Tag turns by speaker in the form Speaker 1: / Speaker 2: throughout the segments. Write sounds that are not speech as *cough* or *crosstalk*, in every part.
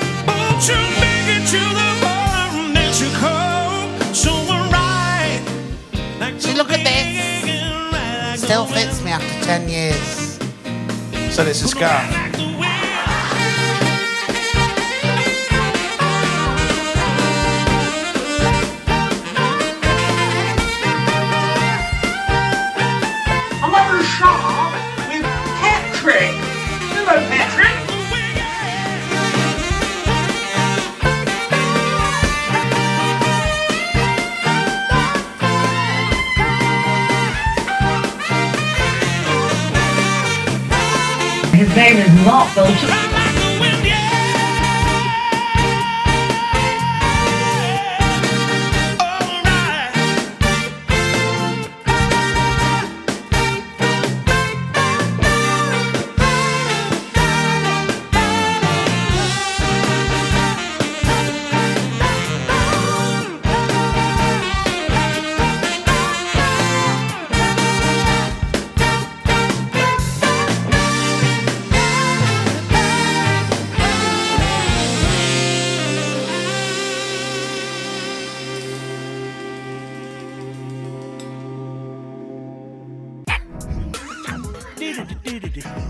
Speaker 1: to make it to the bottom that you hope someone right. Like
Speaker 2: See, look at this.
Speaker 1: this.
Speaker 2: Still fits me after 10 years.
Speaker 3: So there's a scarf.
Speaker 4: Another shot with Patrick. Hello, Patrick.
Speaker 5: His name is Mark Bolton.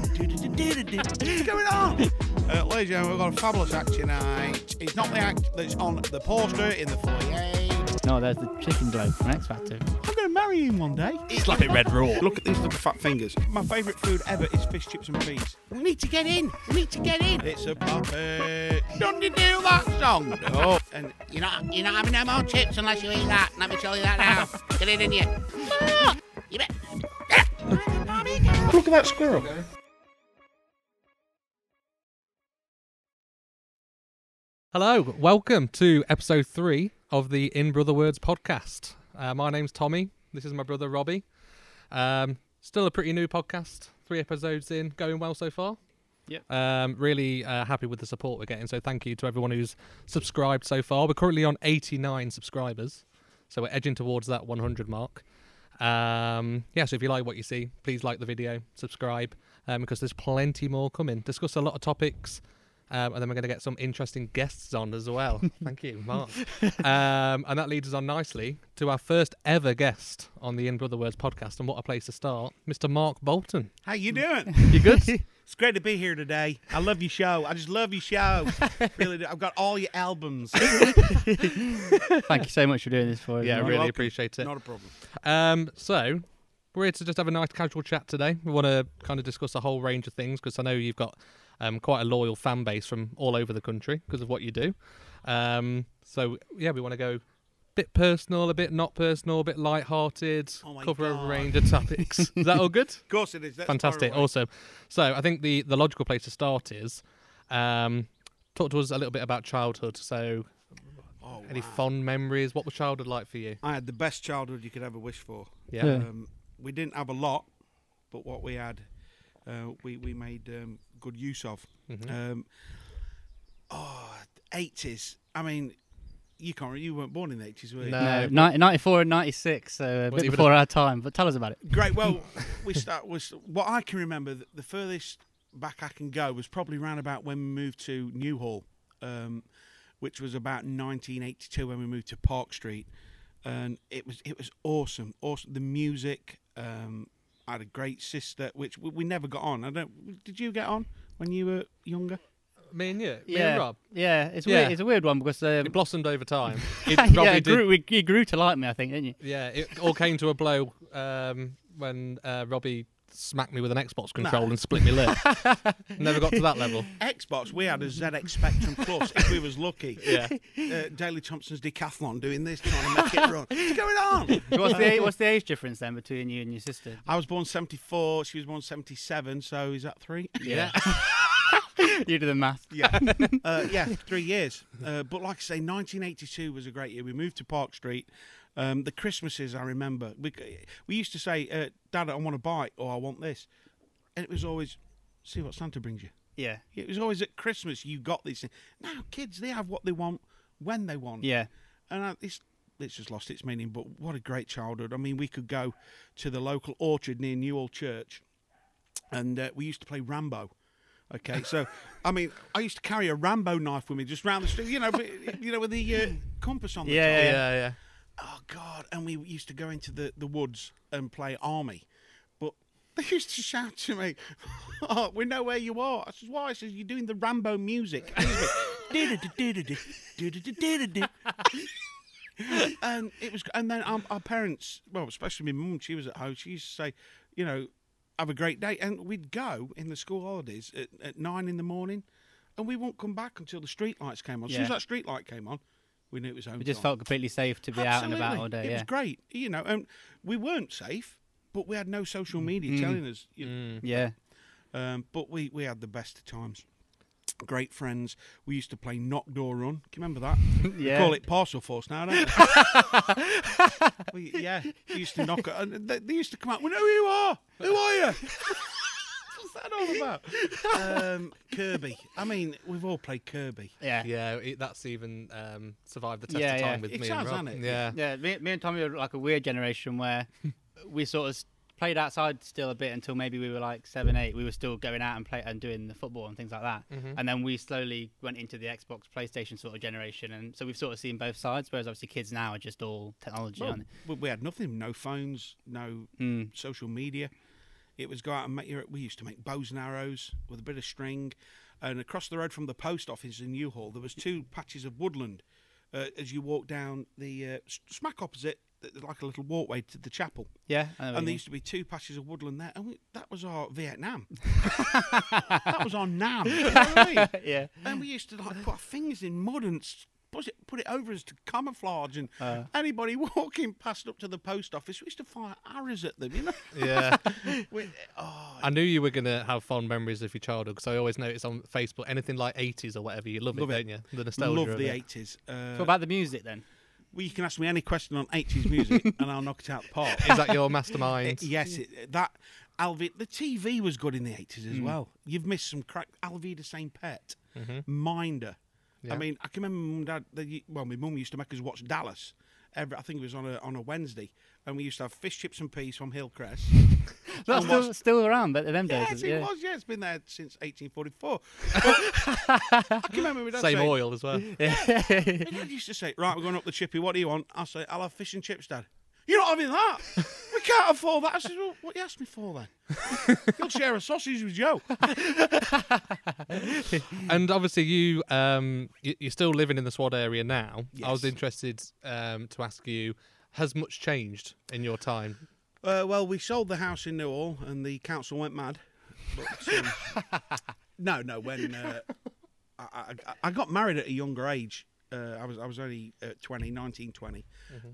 Speaker 3: What's going on? Uh, ladies and gentlemen, we've got a fabulous act tonight. It's not the act that's on the poster in the foyer.
Speaker 6: No, Oh, there's the chicken bloke from X Factor.
Speaker 3: I'm going to marry him one day.
Speaker 7: Slap it red raw.
Speaker 3: Look at these little fat fingers. My favourite food ever is fish chips and peas. We need to get in. We need to get in. It's a puppet. Don't you do that song? *laughs* Oh. No. And
Speaker 2: You're not, you're not having no more chips unless you eat that. Let me tell you that
Speaker 1: *laughs*
Speaker 2: now. Get it in you. No, you bet.
Speaker 3: look at that squirrel.
Speaker 8: Hello, welcome to episode three of the In Brother Words podcast. Uh, my name's Tommy. This is my brother Robbie. Um, still a pretty new podcast. Three episodes in, going well so far.
Speaker 6: Yep.
Speaker 8: Um, really uh, happy with the support we're getting. So thank you to everyone who's subscribed so far. We're currently on 89 subscribers, so we're edging towards that 100 mark. Um, yeah, so if you like what you see, please like the video, subscribe, um, because there's plenty more coming. Discuss a lot of topics, um, and then we're going to get some interesting guests on as well. Thank you, Mark. um, and that leads us on nicely to our first ever guest on the In Brother Words podcast, and what a place to start, Mr. Mark Bolton.
Speaker 3: How you doing?
Speaker 8: You good?
Speaker 3: *laughs* It's great to be here today. I love your show. I just love your show.
Speaker 8: *laughs*
Speaker 3: really, do. I've got all your albums.
Speaker 6: Thank you so much for doing this for us.
Speaker 8: yeah,
Speaker 6: Mark.
Speaker 8: really
Speaker 3: welcome.
Speaker 8: appreciate it.
Speaker 3: Not a problem.
Speaker 8: Um, so we're here to just have a nice casual chat today. We want to kind of discuss a whole range of things because I know you've got um, quite a loyal fan base from all over the country because of what you do. Um, so yeah, we want to go a bit personal, a bit not personal, a bit light-hearted,
Speaker 3: Oh my
Speaker 8: cover a
Speaker 3: God.
Speaker 8: range
Speaker 3: *laughs*
Speaker 8: of topics. is that all good?
Speaker 3: Of course it is. That's
Speaker 8: Fantastic,
Speaker 3: far away.
Speaker 8: awesome. So I think the the logical place to start is um, talk to us a little bit about childhood. So.
Speaker 3: Oh,
Speaker 8: Any fond memories? What was childhood like for you?
Speaker 3: I had the best childhood you could ever wish for.
Speaker 8: Yeah.
Speaker 6: Yeah.
Speaker 3: Um, we didn't have a lot, but what we had, uh, we we made um, good use of. Um, oh, eighties. I mean, you can't. re- You weren't born in the eighties, were you?
Speaker 8: No.
Speaker 6: Uh, ni- 94 and 96, so a
Speaker 8: Wasn't
Speaker 6: bit
Speaker 8: even
Speaker 6: before our time, but tell us about it.
Speaker 3: Great. Well, we start was what I can remember. The, the furthest back I can go was probably round about when we moved to Newhall, um, which was about 1982 when we moved to Park Street, and it was it was awesome. Awesome. The music. Um, I had a great sister, which we, we never got on. I don't. Did you get on when you were younger?
Speaker 8: Me and you, me
Speaker 6: yeah.
Speaker 8: and Rob.
Speaker 6: Yeah, it's,
Speaker 8: Yeah.
Speaker 6: Weird, it's a weird one because. Um, *laughs*
Speaker 8: It blossomed
Speaker 3: *laughs*
Speaker 8: over time. It
Speaker 6: yeah,
Speaker 8: probably
Speaker 6: it
Speaker 8: did-
Speaker 6: grew, we, you grew to like me, I think, didn't
Speaker 8: *laughs*
Speaker 6: you?
Speaker 8: yeah, it all came to a blow um, when uh, Robbie smacked me with an Xbox control and split
Speaker 3: *laughs*
Speaker 8: my lip. Never got to that level.
Speaker 3: Xbox, we had a ZX Spectrum Plus if we was lucky.
Speaker 8: Yeah.
Speaker 3: Uh, Daley Thompson's Decathlon doing this, trying to make it run. What's going on?
Speaker 6: What's the, what's the age difference then between you and your
Speaker 8: *laughs*
Speaker 6: sister?
Speaker 3: I was born 74, she was born 77, so is that three?
Speaker 6: Yeah. *laughs* you do the math.
Speaker 3: Yeah. *laughs* uh, yeah, three years. Uh, but like I say, 1982 was a great year. We moved to Park Street. Um, the Christmases, I remember, we, we used to say, uh, Dad, I want a bite or I want this. And it was always, see what Santa brings you.
Speaker 6: Yeah.
Speaker 3: It was always at Christmas you got these things. Now, kids, they have what they want when they want.
Speaker 6: Yeah.
Speaker 8: Oh,
Speaker 3: and I, it's it's just lost its meaning. But what a great childhood! I mean, we could go to the local orchard near Newell Church, and uh, we used to play Rambo. Okay,
Speaker 6: *laughs*
Speaker 3: so I mean, I used to carry a Rambo knife with me just round the street, you know, but, you know, with the uh, compass on the top.
Speaker 6: Yeah, yeah,
Speaker 8: yeah, yeah.
Speaker 3: Oh God! And we used to go into the, the woods and play army, but *laughs* they used to shout to me, *laughs* oh, "We know where you are." I says, "Why?" I says, "You're doing the Rambo music." *laughs* and it was, and then our, our parents, well, especially my mum, she was at home. She used to say, "You know, have a great day," and we'd go in the school holidays at, at nine in the morning, and we wouldn't come back until the street lights came on. As soon as
Speaker 6: Yeah.
Speaker 3: that street light came on, we knew it was home.
Speaker 6: We just
Speaker 3: time.
Speaker 6: felt completely safe to be out and about all day.
Speaker 3: It
Speaker 6: yeah.
Speaker 3: was great, you know, and we weren't safe, but we had no social media telling us. You know,
Speaker 6: Yeah. Mm.
Speaker 3: um, but we we had the best of times. Great friends. We used to play knock door run. Can you remember
Speaker 6: *laughs*
Speaker 3: that? We
Speaker 6: Yeah.
Speaker 3: call it parcel force now, don't
Speaker 6: *laughs*
Speaker 3: we? we yeah. We used to knock. And they, they used to come out. We know who you are. Who are you? *laughs* What's that all about? Um, Kirby. I mean, we've all played Kirby.
Speaker 6: Yeah. Yeah.
Speaker 8: Yeah, it, that's even um, survived the test
Speaker 6: Yeah,
Speaker 8: of
Speaker 6: yeah.
Speaker 8: time with
Speaker 3: It
Speaker 8: me
Speaker 3: sounds,
Speaker 8: and Rob.
Speaker 3: hasn't it? *laughs*
Speaker 8: Yeah.
Speaker 6: me, me and Tommy were like a weird generation where we sort of s- played outside still a bit until maybe we were like seven, eight. We were still going out and play and doing the football and things like that. And then we slowly went into the Xbox, PlayStation sort of generation. And so we've sort of seen both sides, whereas obviously kids now are just all technology.
Speaker 3: Well,
Speaker 6: aren't
Speaker 3: we, we had nothing, no phones, no social media. It was go out and make your. We used to make bows and arrows with a bit of string, and across the road from the post office in Newhall, there was two patches of woodland. Uh, as you walk down the uh, s- smack opposite, th- there's like a little walkway to the chapel,
Speaker 6: they? Oh, Yeah. I know what
Speaker 3: and
Speaker 6: you
Speaker 3: there
Speaker 6: mean.
Speaker 3: used to be two patches of woodland there, and we, that was our Vietnam. that was our Nam. you know what I
Speaker 6: *laughs*
Speaker 3: mean?
Speaker 6: yeah.
Speaker 3: And we used to like put our fingers in mud and s- put it put it over us to camouflage. And
Speaker 8: Uh.
Speaker 3: anybody *laughs* walking past up to the post office, we used to fire arrows at them. You know,
Speaker 8: Yeah.
Speaker 3: We- oh,
Speaker 8: I knew you were going to have fond memories of your childhood because I always notice on Facebook anything like 80s or whatever. You love,
Speaker 3: Love
Speaker 8: it,
Speaker 3: it.
Speaker 8: don't you? The *laughs* nostalgia.
Speaker 3: love
Speaker 8: of
Speaker 3: the
Speaker 8: it.
Speaker 3: eighties. Uh,
Speaker 6: What about the music then?
Speaker 3: well, you can ask me any question on eighties
Speaker 8: *laughs*
Speaker 3: music, and I'll knock it out the park.
Speaker 8: Is that your
Speaker 3: *laughs*
Speaker 8: mastermind?
Speaker 3: yes, it, that Alvi. The TV was good in the eighties
Speaker 8: Hmm.
Speaker 3: as well. You've missed some crack. Alvida St. Pet, Minder.
Speaker 8: Mm-hmm. Yeah.
Speaker 3: I mean, I can remember my mum and dad. They, u- well, my mum used to make us watch Dallas. Every, I think it was on a on a Wednesday, and we used to have fish chips and peas from Hillcrest.
Speaker 6: That's
Speaker 3: And
Speaker 6: still,
Speaker 3: what's-
Speaker 6: still around, but them days.
Speaker 3: yes,
Speaker 6: is it?
Speaker 3: it
Speaker 6: Yeah.
Speaker 3: was. Yeah, it's been there since 1844. But I can remember my dad
Speaker 8: Same
Speaker 3: saying,
Speaker 8: oil as
Speaker 3: *laughs*
Speaker 8: well.
Speaker 3: My dad used to say, "Right, we're going up the chippy. What do you want?" I say, "I'll have fish and chips, Dad." You're not having that. we can't afford that. I said, well, "What you asked me for then?" You'll share a sausage with Joe.
Speaker 8: And obviously, you um, y- you're still living in the Swad area now. I was
Speaker 3: Yes.
Speaker 8: interested um, to ask you, has much changed in your time?
Speaker 3: Uh, well, we sold the house in Newall, and the council went mad. But, um, no, no. When uh, I, I, I got married at a younger age, uh, I was I was only uh, 20, 19, 20,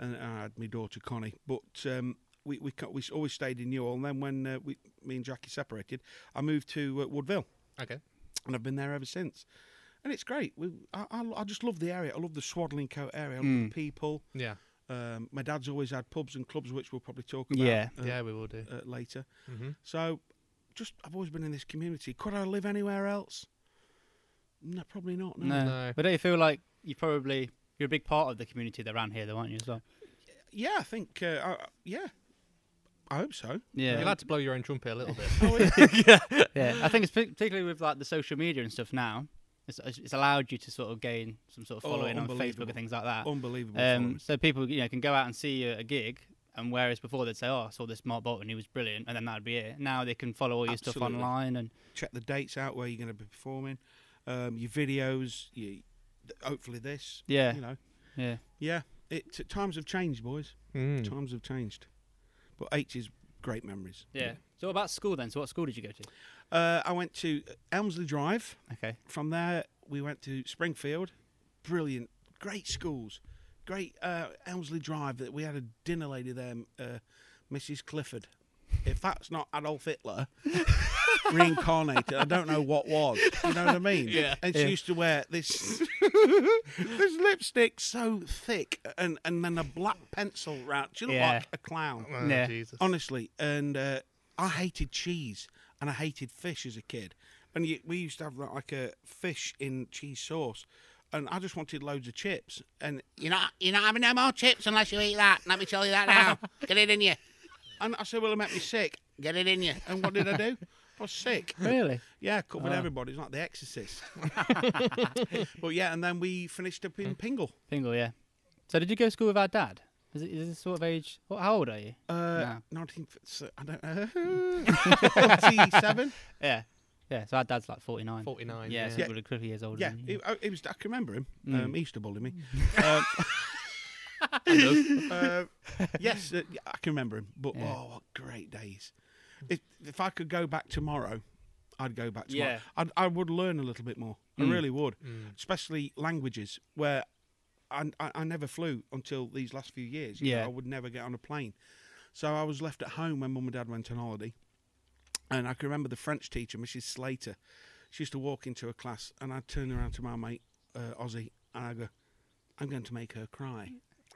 Speaker 3: and I had my daughter Connie. But um, we we co- we s- always stayed in Newall. And then when uh, we me and Jackie separated, I moved to uh, Woodville,
Speaker 8: Okay.
Speaker 3: and I've been there ever since. And it's great. We, I, I, I just love the area. I love the Swaddling Coat area. I love the people.
Speaker 8: Yeah.
Speaker 3: Um, my dad's always had pubs and clubs, which we'll probably talk about.
Speaker 6: Yeah.
Speaker 3: uh,
Speaker 8: yeah, we will do.
Speaker 3: uh, later. So, just I've always been in this community. Could I live anywhere else? No, probably not. No.
Speaker 6: No.
Speaker 8: No.
Speaker 6: But don't you feel like you probably you're a big part of the community that around here, though, aren't you? As well.
Speaker 3: Yeah, I think. Uh, I, I- yeah, I hope so.
Speaker 6: Yeah.
Speaker 8: You're allowed to blow your own trumpet
Speaker 6: *laughs*
Speaker 8: a little bit.
Speaker 6: yeah. I think it's partic- particularly with like the social media and stuff now. It's, it's it's allowed you to sort of gain some sort of
Speaker 3: Oh,
Speaker 6: following on Facebook
Speaker 3: unbelievable.
Speaker 6: and things like that.
Speaker 3: Unbelievable.
Speaker 6: Um,
Speaker 3: followers.
Speaker 6: so people you know can go out and see a, a gig, and whereas before they'd say, "Oh, I saw this Mark Bolton, he was brilliant," and then that'd be it. Now they can follow all your stuff
Speaker 3: Absolutely.
Speaker 6: online, and
Speaker 3: Check the dates out where you're going to be performing. Um, your videos. You, th- hopefully this.
Speaker 6: Yeah.
Speaker 3: You know.
Speaker 6: yeah,
Speaker 3: Yeah. It t- times have changed, boys. Times have changed. But eight is great memories.
Speaker 6: yeah. So what about school then? So what school did you go to?
Speaker 3: Uh, I went to Elmsley Drive.
Speaker 6: Okay.
Speaker 3: From there, we went to Springfield. Brilliant, great schools, great uh, Elmsley Drive. That we had a dinner lady there, uh, Mrs. Clifford. If that's not Adolf Hitler *laughs* reincarnated, I don't know what was. You know what I mean? Yeah. And she used to wear *laughs* this this lipstick so thick, and and then a black pencil round. She looked
Speaker 6: Yeah.
Speaker 3: like a clown.
Speaker 8: Oh,
Speaker 6: Yeah.
Speaker 8: Jesus.
Speaker 3: Honestly, and uh, I hated cheese and I hated fish as a kid. And you, we used to have like a fish in cheese sauce, and I just wanted loads of chips. And
Speaker 2: You're not, you're not having no more chips unless you eat that. Let me
Speaker 3: *laughs*
Speaker 2: tell you that now. Get it in you.
Speaker 3: and I said, "Well, it make me sick."
Speaker 2: Get it in you.
Speaker 3: And what did I do? I
Speaker 2: *laughs*
Speaker 3: was sick.
Speaker 6: Really?
Speaker 3: Yeah, covered
Speaker 2: Oh.
Speaker 3: everybody. It was like The Exorcist. *laughs* but yeah, and then we finished up in Pingle.
Speaker 6: Pingle, yeah. So did you go to school with our dad? Is, it, is this sort of age? What, how old are you?
Speaker 3: Uh,
Speaker 6: No.
Speaker 3: 19, so- I don't *laughs* know. 47?
Speaker 6: Yeah. Yeah, so our dad's like 49.
Speaker 8: 49.
Speaker 6: Yeah, so
Speaker 3: yeah.
Speaker 6: he's probably a couple of years older
Speaker 3: Yeah,
Speaker 6: than
Speaker 3: he,
Speaker 6: you.
Speaker 3: I- he was, I can remember him. Um, he used to bully *laughs* me. um, uh, yes, uh, yeah, I can remember him. But oh, what great days! If, if I could go back tomorrow, I'd go back tomorrow.
Speaker 6: Yeah.
Speaker 3: I'd, I would learn a little bit more. I really would, especially languages where I, I, I never flew until these last few years. you know,
Speaker 6: Yeah.
Speaker 3: I would never get on a plane, so I was left at home when mum and dad went on holiday. And I can remember the French teacher, Mrs. Slater. She used to walk into a class, and I'd turn around to my mate, uh, Ozzy, and I'd go, I'm going to make her cry.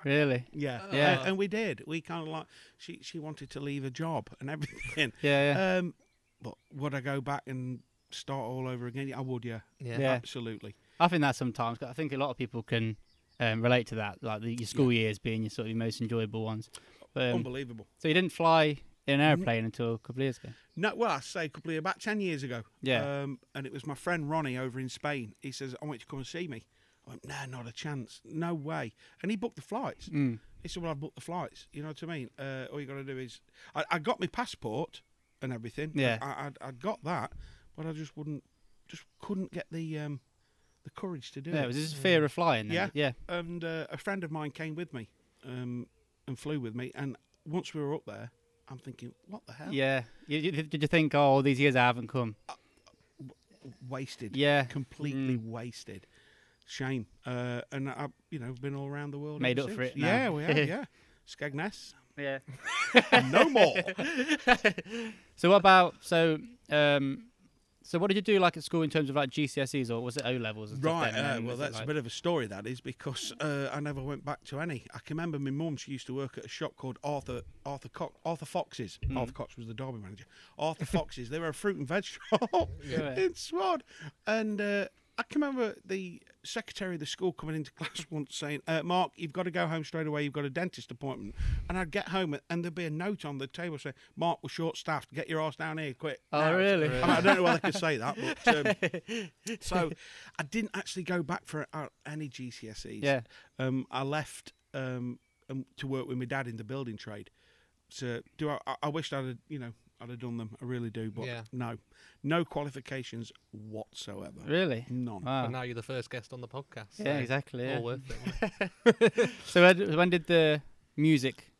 Speaker 6: Really?
Speaker 3: Yeah.
Speaker 6: Yeah.
Speaker 3: And, and we did. We kind of like, she, she wanted to leave a job and *laughs* everything.
Speaker 6: Yeah, yeah.
Speaker 3: Um, but would I go back and start all over again? I would, yeah.
Speaker 8: Yeah.
Speaker 6: Yeah.
Speaker 3: Absolutely.
Speaker 6: I think that sometimes, 'cause I think a lot of people can um, relate to that, like the, your school years being your sort of most enjoyable ones. Um,
Speaker 3: Unbelievable.
Speaker 6: so you didn't fly in an airplane until a couple of years ago?
Speaker 3: No, well, I say probably about ten years ago.
Speaker 6: Yeah.
Speaker 3: Um, and it was my friend Ronnie over in Spain. He says, "I want you to come and see me." I went, "No, not a chance. No way." And he booked the flights.
Speaker 6: Hmm.
Speaker 3: He said, "Well, I've booked the flights. You know what I mean? Uh, all you got to do is, I, I got my passport and everything.
Speaker 6: Yeah.
Speaker 3: I, I'd, I'd got that, but I just wouldn't, just couldn't get the, um, the courage to do
Speaker 6: Yeah,
Speaker 3: it.
Speaker 6: was this fear of flying? Then?
Speaker 3: Yeah.
Speaker 6: Yeah.
Speaker 3: And uh, a friend of mine came with me, um, and flew with me. And once we were up there, I'm thinking, "What the hell?
Speaker 6: Yeah. You, you, did you think, oh, all these years I haven't come?
Speaker 3: wasted.
Speaker 6: Yeah. Mm.
Speaker 3: completely wasted. Shame. Uh, and I, you know, been all around the world.
Speaker 6: Made
Speaker 3: ever
Speaker 6: up for
Speaker 3: since.
Speaker 6: it now.
Speaker 3: Yeah, we have.
Speaker 6: *laughs*
Speaker 3: Yeah, Skegness.
Speaker 6: Yeah.
Speaker 3: No more.
Speaker 6: So what about so um so what did you do like at school in terms of like GCSEs or was it O levels and
Speaker 3: right.
Speaker 6: stuff? then? And
Speaker 3: Uh,
Speaker 6: then
Speaker 3: well,
Speaker 6: was it
Speaker 3: that's
Speaker 6: like-
Speaker 3: a bit of a story. That is because uh, I never went back to any. I can remember my mum. She used to work at a shop called Arthur Arthur Cox, Arthur Fox's.
Speaker 6: Hmm.
Speaker 3: Arthur Cox was the Derby manager.
Speaker 6: *laughs*
Speaker 3: Arthur Fox's. They were a fruit and veg shop *laughs* in Swan, and. Uh, I can remember the secretary of the school coming into class *laughs* once saying, uh, Mark, you've got to go home straight away. You've got a dentist appointment. And I'd get home and there'd be a note on the table saying, Mark, we're short staffed. Get your ass down here quick.
Speaker 6: Oh,
Speaker 3: now."
Speaker 6: really?
Speaker 3: I, mean, I don't know why they could say that.
Speaker 6: *laughs*
Speaker 3: But, um, so I didn't actually go back for uh, any GCSEs.
Speaker 6: Yeah.
Speaker 3: Um, I left um, um, to work with my dad in the building trade. So do I, I, I wished I'd, have, you know, I'd have done them. I really do. But
Speaker 8: Yeah.
Speaker 3: no, no qualifications whatsoever.
Speaker 6: Really?
Speaker 3: None.
Speaker 8: But
Speaker 6: Wow.
Speaker 8: now you're the first guest on the podcast. so
Speaker 6: Yeah, exactly.
Speaker 8: All
Speaker 6: Yeah.
Speaker 8: worth it.
Speaker 6: So when, when did the music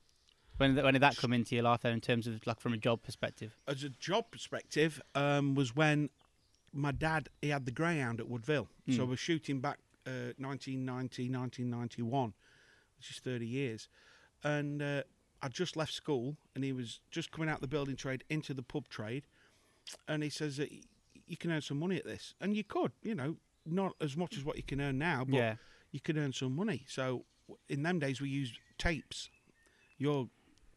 Speaker 6: when did- when did that come into your life then in terms of like from a job perspective?
Speaker 3: as a job perspective, um, was when my dad he had the Greyhound at Woodville, so we're shooting back uh, 1990, 1991, which is 30 years, and uh, I just left school, and he was just coming out the building trade into the pub trade, and he says that y- you can earn some money at this, and you could, you know, not as much as what you can earn now, but
Speaker 6: Yeah.
Speaker 3: you could earn some money. So w- in them days, we used tapes. Your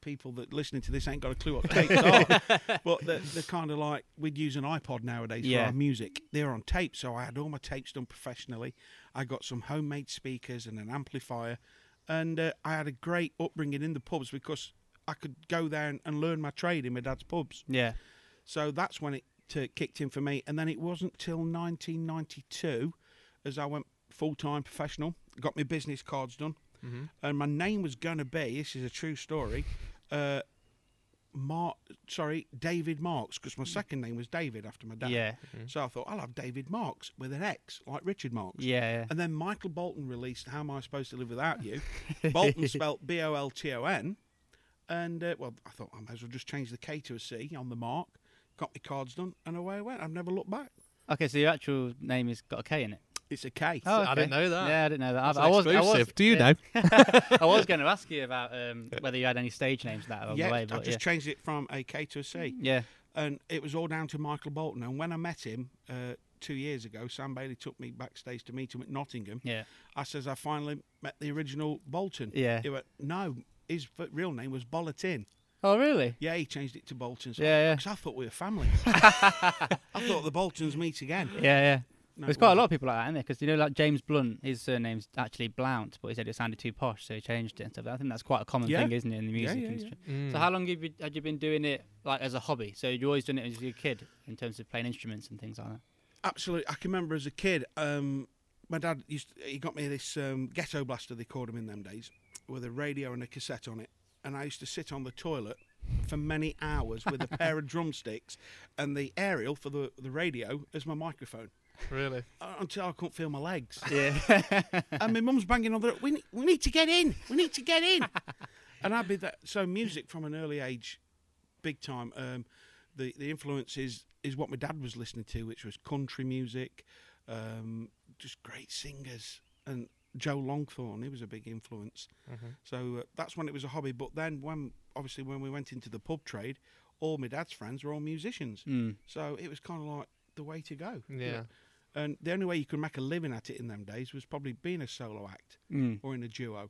Speaker 3: people that listening to this ain't got a clue what tapes are, but they're, they're kind of like we'd use an iPod nowadays for
Speaker 6: Yeah.
Speaker 3: our music. They're on tape, so I had all my tapes done professionally. I got some homemade speakers and an amplifier, and uh, I had a great upbringing in the pubs because I could go there and, and learn my trade in my dad's pubs.
Speaker 6: Yeah.
Speaker 3: So that's when it uh, kicked in for me. And then it wasn't till 1992 as I went full time professional, got my business cards done. And my name was going to be, this is a true story, uh, Mark, sorry, David Marks, because my second name was David after my dad.
Speaker 6: Yeah.
Speaker 3: So I thought, I'll have David Marks with an X, like Richard Marks.
Speaker 6: Yeah.
Speaker 3: And then Michael Bolton released How Am I Supposed to Live Without
Speaker 6: *laughs*
Speaker 3: You? Bolton spelt B O L T O N. And, uh, well, I thought I might as well just change the K to a C on the mark. Got my cards done, and away I went. I've never looked back.
Speaker 6: Okay, so your actual name has got a K in it.
Speaker 3: It's a K.
Speaker 6: Oh,
Speaker 8: I didn't know that.
Speaker 6: Yeah, I didn't know that. *laughs*
Speaker 8: That's
Speaker 6: I,
Speaker 8: an
Speaker 6: I was, I was,
Speaker 8: exclusive. Do you
Speaker 6: *laughs* yeah.
Speaker 8: know?
Speaker 6: I was going to ask you about um, whether you had any stage names that along
Speaker 3: yeah,
Speaker 6: the way,
Speaker 3: I
Speaker 6: but
Speaker 3: just
Speaker 6: yeah. Mm,
Speaker 3: changed it from a K to a C.
Speaker 6: yeah,
Speaker 3: and it was all down to Michael Bolton. And when I met him uh, two years ago, Sam Bailey took me backstage to meet him at Nottingham.
Speaker 6: Yeah.
Speaker 3: I says I finally met the original Bolton.
Speaker 6: Yeah.
Speaker 3: he went, no, his f- real name was Bolletin.
Speaker 6: Oh, really?
Speaker 3: Yeah, he changed it to Bolton. So
Speaker 6: Yeah, yeah. *laughs*
Speaker 3: Because I thought we were family. I thought the Boltons meet again.
Speaker 6: Yeah, yeah.
Speaker 3: No,
Speaker 6: There's
Speaker 3: it
Speaker 6: quite a lot
Speaker 3: wasn't.
Speaker 6: of people like that, isn't there? Because you know, like James Blunt, his surname's actually Blount, but he said it sounded too posh, so he changed it and stuff. I think that's quite a common
Speaker 3: Yeah.
Speaker 6: thing, isn't it, in the
Speaker 3: Yeah,
Speaker 6: music
Speaker 3: yeah, yeah.
Speaker 6: industry? So, how long have you, had you been doing it like as a hobby? So, you always done it as a kid in terms of playing instruments and things like that.
Speaker 3: Absolutely, I can remember as a kid. Um, my dad used he got me this um, ghetto blaster they called them in them days, with a radio and a cassette on it, and I used to sit on the toilet for many hours
Speaker 6: *laughs*
Speaker 3: with a pair of drumsticks and the aerial for the the radio as my microphone
Speaker 6: *laughs*
Speaker 8: Really?
Speaker 3: uh, until I couldn't feel my legs.
Speaker 6: Yeah.
Speaker 3: and my mum's banging on the door. We need, we need to get in. We need to get in. and I'd be that. So music from an early age, big time. Um, the the influence is is what my dad was listening to, which was country music, um, just great singers and Joe Longthorne. He was a big influence. So uh, that's when it was a hobby. But then when obviously when we went into the pub trade, all my dad's friends were all musicians. So it was kind of like the way to go.
Speaker 8: Yeah.
Speaker 3: And the only way you could make a living at it in them days was probably being a solo act or in a duo.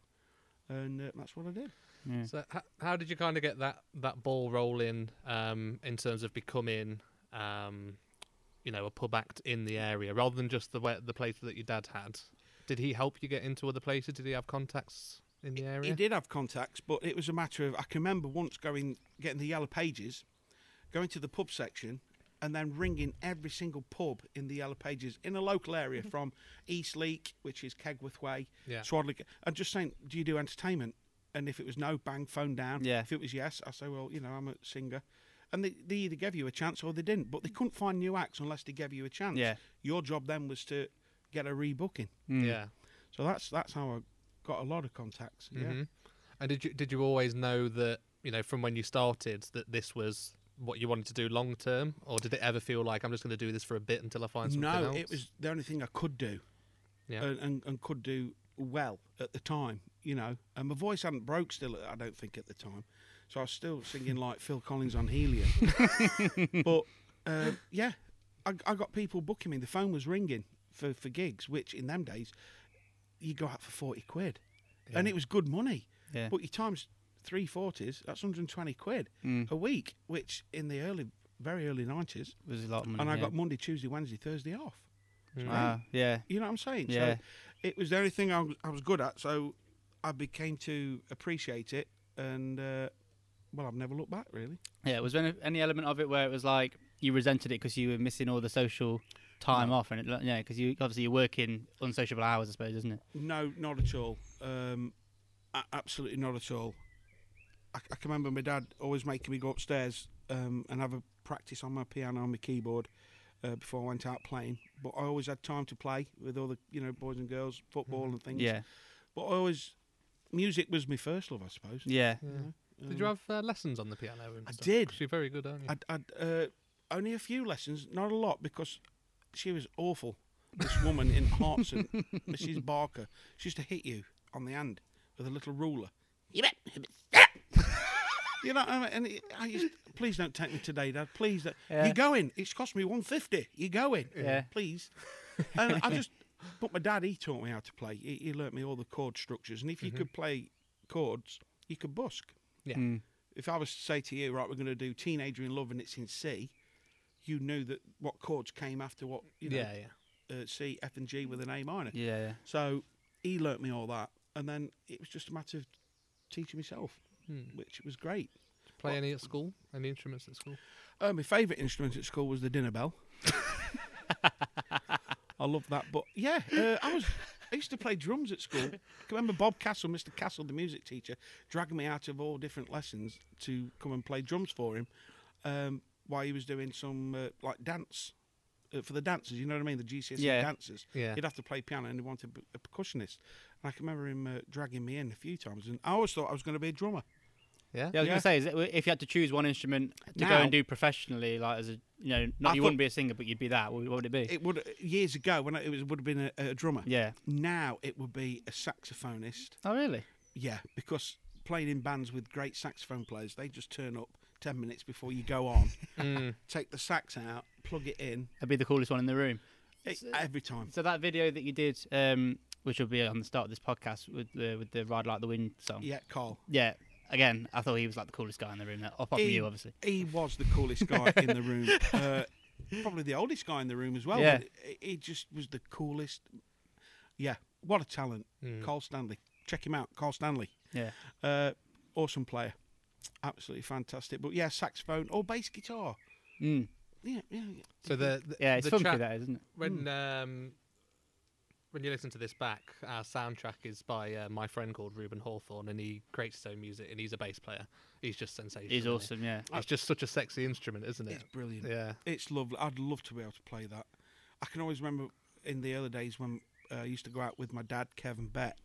Speaker 3: And uh, that's what I did.
Speaker 8: So how, how did you kind of get that that ball rolling um, in terms of becoming, um, you know, a pub act in the area rather than just the way, the place that your dad had? Did he help you get into other places? Did he have contacts in the area?
Speaker 3: He did have contacts, but it was a matter of I can remember once going getting the yellow pages, going to the pub section, and then ringing every single pub in the yellow pages in a local area from East Leek, which is Kegworth Way,
Speaker 8: Yeah.
Speaker 3: Swadley, and just saying, "Do you do entertainment?" And if it was no, bang, phone down.
Speaker 6: Yeah.
Speaker 3: If it was yes, I say, "Well, you know, I'm a singer." And they, they either gave you a chance or they didn't, but they couldn't find new acts unless they gave you a chance.
Speaker 6: Yeah.
Speaker 3: Your job then was to get a rebooking.
Speaker 8: Yeah.
Speaker 3: So that's that's how I got a lot of contacts. Yeah.
Speaker 8: Mm-hmm. And did you did you always know that you know from when you started that this was what you wanted to do long term, or did it ever feel like I'm just going to do this for a bit until I find something
Speaker 3: no,
Speaker 8: else?
Speaker 3: it was the only thing I could do,
Speaker 8: Yeah.
Speaker 3: and, and and could do well at the time, you know. And my voice hadn't broke still, I don't think, at the time, so I was still singing like Phil Collins on
Speaker 8: *laughs*
Speaker 3: Helium. but uh, yeah, I, I got people booking me. The phone was ringing for for gigs, which in them days, you go out for forty quid, and it was good money.
Speaker 6: *laughs* Yeah.
Speaker 3: But your times three forties, that's hundred and twenty quid
Speaker 8: Mm.
Speaker 3: a week, which in the early, very early nineties.
Speaker 6: It was a lot of money.
Speaker 3: And I
Speaker 6: yeah. Mm.
Speaker 3: got Monday, Tuesday, Wednesday, Thursday off.
Speaker 6: Wow, yeah.
Speaker 3: You know what I'm saying?
Speaker 6: Yeah.
Speaker 3: So it was the only thing I was, I was good at. So I became to appreciate it. And, uh, well, I've never looked back, really.
Speaker 6: Yeah, was there any- any element of it where it was like you resented it because you were missing all the social time off, and it, like, yeah, because you obviously you're working unsociable hours, I suppose, isn't it?
Speaker 3: No, not at all. Um, a- absolutely not at all. I, I can remember my dad always making me go upstairs um, and have a practice on my piano and my keyboard uh, before I went out playing. But I always had time to play with all the, you know, boys and girls, football and things.
Speaker 6: Yeah,
Speaker 3: But I always, music was my first love, I suppose.
Speaker 6: yeah.
Speaker 8: Did you have uh, lessons on the piano? And
Speaker 3: um, I
Speaker 8: stuff?
Speaker 3: did.
Speaker 8: 'Cause You're very good, aren't you?
Speaker 3: I'd, I'd uh, only a few lessons, not a lot, because she was awful. This woman
Speaker 6: *laughs*
Speaker 3: in Hartson, Mrs. Barker, she used to hit you on the hand with a little ruler.
Speaker 2: You bet.
Speaker 3: *laughs* You know, I mean, and it- I used, please don't take me today, Dad. Please, don't.
Speaker 6: Yeah.
Speaker 3: you're going. It's cost me one fifty. You're going.
Speaker 6: Yeah.
Speaker 3: Please. And
Speaker 6: *laughs*
Speaker 3: I just, but my dad, he taught me how to play. He, he learnt me all the chord structures, and if you
Speaker 6: Mm-hmm.
Speaker 3: could play chords, you could busk.
Speaker 8: Yeah.
Speaker 3: If I was to say to you, right, we're going to do Teenager in Love, and it's in C, you knew that what chords came after what. You know,
Speaker 8: Yeah, yeah.
Speaker 3: Uh, C, F, and G with an A minor.
Speaker 6: Yeah, yeah.
Speaker 3: So he learnt me all that, and then it was just a matter of teaching myself, which was great.
Speaker 8: Play any at school? Any instruments at school?
Speaker 3: Uh, my favourite instrument at school was the dinner bell. *laughs* I love that, but yeah, uh, I was. I used to play drums at school. I can remember Bob Castle, Mr. Castle, the music teacher, dragging me out of all different lessons to come and play drums for him um, while he was doing some uh, like dance uh, for the dancers. You know what I mean? The GCSE
Speaker 6: Yeah.
Speaker 3: E dancers.
Speaker 8: Yeah.
Speaker 3: He'd have to play piano and he wanted a per- a percussionist. And I can remember him uh, dragging me in a few times. And I always thought I was going to be a drummer.
Speaker 8: Yeah.
Speaker 6: Yeah, I was
Speaker 3: Yeah.
Speaker 6: gonna say, is it, if you had to choose one instrument to go
Speaker 3: Now-
Speaker 6: and do professionally, like as a you know, not
Speaker 3: I
Speaker 6: you
Speaker 3: thought-
Speaker 6: wouldn't be a singer, but you'd be that. What, what would it be?
Speaker 3: It would uh, years ago when I, it was, would have been a, a drummer.
Speaker 6: yeah.
Speaker 3: Now it would be a saxophonist.
Speaker 6: Oh really?
Speaker 3: Yeah, because playing in bands with great saxophone players, they just turn up 10 minutes before you go on, take the sax out, plug it in
Speaker 6: I'd be the coolest one in the room.
Speaker 3: it, every time.
Speaker 6: So that video that you did, um, which will be on the start of this podcast with the with the Ride Like the Wind song.
Speaker 3: Yeah, Carl.
Speaker 6: Yeah. Again, uh, I thought he was like the coolest guy in the room. Apart from you, obviously.
Speaker 3: He was the coolest guy in the room. Uh, probably the oldest guy in the room as well.
Speaker 6: Yeah.
Speaker 3: but he- he just was the coolest. Yeah, what a talent, Carl Stanley. Check him out, Carl Stanley.
Speaker 6: Yeah.
Speaker 3: Uh, awesome player, absolutely fantastic. But yeah, saxophone or bass guitar.
Speaker 6: Mm.
Speaker 3: Yeah, yeah, yeah.
Speaker 8: So the, the
Speaker 6: Mm-hmm. Yeah, it's
Speaker 8: the
Speaker 6: funky
Speaker 8: track-
Speaker 6: that, Mm. isn't it?
Speaker 8: when um, when you listen to this back, our soundtrack is by uh, my friend called Ruben Hawthorne, and he creates his own music, and he's a bass player. He's just sensational.
Speaker 6: He's
Speaker 8: isn't he?
Speaker 6: awesome, yeah.
Speaker 8: It's just such a sexy instrument, isn't it?
Speaker 3: It's brilliant.
Speaker 8: Yeah.
Speaker 3: It's lovely. I'd love to be able to play that. I can always remember in the early days when uh, I used to go out with my dad, Kevin Bett.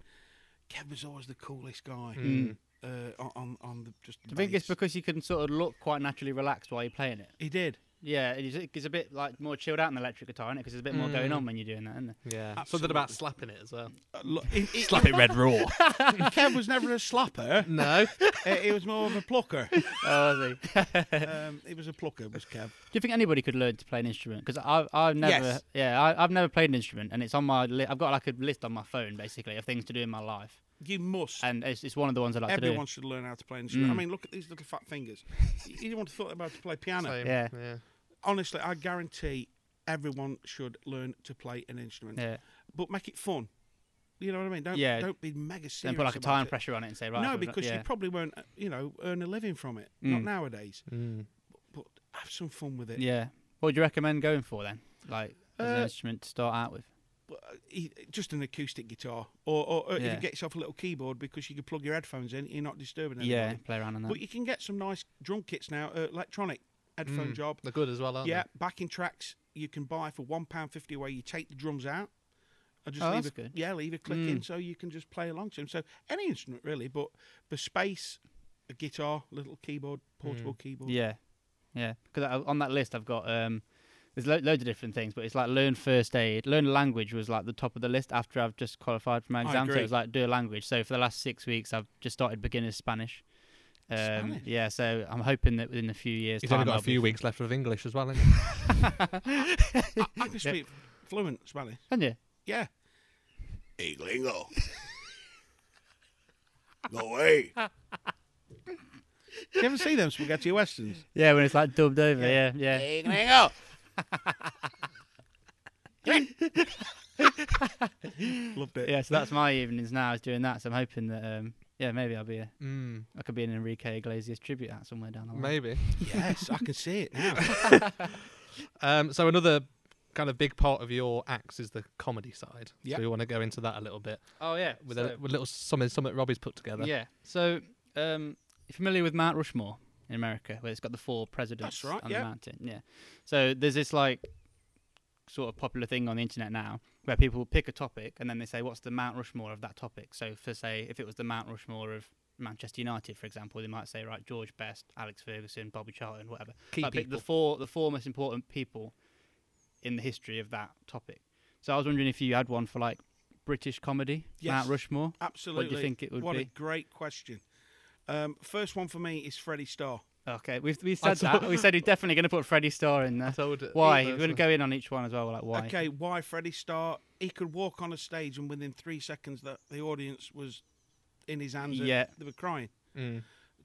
Speaker 3: Kev was always the coolest guy. Uh, on- on on the just.
Speaker 6: I think it's
Speaker 3: bass.
Speaker 6: because you can sort of look quite naturally relaxed while you're playing it.
Speaker 3: he did.
Speaker 6: Yeah, it's, it's a bit like more chilled out than electric guitar, is Because there's a bit more going on when you're doing that, isn't there?
Speaker 8: Yeah. Something about slapping it as well.
Speaker 3: Uh, look, he- he-
Speaker 8: Slap it red raw.
Speaker 3: *laughs* Kev was never a slapper.
Speaker 6: *laughs*
Speaker 8: no.
Speaker 3: Uh, he was more of a plucker.
Speaker 6: Oh, is he?
Speaker 3: Um, he was a plucker, was Kev.
Speaker 6: *laughs* Do you think anybody could learn to play an instrument? Because I've I've never
Speaker 3: Yes.
Speaker 6: yeah I, I've never played an instrument, and it's on my li- I've got like a list on my phone basically of things to do in my life,
Speaker 3: You must.
Speaker 6: and it's, it's one of the ones I like
Speaker 3: Everyone
Speaker 6: to
Speaker 3: should learn how to play an instrument. I mean, look at these little fat fingers. You didn't want to thought about to play piano.
Speaker 8: Same,
Speaker 6: Yeah.
Speaker 8: Yeah.
Speaker 3: Honestly, I guarantee everyone should learn to play an instrument.
Speaker 6: do. Yeah,
Speaker 3: but make it fun. You know what I mean? Don't
Speaker 6: Yeah.
Speaker 3: don't be mega serious.
Speaker 6: and put like a
Speaker 3: about
Speaker 6: time
Speaker 3: it.
Speaker 6: pressure on it and say right.
Speaker 3: No,
Speaker 6: we've got-
Speaker 3: because
Speaker 6: yeah. Mm.
Speaker 3: you probably won't, uh, you know, earn a living from it. Not nowadays. But, but have some fun with it.
Speaker 6: yeah. What would you recommend going for then? Like as an
Speaker 3: Uh,
Speaker 6: instrument to start out with.
Speaker 3: But, uh, e- Just an acoustic guitar, or, or, or if
Speaker 6: Yeah.
Speaker 3: you get yourself a little keyboard because you can plug your headphones in, you're not disturbing anybody.
Speaker 6: Yeah, play around on that.
Speaker 3: But you can get some nice drum kits now, uh, electronic headphone
Speaker 6: Mm.
Speaker 3: job.
Speaker 8: They're good as well, aren't
Speaker 3: Yeah,
Speaker 8: they?
Speaker 3: backing tracks you can buy for one pound fifty away. You take the drums out. I just
Speaker 6: Oh,
Speaker 3: leave
Speaker 6: that's
Speaker 3: a,
Speaker 6: good. Mm.
Speaker 3: Yeah, leave a click in so you can just play along to them. So any instrument really, but the space, a guitar, little keyboard, portable keyboard.
Speaker 6: Yeah, yeah. Because on that list, I've got um, there's lo- loads of different things, but it's like learn first aid, learn a language was like the top of the list after I've just qualified for my exam. So it
Speaker 3: agree.
Speaker 6: was like do a language. So for the last six weeks, I've just started beginner's Spanish. Um,
Speaker 3: Spanish?
Speaker 6: Yeah, so I'm hoping that within a few years,
Speaker 8: He's only
Speaker 6: time
Speaker 8: got
Speaker 6: I'll
Speaker 8: a few
Speaker 6: be-
Speaker 8: weeks left of English as
Speaker 6: *laughs*
Speaker 8: well, isn't he?
Speaker 3: I can speak fluent Spanish.
Speaker 6: *laughs* Haven't you?
Speaker 3: Yeah.
Speaker 1: Hey, gringo. Go away.
Speaker 3: You ever see them spaghetti westerns?
Speaker 6: Yeah, when it's like dubbed over. Yeah, yeah.
Speaker 2: Hey, gringo.
Speaker 3: Loved it.
Speaker 6: Yeah, so that's my evenings now is doing that. So I'm hoping that um, yeah, maybe I'll be a,
Speaker 8: Mm,
Speaker 6: I could be an Enrique Iglesias tribute act somewhere down the line.
Speaker 8: maybe.
Speaker 3: Yes, I can see it
Speaker 6: *laughs*
Speaker 3: now.
Speaker 8: Um, so another kind of big part of your acts is the comedy side.
Speaker 3: Yeah.
Speaker 8: So we want to go into that a little bit
Speaker 6: Oh yeah,
Speaker 8: with,
Speaker 6: so-
Speaker 8: a, with a little something, something Robbie's put together.
Speaker 6: Yeah. So, um, you familiar with Mount Rushmore in America, where it's got the four presidents
Speaker 3: That's right,
Speaker 6: on
Speaker 3: yeah.
Speaker 6: the mountain? Yeah. So there's this like sort of popular thing on the internet now where people pick a topic and then they say, "What's the Mount Rushmore of that topic?" So for say, if it was the Mount Rushmore of Manchester United, for example, they might say, "Right, George Best, Alex Ferguson, Bobby Charlton, whatever."
Speaker 8: Key
Speaker 6: Like, pick the
Speaker 8: people.
Speaker 6: four the four most important people in the history of that topic. So I was wondering if you had one for like British comedy,
Speaker 3: Yes.
Speaker 6: Mount Rushmore.
Speaker 3: Absolutely.
Speaker 6: What do you think it would
Speaker 3: what
Speaker 6: be?
Speaker 3: a great question. Um, first one for me is Freddie Starr.
Speaker 6: Okay, we've we said that. We said we're definitely going to put Freddie Starr in there.
Speaker 8: told it-
Speaker 6: *laughs* why?
Speaker 8: Yeah,
Speaker 6: We're going to go in on each one as well. Like why?
Speaker 3: Okay, why Freddie Starr? He could walk on a stage and within three seconds that the audience was in his hands. and
Speaker 6: Yeah. Mm.
Speaker 3: they were crying.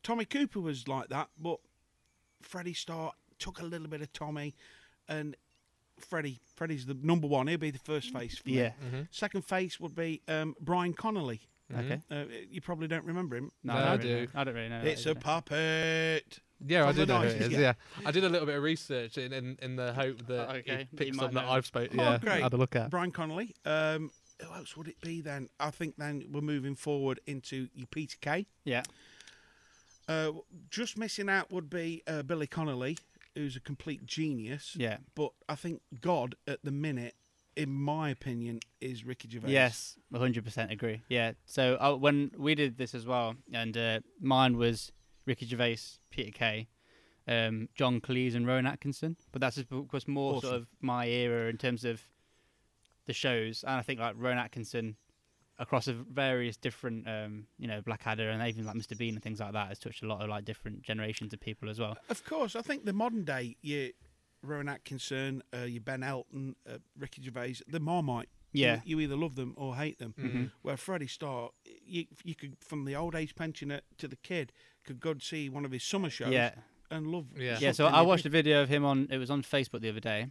Speaker 3: Tommy Cooper was like that, but Freddie Starr took a little bit of Tommy, and Freddie Freddie's the number one. He'll be the first face. For me.
Speaker 6: Yeah.
Speaker 3: Second face would be um, Brian Connolly.
Speaker 6: Okay.
Speaker 3: Uh, you probably don't remember him.
Speaker 8: No, I
Speaker 6: don't really
Speaker 8: do.
Speaker 6: know. I don't really know. that,
Speaker 3: It's
Speaker 6: is
Speaker 3: a
Speaker 6: it?
Speaker 3: puppet.
Speaker 8: Yeah, I
Speaker 3: From the
Speaker 8: do know who it
Speaker 3: 90s,
Speaker 8: is. Yeah.
Speaker 3: yeah.
Speaker 8: I did a little bit of research in in, in the hope that
Speaker 6: Oh, okay.
Speaker 8: he
Speaker 6: That you
Speaker 8: picked
Speaker 6: might
Speaker 8: something that
Speaker 6: know.
Speaker 8: I've spoken.
Speaker 3: Oh,
Speaker 8: Yeah,
Speaker 3: great.
Speaker 8: had a look at.
Speaker 3: Brian Connolly. Um, who else would it be then? I think then we're moving forward into your Peter Kay.
Speaker 6: Yeah.
Speaker 3: Uh, just missing out would be uh, Billy Connolly, who's a complete genius.
Speaker 6: Yeah.
Speaker 3: But I think God at the minute, in my opinion, is Ricky Gervais.
Speaker 6: Yes, 100% agree. Yeah. So uh, when we did this as well, and uh, mine was Ricky Gervais, Peter Kay, um, John Cleese, and Rowan Atkinson. But that's just was more sort
Speaker 3: Awesome.
Speaker 6: of my era in terms of the shows, and I think like Rowan Atkinson across a various different, um, you know, Blackadder and even like Mr Bean and things like that has touched a lot of like different generations of people as well.
Speaker 3: Of course, I think the modern day, your Rowan Atkinson, uh, your Ben Elton, uh, Ricky Gervais, the Marmite. You-
Speaker 6: Yeah.
Speaker 3: You, either love them or hate them. Where Freddie Starr, you, you could, from the old age pensioner to the kid, could go and see one of his summer shows
Speaker 6: Yeah.
Speaker 3: and love.
Speaker 8: Yeah.
Speaker 6: Yeah, so
Speaker 3: something
Speaker 6: I
Speaker 3: you
Speaker 6: watched a video of him on it was on Facebook the other day,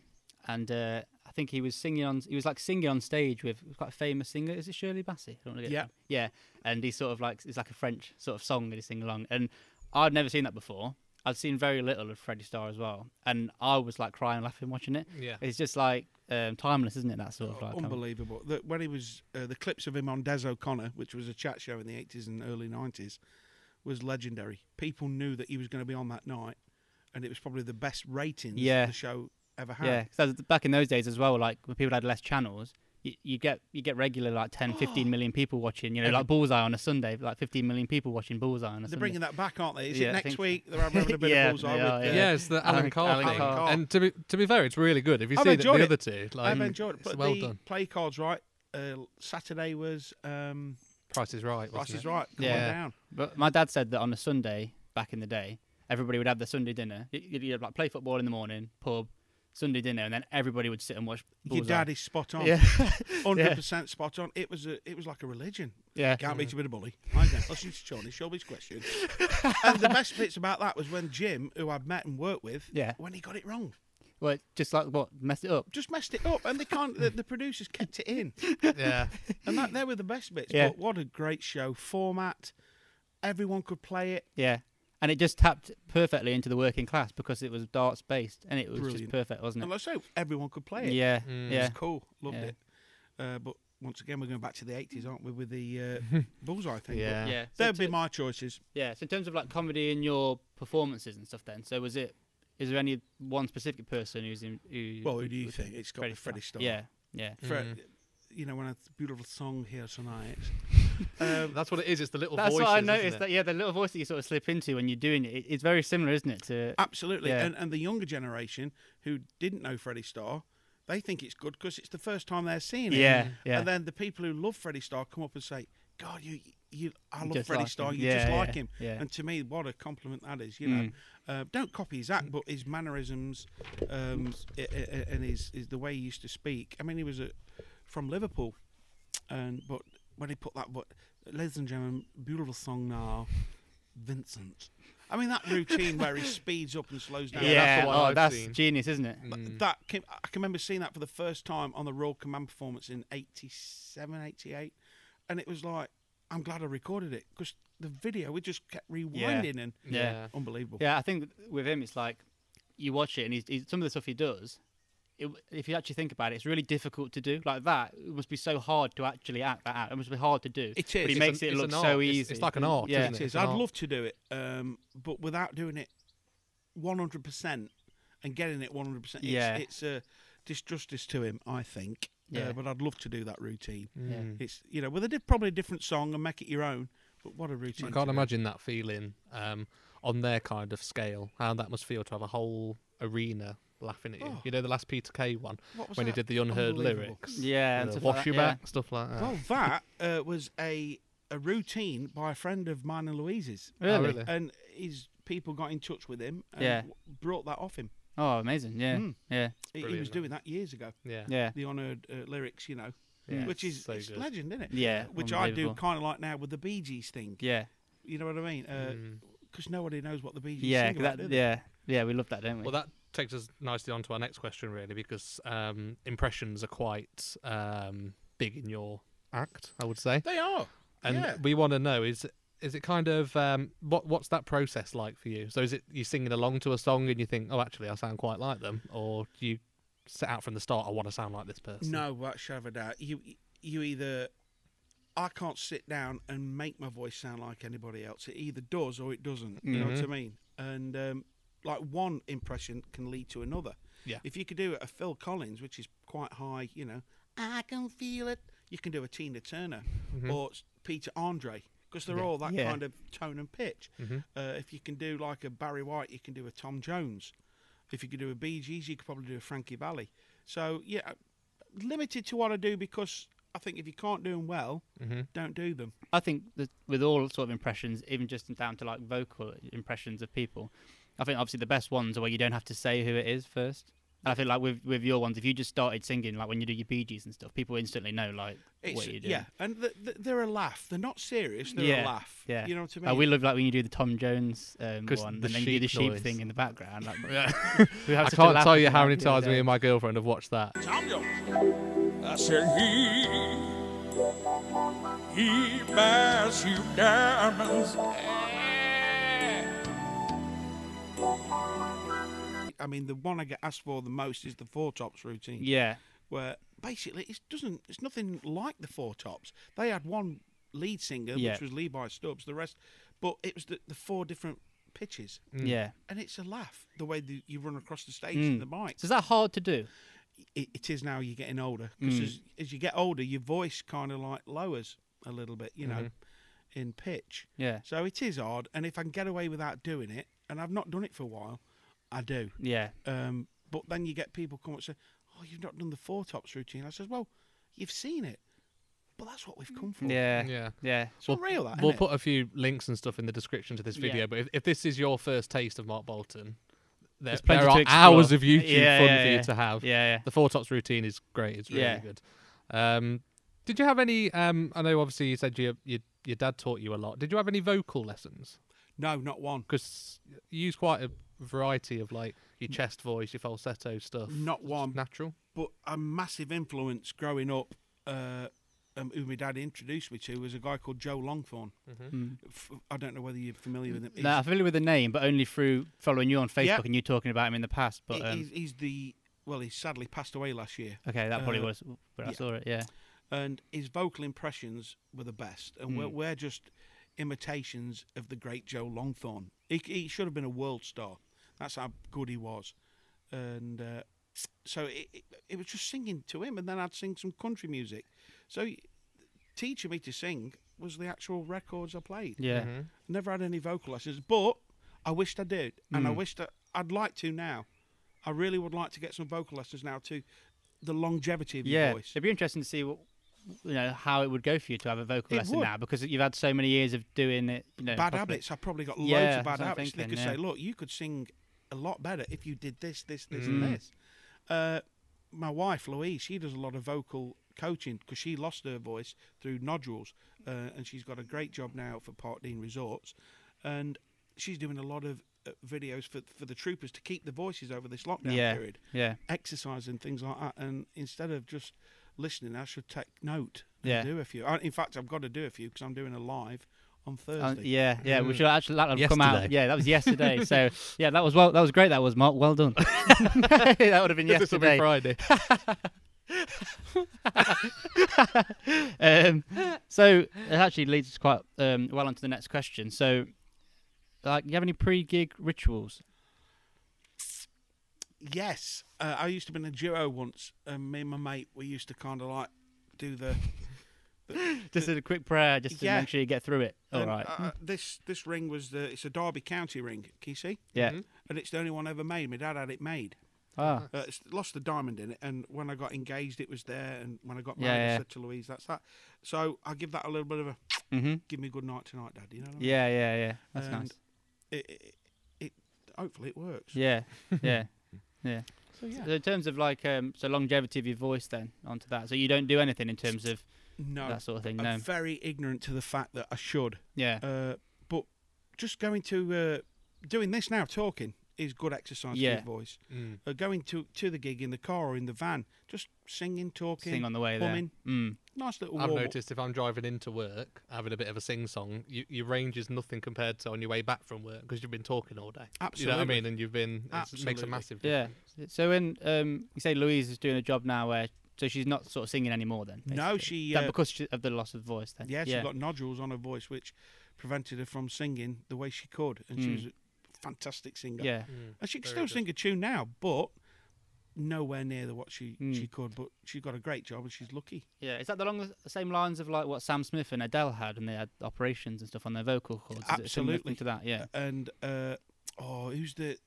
Speaker 6: and uh, I think he was singing on he was like singing on stage with quite a famous singer. Is it Shirley Bassey? I don't wanna get
Speaker 3: Yeah.
Speaker 6: yeah. And he sort of like it's like a French sort of song that he sing along, and I'd never seen that before. I'd seen very little of Freddie Starr as well, and I was like crying laughing watching it.
Speaker 8: Yeah.
Speaker 6: it's just like um, timeless, isn't it? That sort
Speaker 3: Oh,
Speaker 6: of like um,
Speaker 3: Unbelievable. That when he was uh, the clips of him on Des O'Connor, which was a chat show in the eighties and early nineties, was legendary. People knew that he was going to be on that night, and it was probably the best ratings
Speaker 6: Yeah.
Speaker 3: the show ever had.
Speaker 6: Yeah, because back in those days as well, like when people had less channels, you, you get you get regular like 10, 15
Speaker 3: *gasps*
Speaker 6: million people watching. You know, like Bullseye on a Sunday, like fifteen million people watching Bullseye on a
Speaker 3: They're
Speaker 6: Sunday.
Speaker 3: bringing that back, aren't they? Is
Speaker 6: Yeah,
Speaker 3: it
Speaker 6: I
Speaker 3: next
Speaker 6: think so.
Speaker 3: week? They're having a
Speaker 6: *laughs*
Speaker 3: bit
Speaker 6: Yeah,
Speaker 3: of bullseye
Speaker 6: they are,
Speaker 3: with. uh,
Speaker 6: yeah.
Speaker 8: Yeah, it's the Alan
Speaker 6: Alan-
Speaker 8: Carr
Speaker 6: Alan
Speaker 8: thing.
Speaker 6: Carr.
Speaker 8: And to be to be fair, it's really good. If you
Speaker 3: I've
Speaker 8: see the,
Speaker 3: enjoyed
Speaker 8: the
Speaker 3: it.
Speaker 8: other two, like,
Speaker 3: I've enjoyed it.
Speaker 8: It's
Speaker 3: But
Speaker 8: well
Speaker 3: the
Speaker 8: done.
Speaker 3: play cards right. Uh, Saturday was um,
Speaker 8: Price is right.
Speaker 3: Price
Speaker 8: wasn't
Speaker 3: is
Speaker 8: it?
Speaker 3: Right. Come
Speaker 6: Yeah.
Speaker 3: on down.
Speaker 6: But my dad said that on a Sunday back in the day, everybody would have their Sunday dinner. You- You'd, you'd like play football in the morning, pub, Sunday dinner, and then everybody would sit and watch. Bullseye.
Speaker 3: Your dad is spot on.
Speaker 6: *laughs* Yeah.
Speaker 3: Hundred percent spot on. It was a, it was like a religion.
Speaker 6: Yeah.
Speaker 3: Can't beat you with a bully. I don't listen to Tony Shelby's question. and the best bits about that was when Jim, who I'd met and worked with,
Speaker 6: Yeah.
Speaker 3: when he got it wrong,
Speaker 6: Well, just like what messed it up.
Speaker 3: just messed it up, and they can't. The, the producers kept it in,
Speaker 8: *laughs* Yeah.
Speaker 3: and that they were the best bits.
Speaker 6: Yeah.
Speaker 3: But what a great show format! Everyone could play it.
Speaker 6: Yeah. And it just tapped perfectly into the working class because it was darts based and it was
Speaker 3: Brilliant.
Speaker 6: just perfect, wasn't it?
Speaker 3: And like I say, everyone could play it.
Speaker 6: Yeah, yeah.
Speaker 3: It's cool. Loved
Speaker 6: Yeah.
Speaker 3: it. Uh, but once again, we're going back to the eighties, aren't we? With the
Speaker 6: *laughs*
Speaker 3: uh, bullseye thing.
Speaker 8: Yeah.
Speaker 6: Yeah. So
Speaker 3: There'd be
Speaker 6: to-
Speaker 3: my choices.
Speaker 6: Yeah. So in terms of like comedy in your performances and stuff, then, so was it? Is there any one specific person who's in? Who,
Speaker 3: Well, who do you
Speaker 6: who's
Speaker 3: think? It's got to be Freddie Starr.
Speaker 6: Yeah. Yeah.
Speaker 3: Fred, you know, when I beautiful song here tonight.
Speaker 8: Um, That's what it is. It's the little
Speaker 6: That's
Speaker 8: voices.
Speaker 6: what I
Speaker 8: isn't
Speaker 6: noticed.
Speaker 8: it?
Speaker 6: That yeah, the little voice that you sort of slip into when you're doing it, it- it's very similar, isn't it? To
Speaker 3: Absolutely.
Speaker 6: Yeah.
Speaker 3: And, and the younger generation who didn't know Freddie Starr, they think it's good because it's the first time they're seeing it.
Speaker 6: Yeah, yeah.
Speaker 3: And then the people who love Freddie Starr come up and say, God, you, you, I love
Speaker 6: just
Speaker 3: Freddie
Speaker 6: like
Speaker 3: Starr.
Speaker 6: him."
Speaker 3: You just
Speaker 6: Yeah,
Speaker 3: like
Speaker 6: yeah,
Speaker 3: him.
Speaker 6: yeah. Mm.
Speaker 3: And to me, what a compliment that is. You know, uh, don't copy his act, but his mannerisms um, i- i- i- and his, his the way he used to speak. I mean, he was a, from Liverpool, and but when he put that, but ladies and gentlemen, beautiful song now, Vincent. I mean, that routine where he speeds up and slows down.
Speaker 6: yeah, Mm.
Speaker 8: that's the one
Speaker 6: oh,
Speaker 8: I've
Speaker 6: that's
Speaker 8: seen. Mm.
Speaker 6: genius, isn't it?
Speaker 3: That came, I can remember seeing that for the first time on the Royal Command performance in 87, 88. And it was like, I'm glad I recorded it because the video, we just kept rewinding and
Speaker 6: Yeah.
Speaker 3: unbelievable.
Speaker 6: Yeah, I think with him, it's like you watch it, and he's, he's, some of the stuff he does. It, if you actually think about it, it's really difficult to do. Like that, it must be so hard to actually act that out. It must be hard to do.
Speaker 3: It
Speaker 6: But
Speaker 3: is.
Speaker 6: he
Speaker 3: It's
Speaker 6: makes
Speaker 8: an-
Speaker 6: it
Speaker 8: it's
Speaker 6: look
Speaker 8: an
Speaker 6: so
Speaker 8: art. It's-
Speaker 6: easy.
Speaker 8: it's like an art,
Speaker 6: Yeah,
Speaker 8: isn't
Speaker 3: It
Speaker 8: it?
Speaker 3: is.
Speaker 8: It's an
Speaker 3: I'd
Speaker 8: art.
Speaker 3: love to do it, um, but without doing it 100% and getting it 100%, it's,
Speaker 6: Yeah.
Speaker 3: it's a disjustice to him, I think.
Speaker 6: Yeah.
Speaker 3: Uh, but I'd love to do that routine.
Speaker 8: Mm.
Speaker 6: Yeah.
Speaker 3: It's, you know, with a di- probably a different song and make it your own. But what a routine.
Speaker 8: I
Speaker 3: to
Speaker 8: can't
Speaker 3: do.
Speaker 8: imagine that feeling um, on their kind of scale. How that must feel to have a whole arena laughing at you. You know the last Peter Kay one
Speaker 3: What was
Speaker 8: when he
Speaker 3: that?
Speaker 8: did the unheard
Speaker 3: Unbelievable.
Speaker 8: lyrics.
Speaker 6: Yeah, and
Speaker 8: the
Speaker 6: stuff
Speaker 8: wash
Speaker 6: like
Speaker 8: your
Speaker 6: that, yeah.
Speaker 8: back stuff like that.
Speaker 3: Well, that uh, was a a routine by a friend of mine and Louise's,
Speaker 8: Oh,
Speaker 6: Really?
Speaker 8: really?
Speaker 3: and his people got in touch with him and
Speaker 6: Yeah.
Speaker 3: w- brought that off him.
Speaker 6: Oh, amazing. Yeah,
Speaker 3: Hmm.
Speaker 6: yeah,
Speaker 3: He, he was
Speaker 8: Brilliant,
Speaker 3: doing that years ago.
Speaker 8: Yeah.
Speaker 6: yeah.
Speaker 3: The honoured uh, lyrics, you know,
Speaker 6: Yeah,
Speaker 3: which
Speaker 8: it's
Speaker 3: is
Speaker 8: so
Speaker 3: it's
Speaker 8: good.
Speaker 3: legend, isn't it?
Speaker 6: Yeah,
Speaker 3: Which I do
Speaker 6: unbelievable.
Speaker 3: kind of like now with the Bee Gees thing.
Speaker 6: Yeah,
Speaker 3: You know what I mean? Because nobody knows what the Bee Gees
Speaker 6: yeah,
Speaker 3: sing about, do
Speaker 6: that,
Speaker 3: they?
Speaker 6: yeah, yeah. We love that, don't we?
Speaker 8: Well, that takes us nicely on to our next question, really, because um, impressions are quite um, big in your act, I would say.
Speaker 3: They are.
Speaker 8: and
Speaker 3: yeah.
Speaker 8: we want to know is is it kind of um, what what's that process like for you? So is it you singing along to a song and you think, oh, actually, I sound quite like them, or do you set out from the start, I want to sound like this person?
Speaker 3: No, without a shadow of a doubt. You you either I can't sit down and make my voice sound like anybody else. It either does or it doesn't. You know what I mean? And um, like one impression can lead to another.
Speaker 8: Yeah.
Speaker 3: If you could do a Phil Collins, which is quite high, you know, I can feel it. You can do a Tina Turner or s- Peter Andre because they're all that
Speaker 6: Yeah.
Speaker 3: kind of tone and pitch. Uh, if you can do like a Barry White, you can do a Tom Jones. If you could do a Bee Gees, you could probably do a Frankie Valley. So yeah, I- limited to what I do because I think if you can't do them well,
Speaker 6: Mm-hmm.
Speaker 3: don't do them.
Speaker 6: I think that with all sort of impressions, even just down to like vocal impressions of people, I think obviously the best ones are where you don't have to say who it is first. And I feel like with with your ones, if you just started singing like when you do your Bee Gees and stuff, people instantly know like
Speaker 3: It's,
Speaker 6: what you're doing.
Speaker 3: yeah, and th- th- they're a laugh. They're not serious. They're a
Speaker 6: yeah,
Speaker 3: laugh.
Speaker 6: Yeah,
Speaker 3: you know what I mean.
Speaker 6: Like Uh, we love like when you do the Tom Jones um,
Speaker 8: 'Cause
Speaker 6: one,
Speaker 8: the
Speaker 6: and then you do the
Speaker 8: sheep
Speaker 6: sheep
Speaker 8: noise.
Speaker 6: thing in the background. Like, *laughs* we have
Speaker 8: I
Speaker 6: such a
Speaker 8: can't
Speaker 6: laugh
Speaker 8: tell
Speaker 6: at
Speaker 8: you
Speaker 6: that
Speaker 8: how many
Speaker 6: the other
Speaker 8: times me
Speaker 6: day.
Speaker 8: and my girlfriend have watched that.
Speaker 1: Tom Jones. I said he he buys you diamonds.
Speaker 3: I mean, the one I get asked for the most is the four tops routine.
Speaker 6: Yeah,
Speaker 3: where basically it doesn't it's nothing like the four tops they had one lead singer
Speaker 6: Yeah.
Speaker 3: which was levi stubbs the rest but it was the, the four different pitches
Speaker 6: yeah.
Speaker 3: and it's a laugh the way that you run across the stage
Speaker 6: Mm.
Speaker 3: and the mic
Speaker 6: So is that hard to do?
Speaker 3: it, it is now you're getting older because
Speaker 8: Mm.
Speaker 3: as, as you get older your voice kind of like lowers a little bit you know
Speaker 8: Mm-hmm.
Speaker 3: in pitch
Speaker 6: Yeah,
Speaker 3: so it is hard and if i can get away without doing it and i've not done it for a while i do
Speaker 6: yeah.
Speaker 3: um, but then you get people come up and say, "Oh, you've not done the four tops routine." I says, "Well, you've seen it, but that's what we've come for."
Speaker 6: Yeah.
Speaker 8: Mm. Yeah.
Speaker 6: Yeah.
Speaker 3: it's not real. That,
Speaker 8: we'll
Speaker 3: innit?
Speaker 8: put a few links and stuff in the description to this
Speaker 6: Yeah.
Speaker 8: video, but if, if this is your first taste of Mark Bolton, there,
Speaker 6: There's plenty
Speaker 8: there
Speaker 6: to
Speaker 8: are
Speaker 6: explore.
Speaker 8: hours of YouTube
Speaker 6: Yeah,
Speaker 8: fun
Speaker 6: yeah,
Speaker 8: for you
Speaker 6: yeah.
Speaker 8: to have.
Speaker 6: Yeah, yeah.
Speaker 8: The Four Tops routine is great. It's really
Speaker 6: Yeah.
Speaker 8: good. Um, did you have any? Um, I know, obviously, you said your, your your dad taught you a lot. Did you have any vocal lessons?
Speaker 3: no, not one,
Speaker 8: Because you use quite a variety of like your chest voice, your falsetto stuff.
Speaker 3: not one.
Speaker 8: natural.
Speaker 3: But a massive influence growing up, uh, um, who my dad introduced me to, was a guy called Joe Longthorn. F- I don't know whether you're familiar with him.
Speaker 6: No, I'm familiar with the name, but only through following you on Facebook
Speaker 3: Yeah.
Speaker 6: and you talking about him in the past. But
Speaker 3: he-
Speaker 6: um,
Speaker 3: he's, he's the well, he sadly passed away last year.
Speaker 6: okay, that probably
Speaker 3: uh,
Speaker 6: was where I
Speaker 3: yeah.
Speaker 6: saw it. Yeah,
Speaker 3: and his vocal impressions were the best, and
Speaker 6: Hmm.
Speaker 3: we're, we're just imitations of the great Joe Longthorn. He, he should have been a world star. That's how good he was, and uh, so it, it, it was just singing to him, and then I'd sing some country music. So y- teaching me to sing was the actual records I played.
Speaker 6: yeah,
Speaker 3: Never had any vocal lessons, but I wished I did, and
Speaker 6: Hmm.
Speaker 3: I wished I, I'd like to now. I really would like to get some vocal lessons now to the longevity of
Speaker 6: yeah.
Speaker 3: your voice.
Speaker 6: It'd be interesting to see what you know how it would go for you to have a vocal
Speaker 3: It
Speaker 6: lesson
Speaker 3: would.
Speaker 6: now because you've had so many years of doing it. You know,
Speaker 3: bad
Speaker 6: properly.
Speaker 3: habits. I've probably got loads
Speaker 6: Yeah,
Speaker 3: of
Speaker 6: that's
Speaker 3: bad
Speaker 6: what I'm
Speaker 3: habits.
Speaker 6: thinking,
Speaker 3: they could
Speaker 6: yeah.
Speaker 3: say, look, you could sing a lot better if you did this, this, this,
Speaker 6: Mm.
Speaker 3: and this. Uh, my wife, Louise, she does a lot of vocal coaching because she lost her voice through nodules uh, and she's got a great job now for Park Dean Resorts. And she's doing a lot of uh, videos for, for the troopers to keep the voices over this lockdown
Speaker 6: Yeah,
Speaker 3: period.
Speaker 6: yeah,
Speaker 3: Exercise and things like that. And instead of just listening, I should take note and
Speaker 6: Yeah.
Speaker 3: do a few. I, in fact, I've got to do a few because I'm doing a live on Thursday.
Speaker 6: Uh, yeah, yeah.
Speaker 3: Mm.
Speaker 6: We should actually that have come out.
Speaker 8: Yesterday.
Speaker 6: Yeah, that was
Speaker 3: *laughs*
Speaker 6: yesterday. so yeah, that was well. That was great. That was Mark. Well done. *laughs* that would have been
Speaker 8: This will be
Speaker 6: yesterday.
Speaker 8: Friday.
Speaker 6: um, so it actually leads us quite um, well onto the next question. So, like, you have any pre-gig rituals?
Speaker 3: Yes, uh, I used to be in a duo once, and me and my mate we used to kind of like do the.
Speaker 6: Just a quick prayer, just to
Speaker 3: Yeah.
Speaker 6: make sure you get through it. All
Speaker 3: and,
Speaker 6: right.
Speaker 3: uh, this this ring was the it's a Derby County ring. Can you see?
Speaker 6: yeah.
Speaker 3: And it's the only one ever made. My dad had it made.
Speaker 6: Ah.
Speaker 3: mm-hmm. Uh, it's lost the diamond in it, and when I got engaged, it was there. And when I got
Speaker 6: Yeah,
Speaker 3: married, I
Speaker 6: yeah.
Speaker 3: said to Louise, "That's that." So I give that a little bit of a.
Speaker 6: Mhm.
Speaker 3: Give me good night tonight, Dad. You know. What I mean?
Speaker 6: Yeah, yeah, yeah. That's
Speaker 3: And
Speaker 6: nice.
Speaker 3: It, it, it hopefully it works.
Speaker 6: Yeah, yeah, yeah.
Speaker 3: So *laughs* yeah.
Speaker 6: So in terms of like, um, so longevity of your voice, then onto that. So you don't do anything in terms of
Speaker 3: No.
Speaker 6: that sort of thing.
Speaker 3: I'm
Speaker 6: No.
Speaker 3: very ignorant to the fact that I should.
Speaker 6: Yeah.
Speaker 3: Uh, but just going to uh, doing this now, talking is good exercise for
Speaker 6: Yeah.
Speaker 3: your voice. Uh, going to to the gig in the car or in the van, just singing, talking,
Speaker 6: Sing on the way there.
Speaker 3: humming.
Speaker 6: Mm.
Speaker 3: Nice little.
Speaker 8: I've
Speaker 3: warm-
Speaker 8: noticed if I'm driving into work, having a bit of a sing song, you, your range is nothing compared to on your way back from work because you've been talking all day. You know what I
Speaker 3: Absolutely.
Speaker 8: mean? And you've been, it makes a
Speaker 3: Absolutely.
Speaker 8: massive
Speaker 6: Yeah.
Speaker 8: difference.
Speaker 6: So when um, you say Louise is doing a job now where so she's not sort of singing anymore then.
Speaker 3: No,
Speaker 6: basically?
Speaker 3: she,
Speaker 6: Is that
Speaker 3: uh,
Speaker 6: because she, of the loss of voice then.
Speaker 3: Yeah, she got nodules on her voice, which prevented her from singing the way she could, and she was a fantastic singer.
Speaker 6: Mm. Yeah.
Speaker 3: and she can still sing a tune now, but nowhere near the what she she
Speaker 6: Mm.
Speaker 3: could. But she got a great job, and she's lucky.
Speaker 6: Yeah. Is that along the s- same lines of like what Sam Smith and Adele had and they had operations and stuff on their vocal cords? Is it a similar thing
Speaker 3: Absolutely.
Speaker 6: to that. Yeah.
Speaker 3: and uh, oh, who's the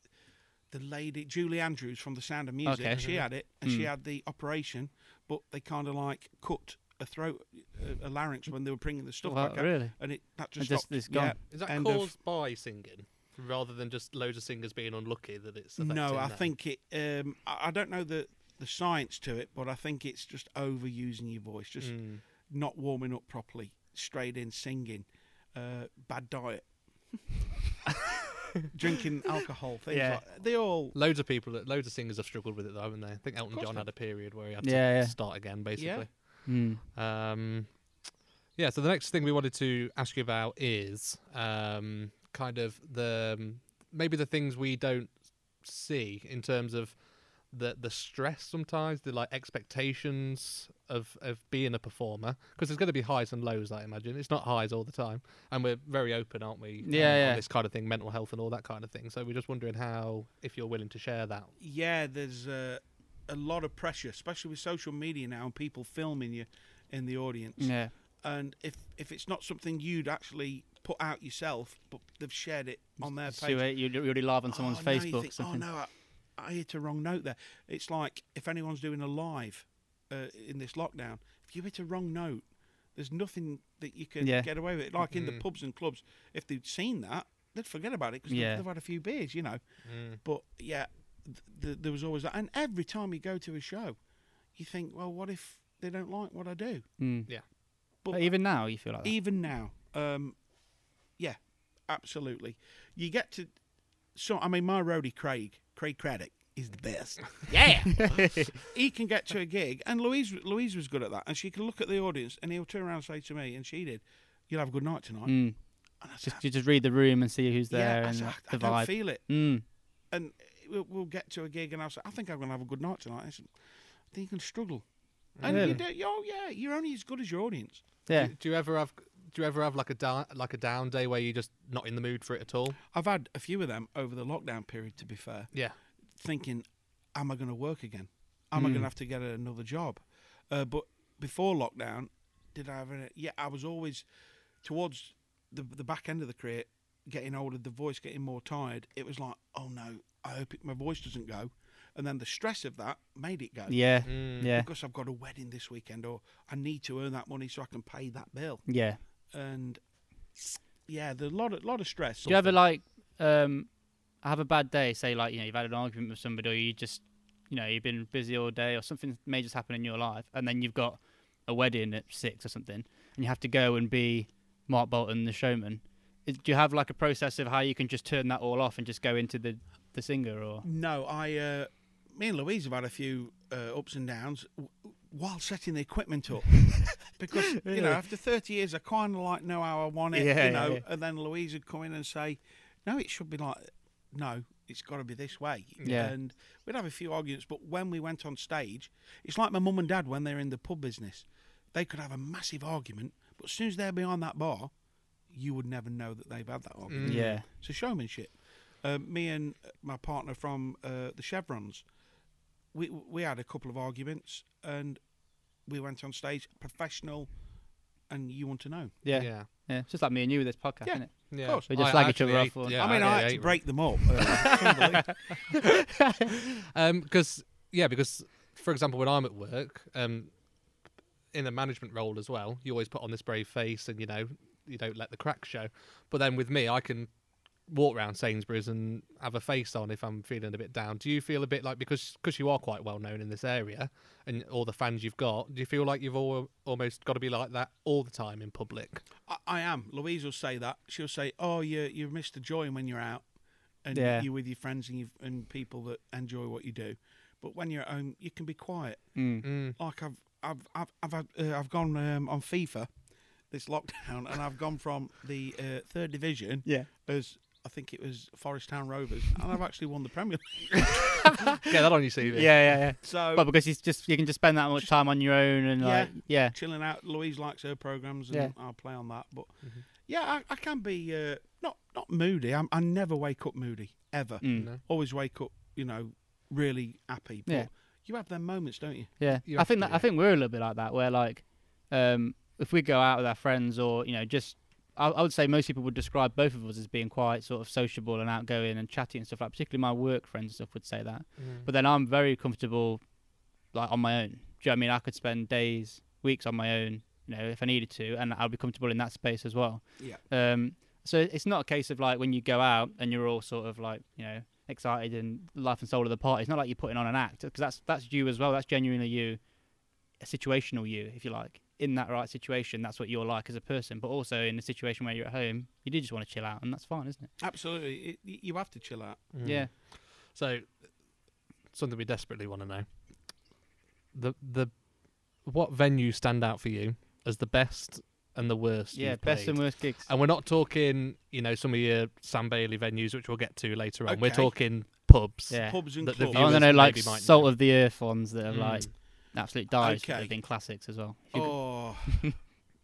Speaker 3: the lady Julie Andrews from The Sound of Music?
Speaker 6: Okay.
Speaker 3: She had it, and she had the operation, but they kind of like cut a throat, uh, a, a larynx when they were bringing the stuff
Speaker 6: Wow,
Speaker 3: back out,
Speaker 6: really?
Speaker 3: and uh, it that just
Speaker 6: And just-
Speaker 3: stopped.
Speaker 6: it's gone.
Speaker 8: Is that
Speaker 3: end of-
Speaker 8: caused by singing? rather than just loads of singers being unlucky that it's affecting
Speaker 3: No, I
Speaker 8: them.
Speaker 3: think it. Um, I I don't know the the science to it, but I think it's just overusing your voice, just
Speaker 8: Hmm.
Speaker 3: not warming up properly, straight in singing, uh, bad
Speaker 8: *laughs*
Speaker 3: diet, drinking alcohol, things
Speaker 6: Yeah.
Speaker 3: like that. They all.
Speaker 8: loads of people, that loads of singers have struggled with it though, haven't they? I think Elton John had a period where he had to
Speaker 6: Yeah, Hmm. yeah.
Speaker 8: start again, basically. Yeah. Um, yeah. So the next thing we wanted to ask you about is um, kind of the um, maybe the things we don't see in terms of the the stress sometimes the like expectations of of being a performer because there's going to be highs and lows i imagine it's not highs all the time and we're very open aren't we um,
Speaker 6: Yeah, yeah.
Speaker 8: on this kind of thing mental health and all that kind of thing so we're just wondering how if you're willing to share that
Speaker 3: Yeah, there's uh, a lot of pressure, especially with social media now and people filming you in the audience.
Speaker 6: Yeah.
Speaker 3: And if if it's not something you'd actually put out yourself, but they've shared it on their
Speaker 6: So
Speaker 3: page,
Speaker 6: you, you already live on someone's
Speaker 3: Oh, now you
Speaker 6: Facebook
Speaker 3: think,
Speaker 6: or something.
Speaker 3: Oh no, I, I hit a wrong note there. It's like if anyone's doing a live uh, in this lockdown, if you hit a wrong note, there's nothing that you can
Speaker 6: Yeah.
Speaker 3: get away with. Like in the pubs and clubs, if they'd seen that, they'd forget about it because
Speaker 6: Yeah.
Speaker 3: they've had a few beers, you know. But yeah, th- th- there was always that. And every time you go to a show, you think, well, what if they don't like what I do?
Speaker 8: yeah
Speaker 6: But even now, you feel like that.
Speaker 3: even now um yeah absolutely you get to so i mean my roadie craig craig craddock is the best
Speaker 2: Yeah.
Speaker 3: *laughs* he can get to a gig and louise louise was good at that and she can look at the audience and he'll turn around and say to me and she did you'll have a good night tonight
Speaker 6: Mm,
Speaker 3: and i said
Speaker 6: just you just read the room and see who's there
Speaker 3: yeah i,
Speaker 6: and
Speaker 3: said,
Speaker 6: like,
Speaker 3: I, I
Speaker 6: the
Speaker 3: don't
Speaker 6: vibe.
Speaker 3: feel it
Speaker 6: Mm.
Speaker 3: and we'll, we'll get to a gig and i'll say i think i'm gonna have a good night tonight i said i think you can struggle and
Speaker 6: Really?
Speaker 3: you do you- oh yeah you're only as good as your audience
Speaker 6: Yeah.
Speaker 8: do, do you ever have do you ever have like a down like a down day where you're just not in the mood for it at all
Speaker 3: i've had a few of them over the lockdown period to be fair
Speaker 8: yeah
Speaker 3: thinking, am I going to work again? Am I going
Speaker 6: Hmm.
Speaker 3: to have to get another job? Uh, but before lockdown, did I have any? Yeah, I was always towards the the back end of the career, getting older, the voice getting more tired. It was like, oh no, I hope it, my voice doesn't go. And then the stress of that made it go.
Speaker 6: Yeah. Yeah.
Speaker 3: Because I've got a wedding this weekend, or I need to earn that money so I can pay that bill.
Speaker 6: Yeah.
Speaker 3: And yeah, there's a lot of lot of stress.
Speaker 6: Do you ever like um have a bad day? Say like you know you've had an argument with somebody, or you just you know you've been busy all day, or something major's happened in your life, and then you've got a wedding at six or something, and you have to go and be Mark Bolton, the showman. Is- Do you have like a process of how you can just turn that all off and just go into the the singer or?
Speaker 3: No, I. Uh, me and Louise have had a few uh, ups and downs w- while setting the equipment
Speaker 6: *laughs*
Speaker 3: up, because you know after thirty years I kind of like know how I want it,
Speaker 6: Yeah, yeah,
Speaker 3: you know.
Speaker 6: yeah.
Speaker 3: And then Louise would come in and say, "No, it should be like, no, it's got to be this way."
Speaker 6: Yeah.
Speaker 3: And we'd have a few arguments, but when we went on stage, it's like my mum and dad when they're in the pub business. They could have a massive argument, but as soon as they're behind that bar, you would never know that they've had that argument.
Speaker 6: Yeah.
Speaker 3: It's a showmanship. Um, me and my partner from uh, the Chevrons, we we had a couple of arguments, and we went on stage, professional, and you want to know.
Speaker 6: Yeah. Yeah.
Speaker 8: yeah
Speaker 6: It's just like me and you with this podcast,
Speaker 3: Yeah.
Speaker 6: isn't it?
Speaker 8: yeah
Speaker 3: course.
Speaker 6: We just
Speaker 8: I
Speaker 6: slag each other
Speaker 8: actually
Speaker 6: off or-
Speaker 8: hate- yeah,
Speaker 3: I mean, I had to
Speaker 8: hate
Speaker 3: break them
Speaker 8: *laughs*
Speaker 3: up. Uh,
Speaker 8: Um, because yeah, because for example, when I'm at work, um, in a management role as well, you always put on this brave face, and you know, you don't let the cracks show. But then with me, I can walk around Sainsbury's and have a face on if I'm feeling a bit down. Do you feel a bit like because because you are quite well known in this area and all the fans you've got, do you feel like you've all, almost got to be like that all the time in public?
Speaker 3: I, I am. Louise will say that. She'll say, "Oh, you you miss the joy when you're out, and
Speaker 6: Yeah.
Speaker 3: you're with your friends and you and people that enjoy what you do. But when you're at home, you can be quiet.
Speaker 6: Mm.
Speaker 3: Like I've I've I've I've, had, uh, I've gone um, on FIFA this lockdown, and I've gone from the uh, third division.
Speaker 6: Yeah.
Speaker 3: As I think it was Forest Town Rovers, and I've actually won the Premier League. *laughs*
Speaker 8: Get that on your
Speaker 6: *laughs*
Speaker 8: CV.
Speaker 6: Yeah, yeah, yeah.
Speaker 3: So
Speaker 6: Well, because it's just you can just spend that much time on your own and like yeah,
Speaker 3: chilling out. Louise likes her programs, and
Speaker 6: Yeah.
Speaker 3: I'll play on that. But yeah, I, I can be uh, not not moody. I'm, I never wake up moody ever. Always wake up, you know, really happy. But
Speaker 6: Yeah.
Speaker 3: you have them moments, don't you?
Speaker 6: Yeah,
Speaker 8: You
Speaker 6: I
Speaker 8: have
Speaker 6: think
Speaker 8: to,
Speaker 6: that
Speaker 8: yeah.
Speaker 6: I think we're a little bit like that, where like, um, if we go out with our friends or you know just, I, I would say most people would describe both of us as being quite sort of sociable and outgoing and chatty and stuff like. Particularly my work friends and stuff would say that,
Speaker 8: Mm.
Speaker 6: but then I'm very comfortable, like on my own. Do you know what I mean? I could spend days, weeks on my own, you know, if I needed to, and I'd be comfortable in that space as well.
Speaker 3: Yeah.
Speaker 6: Um, So it's not a case of like when you go out and you're all sort of like you know excited and life and soul of the party. It's not like you're putting on an act because that's that's you as well. That's genuinely you, a situational you, if you like. In that right situation, that's what you're like as a person. But also in the situation where you're at home, you do just want to chill out, and that's fine, isn't it?
Speaker 3: Absolutely, it, y- you have to chill out.
Speaker 6: Yeah.
Speaker 8: Mm. So, something we desperately want to know: the the what venue stand out for you as the best and the worst?
Speaker 6: Yeah.
Speaker 8: you've
Speaker 6: Best and
Speaker 8: played?
Speaker 6: worst gigs.
Speaker 8: And we're not talking, you know, some of your Sam Bailey venues, which we'll get to later on. We're
Speaker 3: Okay.
Speaker 8: talking pubs.
Speaker 6: Yeah.
Speaker 3: Pubs and
Speaker 8: That the
Speaker 3: clubs.
Speaker 6: I want to know
Speaker 8: viewers
Speaker 6: like
Speaker 8: maybe might Mm. know.
Speaker 6: salt of the earth ones that are like absolute dives that
Speaker 3: Okay.
Speaker 6: have been classics as well. If you-
Speaker 3: Oh,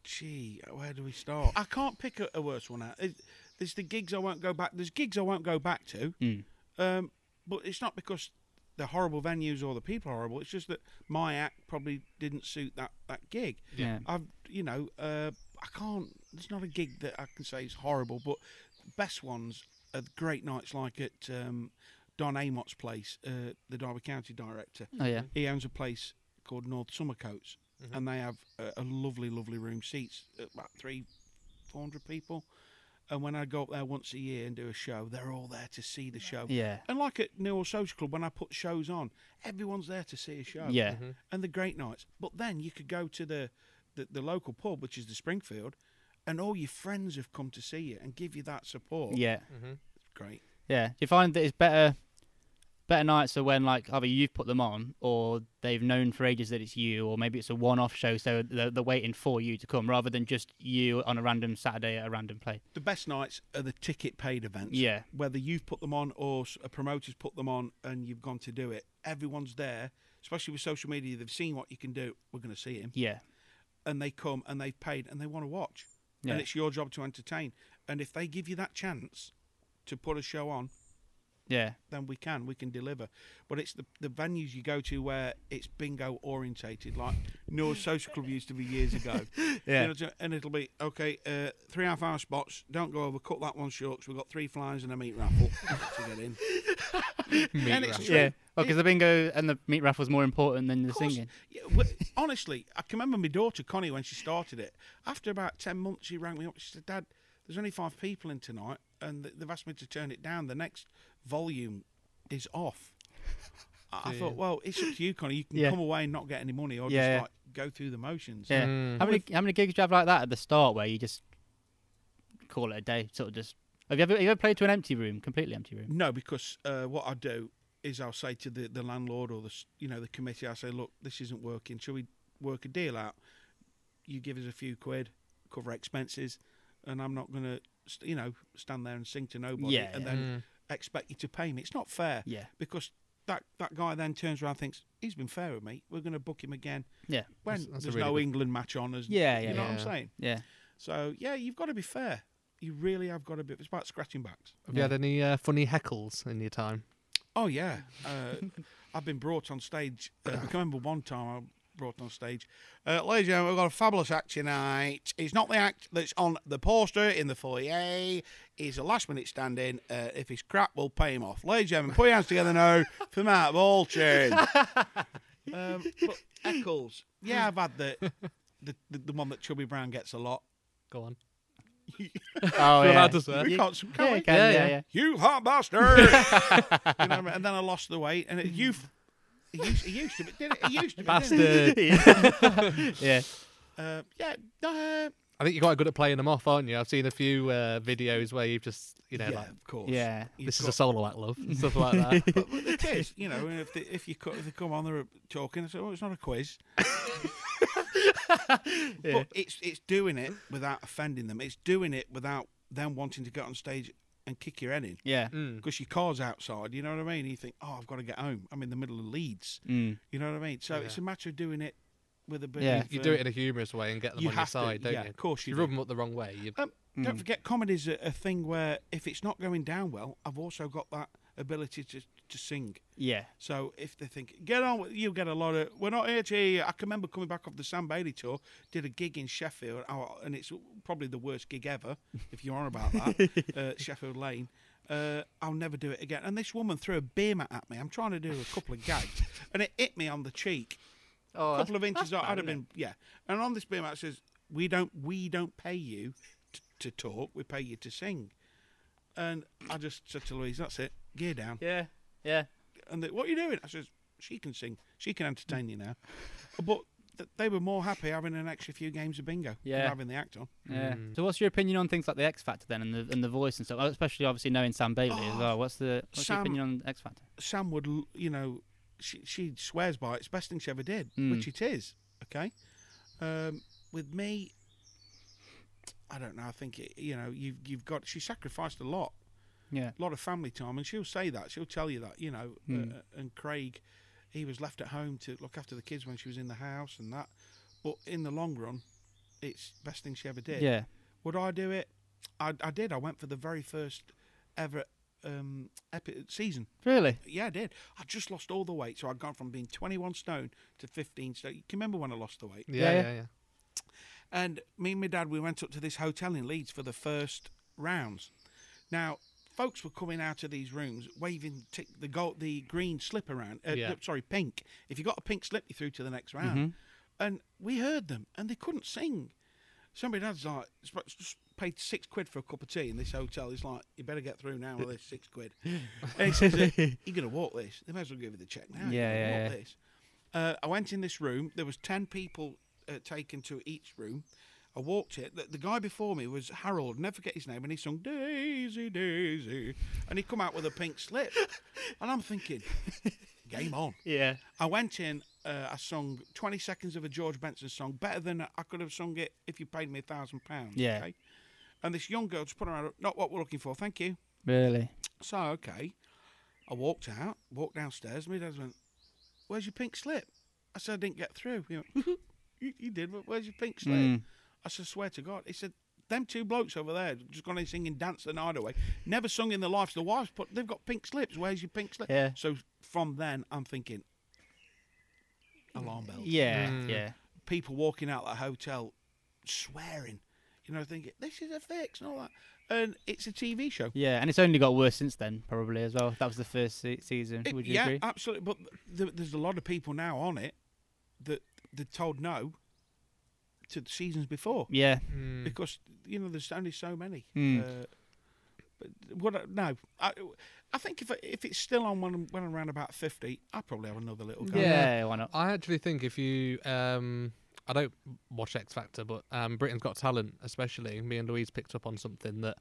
Speaker 3: gee, where do we start? I can't pick a, a worse one out. It- There's the gigs I won't go back. There's gigs I won't go back to.
Speaker 6: Mm.
Speaker 3: Um, but it's not because they're horrible venues or the people are horrible. It's just that my act probably didn't suit that that gig.
Speaker 6: Yeah.
Speaker 3: I've you know uh, I can't. There's not a gig that I can say is horrible, but the best ones are the great nights like at um, Don Amott's place, uh, the Derby County director.
Speaker 6: Oh yeah.
Speaker 3: He owns a place called North Summercoats, and they have a, a lovely, lovely room seats uh, about three, four hundred people. And when I go up there once a year and do a show, they're all there to see the show.
Speaker 6: Yeah.
Speaker 3: And like at Newell Social Club, when I put shows on, everyone's there to see a show.
Speaker 6: Yeah.
Speaker 3: And the great nights. But then you could go to the, the, the local pub, which is the Springfield, and all your friends have come to see you and give you that support.
Speaker 6: Yeah.
Speaker 3: Great.
Speaker 6: Yeah. Do you find that it's better better nights are when like either you've put them on or they've known for ages that it's you or maybe it's a one off show so they're, they're waiting for you to come rather than just you on a random Saturday at a random place.
Speaker 3: The best nights are the ticket paid events.
Speaker 6: Yeah.
Speaker 3: Whether you've put them on or s- a promoter's put them on and you've gone to do it, everyone's there, especially with social media. They've seen what you can do. We're going to see him.
Speaker 6: Yeah.
Speaker 3: And they come and they've paid and they want to watch.
Speaker 6: Yeah.
Speaker 3: And it's your job to entertain. And if they give you that chance to put a show on,
Speaker 6: Yeah.
Speaker 3: then we can we can deliver but it's the, the venues you go to where it's bingo orientated like Noah's social club used to be years ago
Speaker 6: *laughs* Yeah.
Speaker 3: You know, so- and it'll be okay uh, three half hour spots don't go over cut that one short 'cause we've got three flies and a meat raffle *laughs* to get
Speaker 6: *laughs*
Speaker 3: in and it's true.
Speaker 6: Yeah. Well, because the bingo and the meat raffle is more important than the
Speaker 3: Of course.
Speaker 6: singing.
Speaker 3: Yeah, w- honestly, I can remember my daughter Connie when she started it. After about ten months, she rang me up. She said, "Dad, there's only five people in tonight, and th- they've asked me to turn it down. The next volume is
Speaker 6: *laughs*
Speaker 3: off." I I thought, well, it's up to you, Connie. You can
Speaker 6: Yeah.
Speaker 3: come away and not get any money, or
Speaker 6: Yeah, yeah.
Speaker 3: just like go through the motions.
Speaker 6: Yeah.
Speaker 3: Mm.
Speaker 6: How many how many gigs do you have like that at the start where you just call it a day, sort of just have you ever, have you ever played to an empty room, completely empty room?
Speaker 3: No, because uh, what I do is I'll say to the, the landlord or the s- you know the committee, I say, look, this isn't working. Shall we work a deal out? You give us a few quid, cover expenses, and I'm not going to you know stand there and sing to nobody
Speaker 6: Yeah,
Speaker 3: and
Speaker 6: yeah.
Speaker 3: then expect you to pay me. It's not fair.
Speaker 6: Yeah.
Speaker 3: because. That, that guy then turns around and thinks he's been fair with me. We're going to book him again
Speaker 6: Yeah.
Speaker 3: when
Speaker 8: That's- that's a
Speaker 3: there's
Speaker 8: really
Speaker 3: no
Speaker 8: good-
Speaker 3: England match on. As,
Speaker 6: Yeah, yeah,
Speaker 3: you know what
Speaker 8: yeah.
Speaker 3: I'm saying.
Speaker 6: Yeah.
Speaker 3: So yeah, you've got to be fair. You really have got to be. It's about scratching backs.
Speaker 8: Have you had any uh, funny heckles in your time?
Speaker 3: Oh yeah, uh, I've been brought on stage. Uh, I can remember one time I was brought on stage. Uh, ladies and gentlemen, we've got a fabulous act tonight. It's not the act that's on the poster in the foyer. It's a last minute stand in. Uh, if he's crap, we'll pay him off. Ladies and gentlemen, put your hands together now for Matt Bolton. um, but Eccles. Yeah, I've had the, the the the one that Chubby Brown gets a lot. *laughs*
Speaker 8: Go on.
Speaker 6: Oh
Speaker 8: *laughs* You're
Speaker 6: yeah.
Speaker 8: *laughs* allowed to swear.
Speaker 3: We can't, can
Speaker 6: Yeah,
Speaker 3: we?
Speaker 6: you can,
Speaker 8: Yeah,
Speaker 6: yeah,
Speaker 8: yeah.
Speaker 6: yeah.
Speaker 3: you hot bastard. You know what
Speaker 8: *laughs*
Speaker 3: I mean? And then I lost the weight, and it, you, it used, it used to be, did it? It used to be. didn't it?
Speaker 6: *laughs*
Speaker 8: Bastard.
Speaker 3: *laughs*
Speaker 6: yeah.
Speaker 3: Uh, yeah, uh,
Speaker 8: I think you're quite good at playing them off, aren't you? I've seen a few uh, videos where you've just, you know,
Speaker 3: yeah,
Speaker 8: like
Speaker 3: of course.
Speaker 6: Yeah.
Speaker 3: You've
Speaker 8: this is a
Speaker 3: got-
Speaker 8: solo act, love, and
Speaker 3: *laughs*
Speaker 8: stuff like that.
Speaker 3: but, but it is, you know. and If they, if you co- if they come on, they're talking. I say, well, it's not a
Speaker 6: *laughs*
Speaker 3: quiz. But it's it's doing it without offending them. It's doing it without them wanting to get on stage and kick your head in.
Speaker 6: Yeah.
Speaker 8: Hmm.
Speaker 3: because your car's outside. You know what I mean? You think, oh, I've got to get home. I'm in the middle of Leeds.
Speaker 6: Mm.
Speaker 3: You know what I mean? So it's a matter of doing it with a bit.
Speaker 6: Yeah.
Speaker 3: of,
Speaker 8: you do
Speaker 3: uh,
Speaker 8: it in a humorous way and get them
Speaker 3: you
Speaker 8: on your
Speaker 3: have to,
Speaker 8: side, don't
Speaker 3: yeah,
Speaker 8: you?
Speaker 3: of course you
Speaker 8: you rub
Speaker 3: do.
Speaker 8: them up the wrong way. You,
Speaker 3: um, Don't forget, comedy's a, a thing where if it's not going down well, I've also got that ability to to sing.
Speaker 6: Yeah.
Speaker 3: So if they think, get on, with you get a lot of. We're not here to. hear you." I can remember coming back off the Sam Bailey tour, did a gig in Sheffield, oh, and it's probably the worst gig ever, if you're on about that,
Speaker 8: *laughs*
Speaker 3: uh, Sheffield Lane. Uh, I'll never do it again. And this woman threw a beer mat at me. I'm trying to do a couple of gags, and it hit me on the cheek.
Speaker 6: Oh,
Speaker 3: A couple of inches. I'd have been yeah. And on this beer mat it says, "We don't, we don't pay you t- to talk. We pay you to sing." And I just said to Louise, "That's it. Gear down."
Speaker 6: Yeah, yeah.
Speaker 3: And they, what are you doing? I says, "She can sing. She can entertain you now." But th- they were more happy having an extra few games of bingo than
Speaker 6: Yeah.
Speaker 3: having the act on.
Speaker 6: Yeah.
Speaker 8: Hmm.
Speaker 6: So, what's your opinion on things like the X Factor then, and the and the voice and stuff? Oh, Especially, obviously, knowing Sam Bailey
Speaker 8: Oh,
Speaker 6: as well. What's the what's
Speaker 3: Sam-
Speaker 6: your opinion on X Factor?
Speaker 3: Sam would, l- you know, she, she swears by it. It's the best thing she ever did,
Speaker 6: Hmm.
Speaker 3: which it is. Okay. Um, with me, I don't know. I think it, you know you've you've got. She sacrificed a lot,
Speaker 6: Yeah.
Speaker 3: a lot of family time, and she'll say that. She'll tell you that. You know, uh, and Craig, he was left at home to look after the kids when she was in the house and that. But in the long run, it's the best thing she ever did.
Speaker 6: Yeah.
Speaker 3: Would I do it? I, I did. I went for the very first ever um, epi- season.
Speaker 6: Really?
Speaker 3: Yeah, I did. I just lost all the weight, so I'd gone from being 21 stone to 15 stone. You can remember when I lost the weight?
Speaker 6: Yeah,
Speaker 8: Yeah,
Speaker 6: yeah.
Speaker 8: yeah, yeah.
Speaker 3: And me and my dad, we went up to this hotel in Leeds for the first rounds. Now, folks were coming out of these rooms waving t- the gold, the green slip around. Uh,
Speaker 8: Yeah.
Speaker 3: no, Sorry, pink. If you got a pink slip, you through to the next round. And we heard them, and they couldn't sing. Somebody dad's like, sp- s- paid six quid for a cup of tea in this hotel. He's like, you better get through now with this six quid. and he says, uh,
Speaker 6: *laughs*
Speaker 3: you're going to walk this. They may as well give you the check now. You're
Speaker 6: Yeah,
Speaker 3: gonna
Speaker 6: yeah,
Speaker 3: walk
Speaker 6: yeah.
Speaker 3: this. Uh, I went in this room. There was ten people uh, taken to each room. I walked it. The, the guy before me was Harold. Never forget his name. And he sung Daisy, Daisy, and he come out with a pink slip. and I'm thinking, game on.
Speaker 6: Yeah.
Speaker 3: I went in. Uh, I sung 20 seconds of a George Benson song, better than I could have sung it if you paid me a thousand pounds.
Speaker 6: Yeah.
Speaker 3: Okay? And this young girl just put her hand up. Not what we're looking for. Thank you.
Speaker 6: Really?
Speaker 3: So okay, I walked out, walked downstairs. My dad went, "Where's your pink slip?" I said, "I didn't get through." He went, *laughs* "You, you did, but where's your pink slip?"
Speaker 6: Hmm.
Speaker 3: I said, "Swear to God." He said, "Them two blokes over there just gone in singing dance the night away. Never sung in their lives. The wives put they've got pink slips. Where's your pink slip?"
Speaker 6: Yeah.
Speaker 3: So from then, I'm thinking, alarm bells
Speaker 6: Yeah.
Speaker 8: Hmm.
Speaker 6: Yeah.
Speaker 3: people walking out that hotel swearing, you know, thinking this is a fix and all that, and it's a TV show.
Speaker 6: Yeah. And it's only got worse since then, probably as well. That was the first se- season.
Speaker 3: It-
Speaker 6: Would you
Speaker 3: yeah,
Speaker 6: agree?
Speaker 3: absolutely. But th- there's a lot of people now on it that they're told no to the seasons before
Speaker 6: yeah.
Speaker 8: Hmm.
Speaker 3: because you know there's only so many.
Speaker 6: Mm.
Speaker 3: Uh, but what? I, no, I, I think if I- if it's still on when I'm, when I'm around about fifty, I probably have another little go.
Speaker 6: yeah.
Speaker 8: Yeah.
Speaker 6: Why not?
Speaker 8: I actually think if you, um, I don't watch X Factor, but um, Britain's Got Talent, especially me and Louise picked up on something that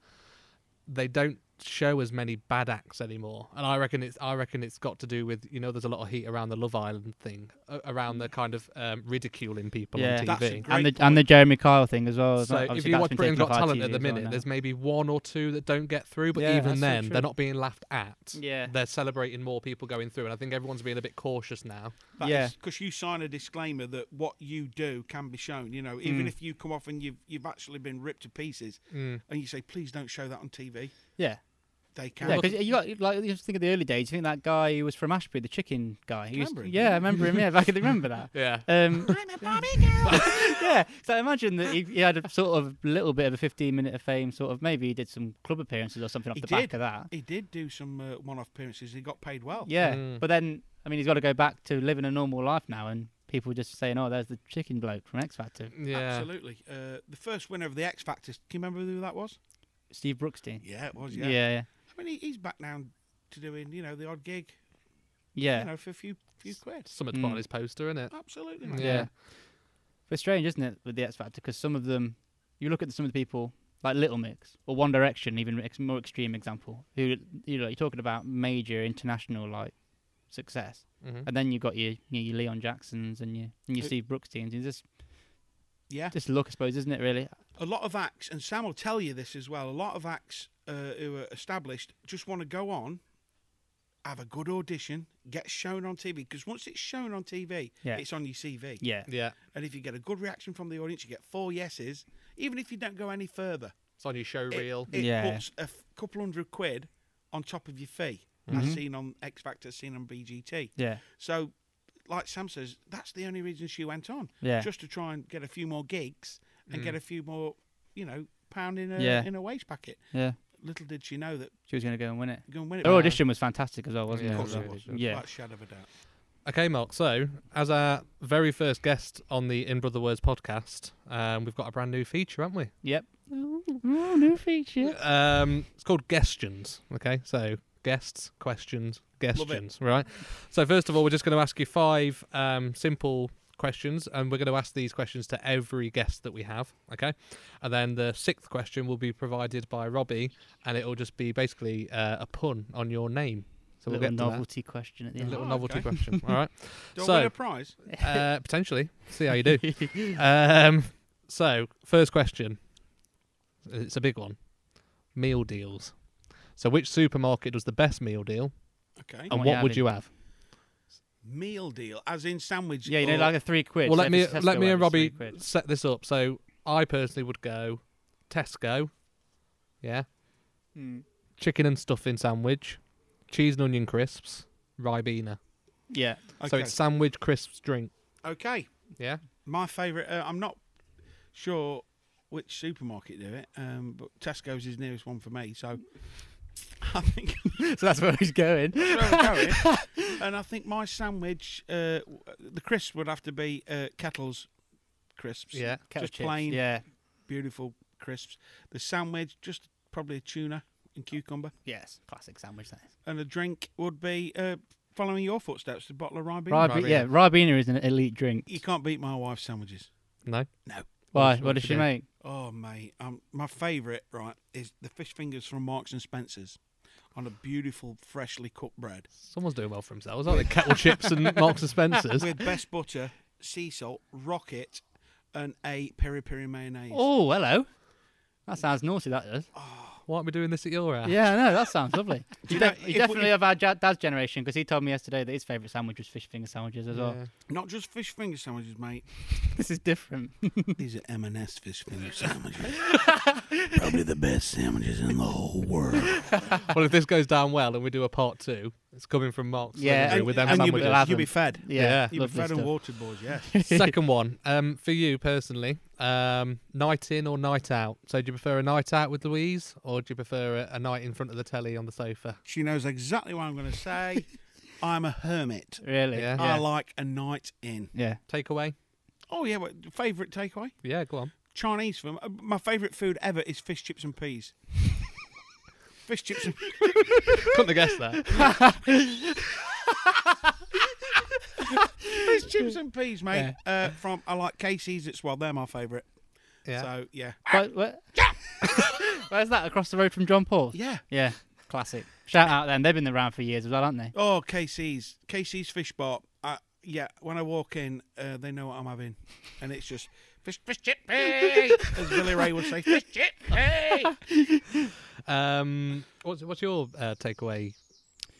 Speaker 8: they don't show as many bad acts anymore, and I reckon it's I reckon it's got to do with you know there's a lot of heat around the Love Island thing, a-
Speaker 3: Mm.
Speaker 8: around the kind of um, ridiculing people
Speaker 6: Yeah.
Speaker 8: on TV.
Speaker 6: That's
Speaker 3: a great
Speaker 6: And the
Speaker 3: point.
Speaker 6: and the Jeremy Kyle thing as well.
Speaker 8: So if you watch Britain's Got Talent at the minute, there's maybe one or two that don't get through, but
Speaker 6: Yeah, that's
Speaker 8: even
Speaker 6: so
Speaker 8: then,
Speaker 6: true.
Speaker 8: they're not being laughed at.
Speaker 6: Yeah.
Speaker 8: they're celebrating more people going through, and I think everyone's being a bit cautious now.
Speaker 6: Yeah.
Speaker 3: because you sign a disclaimer that what you do can be shown. You know,
Speaker 6: Hmm.
Speaker 3: even if you come off and you've you've actually been ripped to pieces, and you say, "Please don't show that on TV,"
Speaker 6: yeah.
Speaker 3: they can.
Speaker 6: Yeah, because you got like you just think of the early days. You think that guy who was from Ashby, the chicken guy. He was,
Speaker 3: Remember him?
Speaker 6: yeah, I remember him. Yeah, if I can remember
Speaker 3: *laughs*
Speaker 6: that.
Speaker 8: Yeah.
Speaker 6: Um, I'm a Bobby yeah. So I imagine that he, he had a sort of little bit of a 15 minute of fame. Sort of maybe he did some club appearances or something off
Speaker 3: He
Speaker 6: the
Speaker 3: did. Oh.
Speaker 6: back of that.
Speaker 3: He did do some uh, one-off appearances. He got paid well.
Speaker 6: Yeah. But then I mean, he's got to go back to living a normal life now, and people just saying, "Oh, there's the chicken bloke from X Factor,
Speaker 8: Yeah,
Speaker 3: absolutely. Uh, the first winner of the X Factor. Can you remember who that was?
Speaker 6: Steve Brookstein."
Speaker 3: Yeah, it was.
Speaker 6: Yeah.
Speaker 3: Yeah.
Speaker 6: Yeah.
Speaker 3: I mean, he, he's back now to doing you know the odd gig,
Speaker 6: Yeah.
Speaker 3: you know, for a few few quid.
Speaker 8: Something
Speaker 6: Hmm.
Speaker 8: to put on his poster, isn't it?
Speaker 3: Absolutely, man.
Speaker 8: Yeah.
Speaker 6: It's strange, isn't it, with the X Factor? Because some of them, you look at some of the people like Little Mix or One Direction, even ex- more extreme example, who you know you're talking about major international like success,
Speaker 8: Mm-hmm.
Speaker 6: and then you've got your you know, your Leon Jacksons and your and your Steve Brooksteins. It's just
Speaker 3: Yeah.
Speaker 6: just luck, I suppose, isn't it? Really?
Speaker 3: a lot of acts, and Sam will tell you this as well. A lot of acts uh, who are established just want to go on, have a good audition, get shown on TV. Because once it's shown on TV,
Speaker 6: Yeah.
Speaker 3: it's on your CV.
Speaker 6: Yeah.
Speaker 8: Yeah.
Speaker 3: And if you get a good reaction from the audience, you get four yeses. Even if you don't go any further,
Speaker 8: It's on your show
Speaker 3: it-
Speaker 8: reel.
Speaker 3: It,
Speaker 6: Yeah.
Speaker 3: puts a f- couple hundred quid on top of your fee,
Speaker 6: Mm-hmm.
Speaker 3: as seen on X Factor, as seen on BGT.
Speaker 6: Yeah.
Speaker 3: So, like Sam says, that's the only reason she went on.
Speaker 6: Yeah.
Speaker 3: Just to try and get a few more gigs and get a few more, you know, pound in a
Speaker 6: Yeah.
Speaker 3: in a waste packet.
Speaker 6: Yeah.
Speaker 3: Little did she know that
Speaker 6: She was going to go and win it.
Speaker 3: going win it.
Speaker 6: Their audition was fantastic as well, wasn't
Speaker 8: Yeah,
Speaker 6: it?
Speaker 3: Of course
Speaker 8: was
Speaker 3: it was.
Speaker 6: Yeah.
Speaker 3: Without a shadow of a doubt.
Speaker 8: Okay, Mark. So, as our very first guest on the In Brother Words podcast, um, we've got a brand new feature, haven't we?
Speaker 6: Yep.
Speaker 8: Um, it's called Guestions. Okay, so guests, questions, guestions. Right. So first of all, we're just going to ask you five um, simple questions, and we're going to ask these questions to every guest that we have. Okay, and then the sixth question will be provided by Robbie, and it will just be basically uh, a pun on your name. So we'll
Speaker 6: little
Speaker 8: get to that.
Speaker 6: novelty question at the
Speaker 8: A
Speaker 6: end.
Speaker 8: little
Speaker 3: Oh,
Speaker 8: novelty
Speaker 3: okay. *laughs*
Speaker 8: question. All right.
Speaker 3: Do I
Speaker 8: So-
Speaker 3: win a prize?
Speaker 8: Uh, potentially. See how you do. um, so, first question. It's a big one. Meal deals. So, which supermarket does the best meal deal,
Speaker 3: Okay.
Speaker 8: and
Speaker 6: What
Speaker 8: what,
Speaker 6: you having?
Speaker 8: would you have?
Speaker 3: Meal deal, as in sandwich.
Speaker 6: Yeah, you know,
Speaker 3: or-
Speaker 6: like a three quid.
Speaker 8: well,
Speaker 6: so
Speaker 8: let
Speaker 6: if
Speaker 8: me
Speaker 6: it's Tesco
Speaker 8: let me
Speaker 6: one,
Speaker 8: and
Speaker 6: it's three
Speaker 8: Robbie
Speaker 6: quid.
Speaker 8: set this up. So, I personally would go Tesco. Yeah.
Speaker 6: Hmm.
Speaker 8: Chicken and stuffing sandwich, cheese and onion crisps, Ribena.
Speaker 6: Yeah. *laughs*
Speaker 3: okay.
Speaker 8: So it's sandwich, crisps, drink.
Speaker 3: okay.
Speaker 8: Yeah.
Speaker 3: My favourite. Uh, I'm not sure which supermarket do it, um, but Tesco's is nearest one for me. So *laughs* I think
Speaker 6: So that's where he's going.
Speaker 3: where we're going. And I think my sandwich, uh, w- the crisps would have to be uh, Kettle's crisps.
Speaker 8: Yeah.
Speaker 6: Kettle
Speaker 3: just
Speaker 6: chips,
Speaker 3: plain,
Speaker 6: Yeah.
Speaker 3: beautiful crisps. The sandwich, just probably a tuna and cucumber.
Speaker 6: Yes. Classic sandwich. That is.
Speaker 3: And a drink would be uh, following your footsteps, a bottle of Ribena.
Speaker 6: Ribe- yeah, Ribena is an elite drink.
Speaker 3: You can't beat my wife's sandwiches.
Speaker 6: Hmm.
Speaker 8: No.
Speaker 3: No.
Speaker 6: Why?
Speaker 8: What
Speaker 6: What
Speaker 8: does
Speaker 6: does
Speaker 8: she
Speaker 6: she
Speaker 8: do?
Speaker 6: make?
Speaker 3: Oh, mate. Um, my favourite, right, is the fish fingers from Marks and Spencer's on a beautiful, freshly cooked bread
Speaker 8: Someone's doing well for themselves, aren't they?
Speaker 6: *laughs*
Speaker 8: Kettle chips and Marks and Spencers.
Speaker 3: with best butter, sea salt, rocket, and a peri peri mayonnaise.
Speaker 6: Oh, hello. That sounds naughty. That does.
Speaker 8: Why aren't we doing this at your house?
Speaker 6: Yeah, no, that sounds lovely.
Speaker 3: you
Speaker 6: You,
Speaker 3: know,
Speaker 6: def- you
Speaker 3: if we-
Speaker 6: definitely of our ja- dad's generation because he told me yesterday that his favourite sandwich was fish finger sandwiches as well.
Speaker 8: Yeah.
Speaker 3: Not just fish finger sandwiches, mate.
Speaker 6: *laughs* This is different.
Speaker 3: These are M&S fish finger sandwiches. Probably the best sandwiches in the whole
Speaker 8: *laughs*
Speaker 3: world.
Speaker 8: Well, if this goes down well and we do a part two, it's coming from Mark's.
Speaker 6: Yeah.
Speaker 8: isn't it,
Speaker 6: And-
Speaker 8: with them
Speaker 3: and you'll be,
Speaker 8: sandwiches.
Speaker 6: We'll
Speaker 8: *laughs*
Speaker 6: have
Speaker 3: you'll be
Speaker 6: them.
Speaker 3: fed.
Speaker 6: *laughs*
Speaker 8: Yeah.
Speaker 6: Yeah,
Speaker 3: You'll be
Speaker 6: lovely
Speaker 3: fed and
Speaker 6: stuff.
Speaker 3: watered, boys, yes.
Speaker 8: *laughs* Second one, um, for you personally, um, night in or night out? So, do you prefer a night out with Louise, or do you prefer a, a night in front of the telly on the sofa?
Speaker 3: She knows exactly what I'm going to say. I'm a hermit.
Speaker 6: Really?
Speaker 8: Yeah.
Speaker 3: I like a night in.
Speaker 6: Yeah.
Speaker 8: Takeaway?
Speaker 3: Oh, yeah. What, favourite takeaway?
Speaker 8: Yeah, go on.
Speaker 3: Chinese for m- my favourite food ever is fish chips and
Speaker 8: *laughs*
Speaker 3: peas. fish chips and
Speaker 8: Couldn't have guessed that.
Speaker 3: fish chips and peas, mate. Uh, from I like Casey's at Swell. They're my favourite.
Speaker 8: Yeah.
Speaker 3: So yeah,
Speaker 6: What, what? *laughs* Where's that? Across the road from John Paul?
Speaker 3: yeah.
Speaker 6: Yeah. Classic. Shout out them. They've been around for years as well, haven't they?
Speaker 3: Oh, Casey's Casey's fish bar. Uh, yeah, when I walk in, uh, they know what I'm having, and it's just fish fish chip pea, as Billy Ray would say. Fish chip pea.
Speaker 8: um, what's what's your uh, takeaway?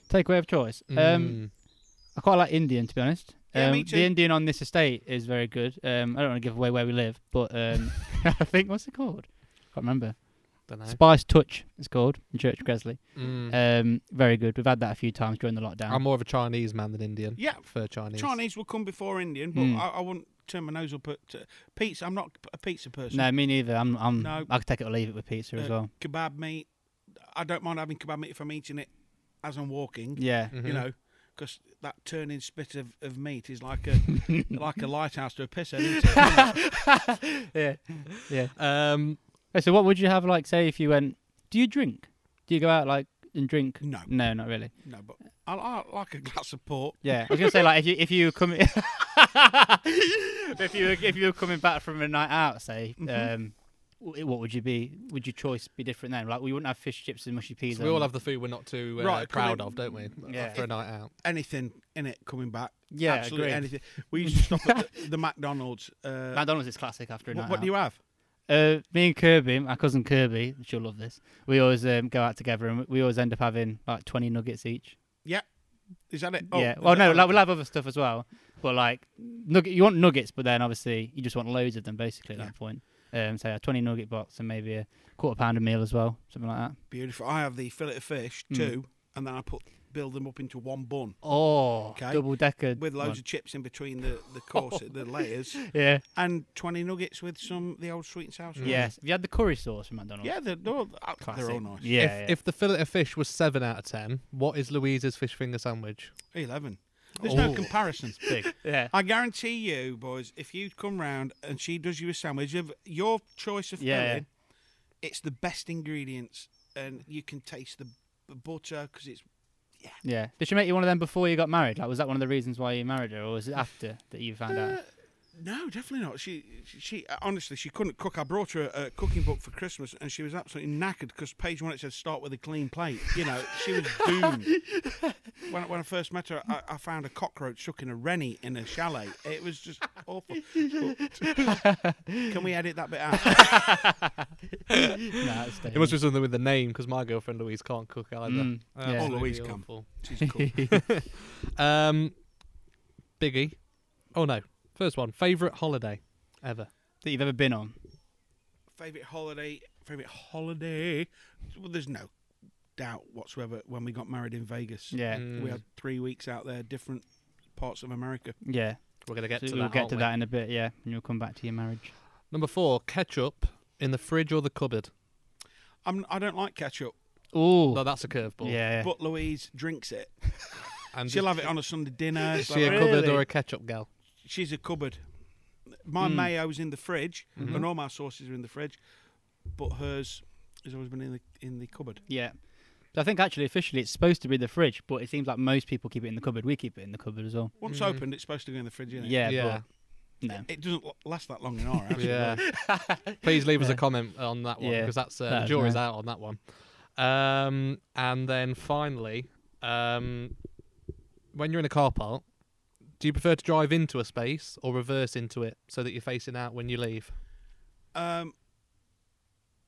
Speaker 6: Takeaway of choice. Um,
Speaker 8: Mm,
Speaker 6: I quite like Indian, to be honest.
Speaker 3: Yeah,
Speaker 6: um,
Speaker 3: me too.
Speaker 6: The Indian on this estate is very good. Um, I don't want to give away where we live,
Speaker 3: *laughs*
Speaker 6: but um, *laughs* I think what's it called? Can't remember.
Speaker 8: dunno.
Speaker 6: Spice Touch, it's called in Church Gresley.
Speaker 8: Mm.
Speaker 6: Um, very good. We've had that a few times during the lockdown.
Speaker 8: I'm more of a Chinese man than Indian.
Speaker 3: Yeah.
Speaker 8: for Chinese.
Speaker 3: Chinese will come before Indian, but
Speaker 6: Mm.
Speaker 3: I, I wouldn't turn my nose up at uh, pizza. I'm not a pizza person.
Speaker 6: no, me neither. I'm. I'm
Speaker 3: No.
Speaker 6: I could take it or leave it with pizza as
Speaker 3: Uh,
Speaker 6: well.
Speaker 3: Kebab meat. I don't mind having kebab meat if I'm eating it as I'm walking.
Speaker 6: Yeah.
Speaker 8: mm.
Speaker 3: You know, because that turning spit of, of meat is like
Speaker 6: *laughs*
Speaker 3: a like a lighthouse to a pisshead. Isn't it?
Speaker 6: yeah.
Speaker 8: Um,
Speaker 6: Hey, So, what would you have like? Say, if you went, do you drink? Do you go out like and drink?
Speaker 3: No.
Speaker 6: No, not really.
Speaker 3: no, but I, I like a glass of port.
Speaker 6: Yeah, I was gonna say like if you *laughs* if you come if you were- if you were coming back from a night out, say,
Speaker 3: Mm-hmm.
Speaker 6: um, w- what would you be? Would your choice be different then? Like we wouldn't have fish chips and mushy peas.
Speaker 8: we all
Speaker 6: and-
Speaker 8: have the food we're not too uh,
Speaker 3: Right,
Speaker 8: proud
Speaker 3: coming-
Speaker 8: of, don't we?
Speaker 6: um, Yeah.
Speaker 8: For a night out.
Speaker 3: Anything in it coming back.
Speaker 6: Yeah,
Speaker 3: absolutely
Speaker 6: agreed.
Speaker 3: anything. We used to stop at the,
Speaker 6: *laughs*
Speaker 3: the McDonald's. Uh,
Speaker 6: McDonald's is classic after a
Speaker 3: what,
Speaker 6: night
Speaker 3: what
Speaker 6: out.
Speaker 3: do you have?
Speaker 6: Uh, me and Kirby, my cousin Kirby, she'll love this. We always um, go out together and we always end up having like twenty nuggets each.
Speaker 3: Yeah, is that it? Oh,
Speaker 6: yeah. Well, no,
Speaker 3: that-
Speaker 6: like, we'll have other stuff as well. But like, nugget, you want nuggets, but then obviously you just want loads of them basically at that point. Um, so a twenty nugget box and maybe a quarter pound of meal as well, something like that.
Speaker 3: beautiful. I have the fillet of fish
Speaker 6: Hmm.
Speaker 3: two, and then I put build them up into one bun
Speaker 6: Oh,
Speaker 3: Okay.
Speaker 6: double decker
Speaker 3: with loads of chips in between the the
Speaker 6: *laughs*
Speaker 3: course, the layers,
Speaker 6: yeah,
Speaker 3: and twenty nuggets with some the old sweet and sour. sauce.
Speaker 6: yes. Have you had the curry sauce from McDonald's?
Speaker 3: Yeah, they're, they're, all, uh, they're all
Speaker 6: Classic.
Speaker 3: nice.
Speaker 6: Yeah,
Speaker 8: if, if the fillet of fish was seven out of ten, what is Louise's fish finger sandwich?
Speaker 3: 11. There's no
Speaker 6: Ooh.
Speaker 3: comparison.
Speaker 6: Big. Yeah.
Speaker 3: I guarantee you, boys, if you come round and she does you a sandwich of your choice of
Speaker 6: Yeah.
Speaker 3: filling, it's the best ingredients, and you can taste the b- butter because it's
Speaker 6: Yeah. Did she make you one of them before you got married? Like, was that one of the reasons why you married her, or was it after that you found out?
Speaker 3: No, definitely not. She, she honestly, she couldn't cook. I brought her a, a cooking book for Christmas, and she was absolutely knackered because page one it said start with a clean plate. You know, she
Speaker 6: *laughs*
Speaker 3: was doomed. when, I- when I first met her, I, I found a cockroach sucking a rennie in a chalet. It was just
Speaker 6: *laughs*
Speaker 3: awful. But- can we edit that bit
Speaker 6: *laughs*
Speaker 3: out?
Speaker 6: Nah, that's
Speaker 8: It must be something with the name because my girlfriend Louise can't cook either.
Speaker 6: Mm, yeah.
Speaker 3: Oh, Louise
Speaker 8: absolutely
Speaker 3: can.
Speaker 8: awful.
Speaker 3: She's cool.
Speaker 8: Um, Biggie. Oh no. First one. Favorite holiday ever.
Speaker 6: that you've ever been on.
Speaker 3: favorite holiday. Favorite holiday. Well, there's no doubt whatsoever. When we got married in Vegas,
Speaker 6: Yeah.
Speaker 3: we had three weeks out there, different parts of America.
Speaker 6: Yeah.
Speaker 8: We're gonna get
Speaker 6: So
Speaker 8: to
Speaker 6: we'll
Speaker 8: that.
Speaker 6: get
Speaker 8: aren't
Speaker 6: to
Speaker 8: we?
Speaker 6: that in a bit. Yeah, and you'll come back to your marriage.
Speaker 8: Number four. Ketchup in the fridge or the cupboard.
Speaker 3: I'm, I don't like ketchup.
Speaker 6: Ooh.
Speaker 8: No, that's a curveball.
Speaker 6: yeah.
Speaker 3: But Louise drinks it.
Speaker 8: And
Speaker 3: She'll have it on a Sunday dinner.
Speaker 8: Is
Speaker 3: She'll
Speaker 8: she
Speaker 3: have
Speaker 8: a
Speaker 3: it-
Speaker 8: cupboard or
Speaker 6: Really?
Speaker 8: a ketchup gal?
Speaker 3: She's a cupboard. My mayo's in the fridge, and all my sauces are in the fridge, but hers has always been in the in the cupboard.
Speaker 6: yeah. So I think actually officially it's supposed to be the fridge, but it seems like most people keep it in the cupboard. We keep it in the cupboard as well.
Speaker 3: Once opened, it's supposed to go in the fridge, isn't it?
Speaker 6: Yeah.
Speaker 8: Yeah.
Speaker 6: But no.
Speaker 3: It doesn't l- last that long in our house.
Speaker 8: *laughs* Yeah. *laughs* Please leave us a comment on that one
Speaker 6: Yeah,
Speaker 8: because that's
Speaker 6: that
Speaker 8: uh, the
Speaker 6: is
Speaker 8: jury's
Speaker 6: nice.
Speaker 8: out on that one. Um, and then finally, um, when you're in a car park, do you prefer to drive into a space or reverse into it so that you're facing out when you leave?
Speaker 3: Um,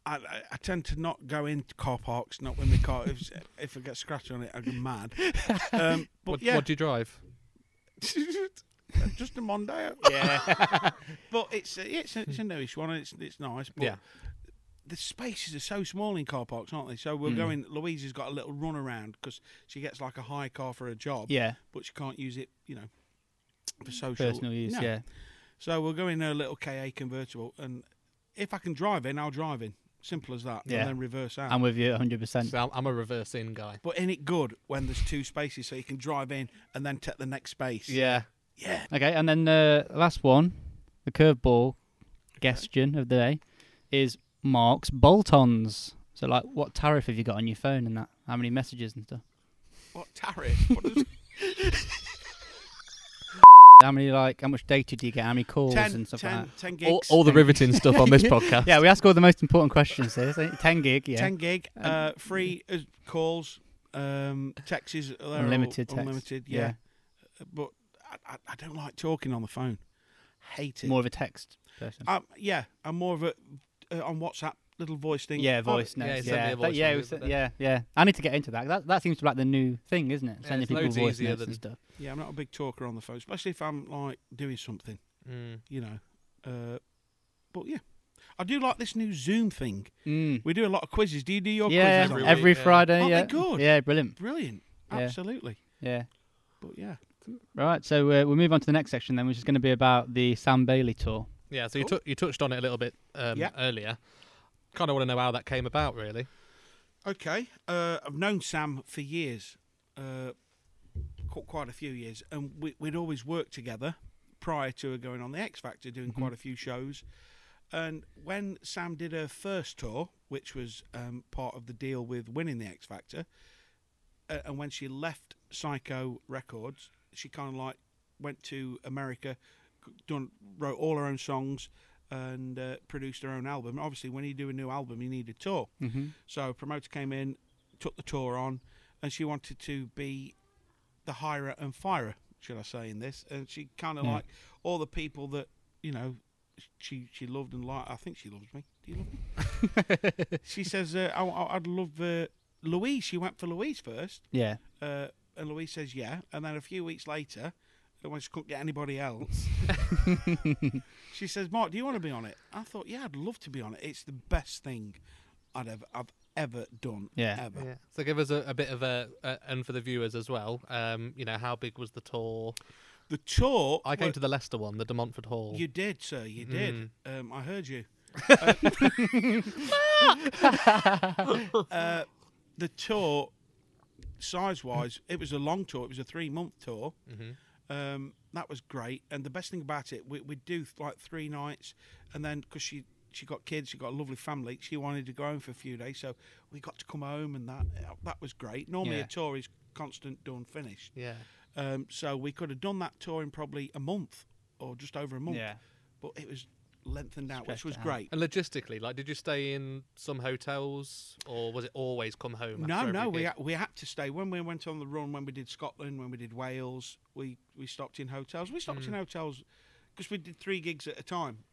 Speaker 3: I, I- I tend to not go in car parks, not when the car.
Speaker 6: *laughs*
Speaker 3: If, if I get scratched on it, I get mad. Um, but
Speaker 8: What,
Speaker 3: yeah,
Speaker 8: what do you drive?
Speaker 3: *laughs* just a Mondeo.
Speaker 6: *laughs* Yeah.
Speaker 3: *laughs* But it's a, it's a, it's a newish one. And it's it's nice. But
Speaker 8: Yeah.
Speaker 3: The spaces are so small in car parks, aren't they? So we're
Speaker 6: Mm.
Speaker 3: going. Louise has got a little run around because she gets like a high car for her job.
Speaker 6: yeah.
Speaker 3: But she can't use it, you know, for social
Speaker 6: Personal use.
Speaker 3: No.
Speaker 6: Yeah.
Speaker 3: So we'll go in a little KA convertible, and if I can drive in, I'll drive in. Simple as that.
Speaker 6: Yeah.
Speaker 3: And then reverse out.
Speaker 6: I'm with you 100. percent
Speaker 8: So I'm, I'm a reverse in guy.
Speaker 3: but ain't it good when there's two spaces so you can drive in and then take the next space?
Speaker 8: Yeah.
Speaker 6: Okay, and then the last one, the curveball question of the day, is Mark's bolt-ons. So, like, what tariff have you got on your phone and that? How many messages and stuff?
Speaker 3: What tariff? What
Speaker 6: *laughs*
Speaker 3: is
Speaker 6: How many like how much data do you get? How many calls
Speaker 3: 10,
Speaker 6: and stuff
Speaker 3: 10,
Speaker 6: like that?
Speaker 3: 10
Speaker 8: All,
Speaker 3: gigs.
Speaker 8: all the riveting stuff on this
Speaker 6: *laughs*
Speaker 8: podcast.
Speaker 6: Yeah, we ask all the most important questions here. So *laughs* Ten gig, yeah.
Speaker 3: 10
Speaker 6: Um,
Speaker 3: gig, uh, free as calls, um, texts, they're all
Speaker 6: Unlimited text.
Speaker 3: unlimited, yeah. Uh, But I, I, I don't like talking on the phone. Hate it.
Speaker 6: More of a text person.
Speaker 3: um, yeah, I'm more of a uh, on WhatsApp little voice thing. Oh,
Speaker 6: yeah, voice
Speaker 8: yeah,
Speaker 6: notes.
Speaker 8: you sent me
Speaker 6: Yeah,
Speaker 8: a
Speaker 6: That-
Speaker 8: voice
Speaker 6: yeah,
Speaker 8: note
Speaker 6: we
Speaker 8: the
Speaker 6: sent-
Speaker 8: other day.
Speaker 6: yeah, yeah. I need to get into that. That that seems to be like the new thing, isn't it? Sending
Speaker 8: it's
Speaker 6: people
Speaker 8: loads
Speaker 6: voice
Speaker 8: easier
Speaker 6: notes
Speaker 8: than-
Speaker 6: and stuff.
Speaker 3: Yeah, I'm not a big talker on the phone, especially if I'm like doing something,
Speaker 8: Mm.
Speaker 3: you know. Uh, but yeah, I do like this new Zoom thing.
Speaker 6: Mm.
Speaker 3: We do a lot of quizzes. Do you do your
Speaker 6: Yeah,
Speaker 3: quizzes?
Speaker 6: every,
Speaker 3: on
Speaker 8: every week, yeah.
Speaker 6: Friday.
Speaker 3: Aren't they
Speaker 6: yeah,
Speaker 3: good?
Speaker 6: yeah, brilliant.
Speaker 3: Brilliant.
Speaker 6: Yeah.
Speaker 3: Absolutely.
Speaker 6: Yeah.
Speaker 3: But yeah.
Speaker 6: Right, so uh, we'll move on to the next section then, which is going to be about the Sam Bailey tour.
Speaker 8: Yeah. So you, tou- you touched on it a little bit um,
Speaker 3: Yeah.
Speaker 8: earlier. Kind of want to know how that came about, really.
Speaker 3: Okay. Uh, I've known Sam for years, uh, qu- quite a few years, and we, we'd always worked together prior to her going on the X Factor, doing
Speaker 6: Mm-hmm.
Speaker 3: quite a few shows. And when Sam did her first tour, which was um, part of the deal with winning the X Factor, uh, and when she left Psycho Records, she kind of like went to America, c- done wrote all her own songs, and uh, produced her own album. Obviously, when you do a new album, you need a tour. Mm-hmm. So a promoter came in, took the tour on, and she wanted to be the hirer and firer, should I say, in this? And she kind of like all the people that you know she she loved and liked. I think she loves me. Do you love me? she says, uh, I, I- "I'd love uh, Louise." She went for Louise first,
Speaker 6: Yeah.
Speaker 3: uh, and Louise says, "Yeah." And then a few weeks later, when she couldn't get anybody else, she says, "Mark, do you want to be on it?" I thought, "Yeah, I'd love to be on it. It's the best thing I'd ever I've ever done.
Speaker 6: Yeah.
Speaker 3: ever."
Speaker 8: So give us a, a bit of a, a and for the viewers as well. Um, you know how big was the tour?
Speaker 3: The tour
Speaker 8: I came
Speaker 3: were-
Speaker 8: to the Leicester one, the De Montfort Hall.
Speaker 3: You did, sir. You did. Um, I heard you. *laughs* uh, uh, the tour size wise, it was a long tour. It was a three month tour. Um, that was great. And the best thing about it, we we do like three nights, and then because she she got kids, she got a lovely family. She wanted to go home for a few days, so we got to come home, and that that was great. Normally
Speaker 6: Yeah.
Speaker 3: a tour is constant, done, finished.
Speaker 8: Yeah.
Speaker 3: Um, so we could have done that tour in probably a month or just over a month.
Speaker 6: Yeah.
Speaker 3: But it was lengthened out, which
Speaker 6: Stretched
Speaker 3: was
Speaker 6: it out.
Speaker 3: great.
Speaker 8: And logistically, like, did you stay in some hotels, or was it always come home?
Speaker 3: No,
Speaker 8: after every
Speaker 3: no, we
Speaker 8: gig?
Speaker 3: ha- we had to stay. When we went on the run, when we did Scotland, when we did Wales, we we stopped in hotels. We
Speaker 6: Hmm.
Speaker 3: stopped in hotels because we did three gigs at a time.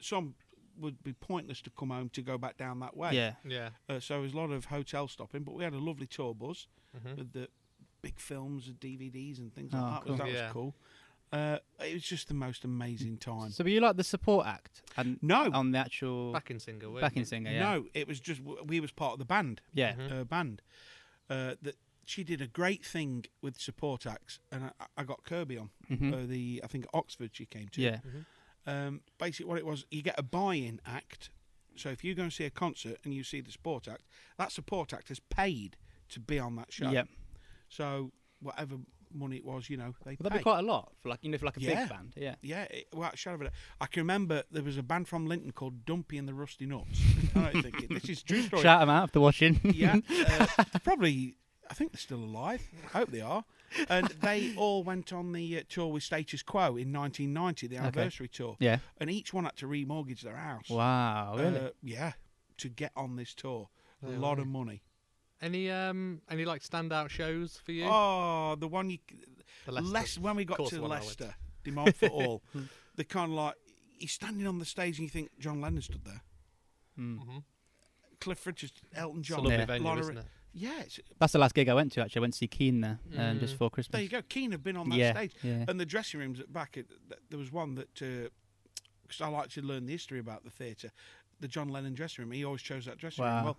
Speaker 3: Some would be pointless to come home to go back down that way.
Speaker 6: Yeah.
Speaker 8: Yeah.
Speaker 3: Uh, so there was a lot of hotel stopping, but we had a lovely tour bus with the big films and DVDs and things
Speaker 6: Mm-hmm. Oh,
Speaker 3: like that.
Speaker 6: cool.
Speaker 3: That
Speaker 8: Yeah.
Speaker 3: was cool. Uh, it was just the most
Speaker 6: Mm.
Speaker 3: amazing time.
Speaker 6: So were you like the support act? And
Speaker 3: No.
Speaker 6: On the actual
Speaker 8: Back in Singer. weren't
Speaker 6: backing
Speaker 8: you?
Speaker 6: singer, yeah.
Speaker 3: No, it was just w- we was part of the band.
Speaker 6: Yeah. Mm-hmm.
Speaker 3: her band. Uh, that she did a great thing with support acts, and I, I got Kirby on uh, the I think Oxford she came to.
Speaker 6: Mm-hmm. Yeah.
Speaker 3: Um, basically, what it was, you get a buy-in act. So if you go and see a concert and you see the support act, that support act has paid to be on that show.
Speaker 6: Yep.
Speaker 3: So whatever money it was, you know, they
Speaker 6: Would that
Speaker 3: pay.
Speaker 6: be quite a lot for like you know for like a
Speaker 3: Yeah.
Speaker 6: big band? Yeah.
Speaker 3: Yeah, it, well, shut up. I can remember there was a band from Linton called Dumpy and the Rusty
Speaker 6: *laughs*
Speaker 3: Nuts. I don't think it, this is true story.
Speaker 6: Shout them out if they're *laughs* watching.
Speaker 8: *laughs*
Speaker 3: Yeah, uh, they're probably. I think they're still alive. I hope they are. And they all went on the uh, tour with Status Quo in 1990, the anniversary tour.
Speaker 6: Yeah.
Speaker 3: And each one had to remortgage their house.
Speaker 6: wow. Really.
Speaker 3: Uh, yeah, to get on this tour. A lot of money.
Speaker 8: Any um any like standout shows for you?
Speaker 3: Oh, the one you.
Speaker 8: The Leicester.
Speaker 3: Leicester. When we
Speaker 8: Of
Speaker 3: got
Speaker 8: course
Speaker 3: to
Speaker 8: one I went Hmm.
Speaker 3: Leicester, *laughs* Demand for
Speaker 8: *laughs*
Speaker 3: All, they're kind of like. You're standing on the stage and you think John Lennon stood there.
Speaker 8: Mm-hmm.
Speaker 3: Cliff Richard, Elton John.
Speaker 8: Hmm. lovely
Speaker 6: Yeah.
Speaker 8: venue,
Speaker 3: Lana-
Speaker 8: isn't it?
Speaker 3: Yeah, it's
Speaker 6: That's the last gig I went to. Actually, I went to see Keen there um, just before Christmas.
Speaker 3: There you go. Keane had been on that
Speaker 6: Yeah,
Speaker 3: stage,
Speaker 6: yeah.
Speaker 3: and the dressing rooms at back. It, th- there was one that because I like to learn the history about the theatre, the John Lennon dressing room. He always chose that dressing room.
Speaker 6: Wow.
Speaker 3: Well,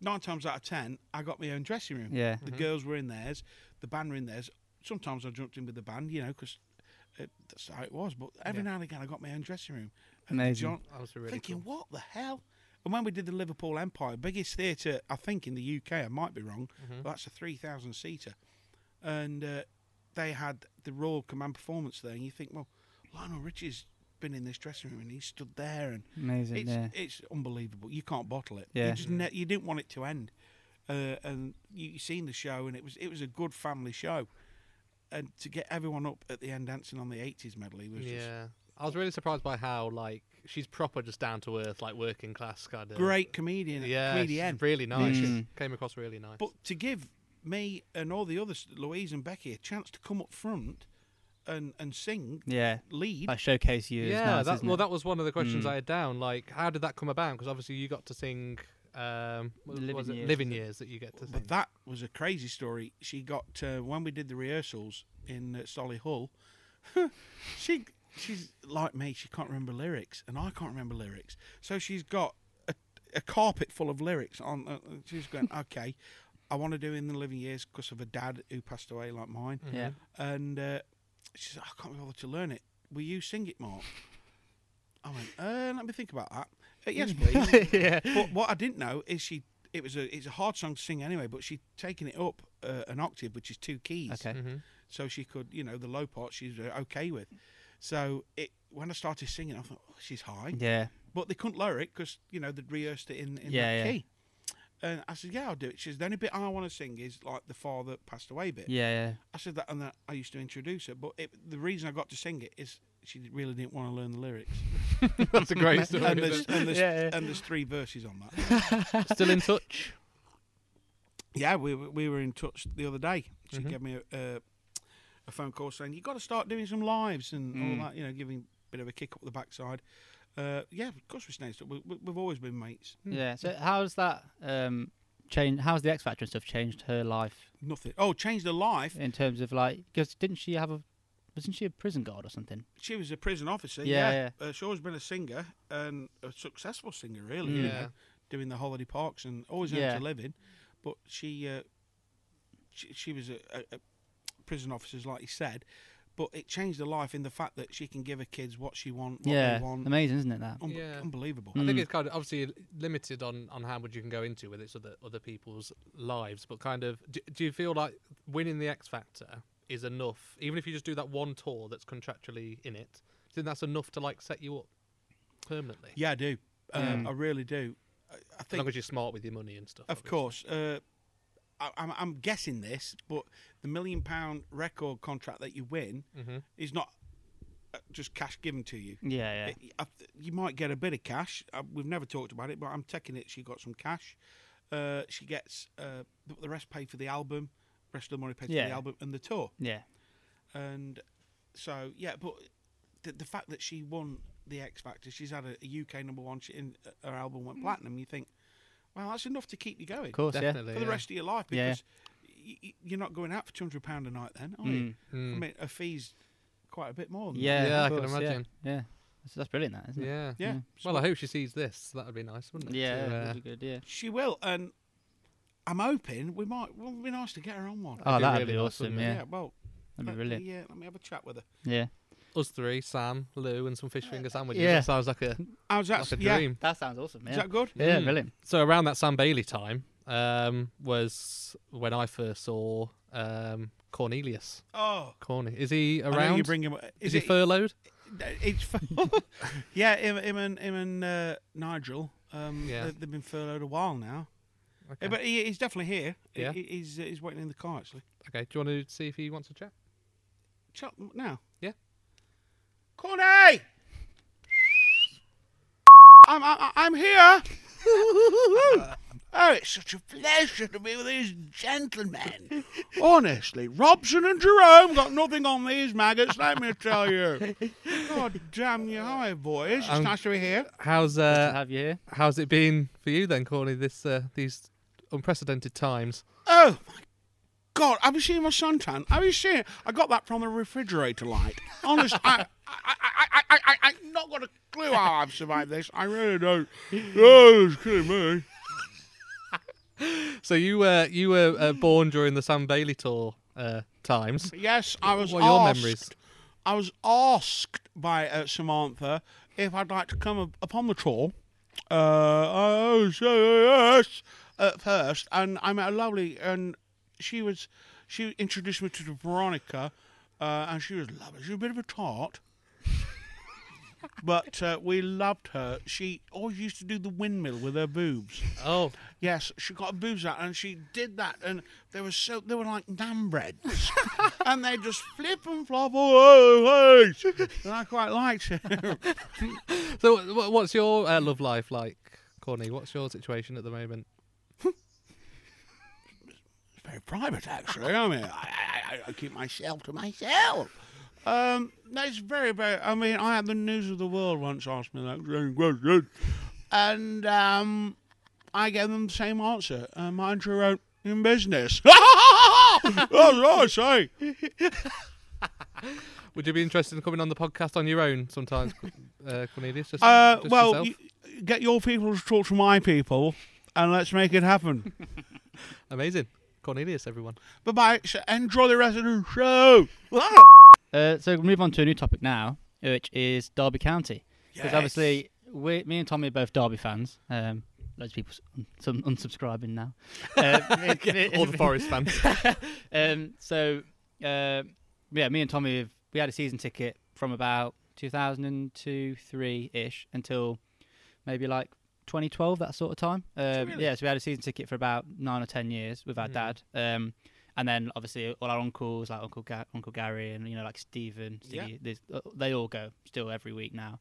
Speaker 3: nine times out of ten, I got my own dressing room.
Speaker 6: Yeah. Mm-hmm.
Speaker 3: the girls were in theirs, the band were in theirs. Sometimes I jumped in with the band, you know, because that's how it was. But every now and again, I got my own dressing room. And the
Speaker 6: Amazing.
Speaker 3: John,
Speaker 8: That was really
Speaker 3: thinking, what the hell? And when we did the Liverpool Empire, biggest theatre, I think, in the UK, I might be wrong,
Speaker 8: Mm-hmm.
Speaker 3: but that's a 3,000 seater. And uh, they had the Royal Command performance there. And you think, well, Lionel Richie's been in this dressing room and he stood there. and
Speaker 6: Amazing,
Speaker 3: It's,
Speaker 6: yeah.
Speaker 3: it's unbelievable. You can't bottle it.
Speaker 6: Yeah.
Speaker 3: You, just ne- you didn't want it to end. Uh, and you, you seen the show, and it was it was a good family show. And to get everyone up at the end dancing on the 80s medley was just
Speaker 8: Yeah. I was really surprised by how like she's proper just down to earth, like working class kind of
Speaker 3: great comedian.
Speaker 8: Yeah,
Speaker 3: comedian.
Speaker 8: she's really nice. She Came across really nice.
Speaker 3: But to give me and all the others, Louise and Becky, a chance to come up front and and sing,
Speaker 6: yeah.
Speaker 3: lead.
Speaker 6: Like showcase you. is
Speaker 8: yeah,
Speaker 6: nice,
Speaker 8: that,
Speaker 6: isn't
Speaker 8: well,
Speaker 6: it?
Speaker 8: that was one of the questions I had down. Like, how did that come about? Because obviously you got to sing. Um, what
Speaker 6: Living
Speaker 8: was it?
Speaker 6: Years,
Speaker 8: Living
Speaker 6: is it?
Speaker 8: years that you get to sing.
Speaker 3: but that was a crazy story. She got uh, when we did the rehearsals in uh, Solihull. *laughs* she she's like me. She can't remember lyrics, and I can't remember lyrics. So she's got a, a carpet full of lyrics on. Uh, she's
Speaker 6: *laughs*
Speaker 3: going, okay, I want to do in the living years because of a dad who passed away like mine.
Speaker 6: *laughs* Yeah.
Speaker 3: And uh, she said, I can't be bothered to learn it. Will you sing it, Mark? I went, uh, let me think about that. Uh,
Speaker 6: *laughs*
Speaker 3: yes, please. But what I didn't know is she. It was a. It's a hard song to sing anyway, but she'd taken it up uh, an octave, which is two keys.
Speaker 6: Okay.
Speaker 3: So she could, you know, the low part she's uh, okay with. So it when I started singing, I thought oh, she's high,
Speaker 6: Yeah.
Speaker 3: but they couldn't lower it because you know they'd rehearsed it in, in that
Speaker 6: Yeah, yeah.
Speaker 3: key. And I said, yeah, I'll do it. She says, the only bit I want to sing is like the father passed away bit.
Speaker 6: Yeah.
Speaker 3: I said that, and that I used to introduce it, but it, the reason I got to sing it is she really didn't want to learn the lyrics.
Speaker 6: *laughs*
Speaker 8: That's a *laughs* great story.
Speaker 3: and
Speaker 8: isn't
Speaker 3: there's
Speaker 8: it?
Speaker 3: and there's,
Speaker 6: Yeah, yeah.
Speaker 3: and there's three verses on that.
Speaker 8: Still in touch.
Speaker 3: yeah, we were- we were in touch the other day. She
Speaker 6: Mm-hmm.
Speaker 3: gave me a, a, a phone call saying you got to start doing some lives and
Speaker 6: Mm.
Speaker 3: all that. You know, giving a bit of a kick up the backside. Uh, yeah, of course we stayed. in touch. We, we, we've always been mates.
Speaker 6: Yeah. Yeah. So how's that um change? How's the X Factor and stuff changed her life
Speaker 3: Nothing. Oh, changed her life.
Speaker 6: in terms of like? Because didn't she have a? Wasn't she a prison guard or something?
Speaker 3: She was a prison officer.
Speaker 6: Yeah,
Speaker 3: Yeah, Uh, she's always been a singer and a successful singer, really.
Speaker 8: Mm.
Speaker 3: you
Speaker 8: Yeah.
Speaker 3: know, doing the holiday parks and always earns
Speaker 6: Yeah.
Speaker 3: a living. But she, uh, she, she was a, a, a prison officer, like you said. But it changed her life in the fact that she can give her kids what she want, what
Speaker 6: yeah,
Speaker 3: they want. Um,
Speaker 6: amazing, isn't it? That
Speaker 3: Unbe-
Speaker 8: Yeah.
Speaker 3: Unbelievable.
Speaker 8: I think it's kind of obviously limited on, on how much you can go into with it, so that other people's lives. But kind of, do, do you feel like winning the X Factor is enough, even if you just do that one tour that's contractually in it? Do you think that's enough to like set you up permanently?
Speaker 3: Yeah, I do. Uh, I really do. I, I
Speaker 8: as
Speaker 3: think
Speaker 8: long as you're smart with your money and stuff.
Speaker 3: Of
Speaker 8: obviously.
Speaker 3: course. Uh, I, I'm, I'm guessing this, but the million pound record contract that you win
Speaker 8: Mm-hmm.
Speaker 3: is not uh, just cash given to you.
Speaker 6: Yeah, yeah.
Speaker 3: It- I th- you might get a bit of cash. Uh, we've never talked about it, but I'm taking it. She got some cash. Uh, she gets uh, th- the rest paid for the album, rest of the money paid for
Speaker 6: Yeah.
Speaker 3: the album and the tour.
Speaker 6: yeah,
Speaker 3: And so, yeah, but the, the fact that she won the X Factor, she's had a, a UK number one. She, in, her album went platinum. You think, well, that's enough to keep you going
Speaker 6: Mm. of course,
Speaker 8: Definitely.
Speaker 3: for the
Speaker 8: yeah.
Speaker 3: rest of your life
Speaker 6: Yeah.
Speaker 3: because y y- you're not going out for two hundred pound a night then, are you? I mean, a fee's quite a bit more. Than
Speaker 6: Mm. yeah, yeah.
Speaker 8: Yeah,
Speaker 6: of
Speaker 8: I can
Speaker 6: course, yeah,
Speaker 8: imagine.
Speaker 6: Yeah, That's, that's brilliant, that isn't it?
Speaker 8: Yeah.
Speaker 3: that. yeah. So
Speaker 8: Well, I hope she sees this. That would be nice, wouldn't it?
Speaker 6: yeah,
Speaker 8: To, uh,
Speaker 6: that'd be good. Yeah.
Speaker 3: she will, and I'm hoping we might. Well, it'd be nice to get her on one.
Speaker 6: Oh,
Speaker 8: be
Speaker 6: that'd
Speaker 8: really
Speaker 6: be
Speaker 8: nice,
Speaker 6: awesome.
Speaker 8: wouldn't it?
Speaker 6: Yeah,
Speaker 3: well,
Speaker 6: that'd be
Speaker 3: let
Speaker 6: brilliant.
Speaker 3: Me, uh, let me have a chat with her.
Speaker 6: Yeah,
Speaker 8: us three, Sam, Lou, and some fish finger sandwiches.
Speaker 6: yeah.
Speaker 8: That sounds like a,
Speaker 3: How's that?
Speaker 8: like a
Speaker 3: yeah,
Speaker 8: dream.
Speaker 6: that sounds awesome. Yeah,
Speaker 3: is that good? Mm.
Speaker 6: yeah, brilliant.
Speaker 8: So around that Sam Bailey time um, was when I first saw um, Cornelius.
Speaker 3: Oh,
Speaker 8: Corny. Is he
Speaker 3: I know
Speaker 8: around?
Speaker 3: You bring him.
Speaker 8: is,
Speaker 3: Is,
Speaker 8: he
Speaker 3: it?
Speaker 8: furloughed?
Speaker 3: *laughs* it's fu- *laughs* yeah, him, him and him and uh, Nigel. Um,
Speaker 8: Yeah.
Speaker 3: they- they've been furloughed a while now.
Speaker 8: Okay.
Speaker 3: But he, he's definitely here. He-
Speaker 8: Yeah.
Speaker 3: he- he's uh, he's waiting in the car actually.
Speaker 8: Okay. Do you want to see if he wants to chat?
Speaker 3: Chat now.
Speaker 8: Yeah.
Speaker 3: Corny! I'm, I'm, I'm here! oh, it's such a pleasure to be with these gentlemen. Honestly, Robson and Jerome got nothing on these maggots, let me tell you. God damn you, hi, boys. It's
Speaker 8: Um,
Speaker 3: nice to be here.
Speaker 8: How's
Speaker 6: Good to
Speaker 8: uh,
Speaker 6: have you here.
Speaker 8: how's it been for you then, Corny? This uh, these unprecedented times.
Speaker 3: Oh, my God, have you seen my suntan? Have you seen it? I got that from the refrigerator light. Honest, I, I, I, I, I, I, I've not got a clue how I've survived this. I really don't. Oh, it's killing me.
Speaker 8: So you uh, you were uh, born during the Sam Bailey tour uh,
Speaker 3: *laughs*
Speaker 8: times.
Speaker 3: Yes, I was
Speaker 8: What are your
Speaker 3: asked,
Speaker 8: memories?
Speaker 3: I was asked by uh, Samantha if I'd like to come up- upon the tour. Uh, I said yes at first, and I met a lovely, and she was, she introduced me to Veronica, uh, and she was lovely. She was a bit of a tart. *laughs* But uh, we loved her. She always used to do the windmill with her boobs.
Speaker 8: Oh,
Speaker 3: Yes, she got her boobs out and she did that, and they were so they were like nan breads, and they just flip and flop all over the place. And I quite liked it. *laughs*
Speaker 8: so wh- what's your uh, love life like, Corny? What's your situation at the moment?
Speaker 3: very private actually. I mean, I, I, I keep myself to myself. Um, that's very, very. I mean, I had the news of the world once asked me that same question, and um, I gave them the same answer. Um, And my intro wrote, "In business." *laughs* that's what I say.
Speaker 8: Would you be interested in coming on the podcast on your own sometimes,
Speaker 3: *laughs*
Speaker 8: uh, Cornelius? Just,
Speaker 3: Uh,
Speaker 8: just
Speaker 3: well,
Speaker 8: yourself?
Speaker 3: y- get your people to talk to my people, and let's make it
Speaker 8: *laughs*
Speaker 3: happen.
Speaker 8: amazing, Cornelius.
Speaker 3: *laughs*
Speaker 8: Everyone.
Speaker 3: bye bye. Enjoy the rest of the show.
Speaker 6: Uh, so we'll move on to a new topic now, which is Derby County. Because obviously, we, me and Tommy are both Derby fans. Um, loads of people s- un- some unsubscribing
Speaker 8: *laughs*
Speaker 6: now. Um, it- it-
Speaker 8: All
Speaker 6: *laughs*
Speaker 8: the Forest
Speaker 3: *laughs*
Speaker 8: fans.
Speaker 6: um, so, uh, yeah, me and Tommy, have, we had a season ticket from about 2002, 3 ish until maybe like 2012, that sort of time. Um, Yeah, so we had a season ticket for about nine or 10 years with our dad. Um, and then obviously all our uncles, like Uncle Ga- Uncle Gary and, you know, like Stephen, Stevie, there's uh they all go still every week now.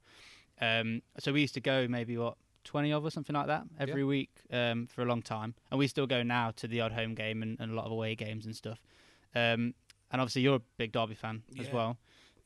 Speaker 6: Um, so we used to go maybe what twenty of us, something like that, every week um, for a long time, and we still go now to the odd home game and, and a lot of away games and stuff. Um, and obviously, you're a big Derby fan as well.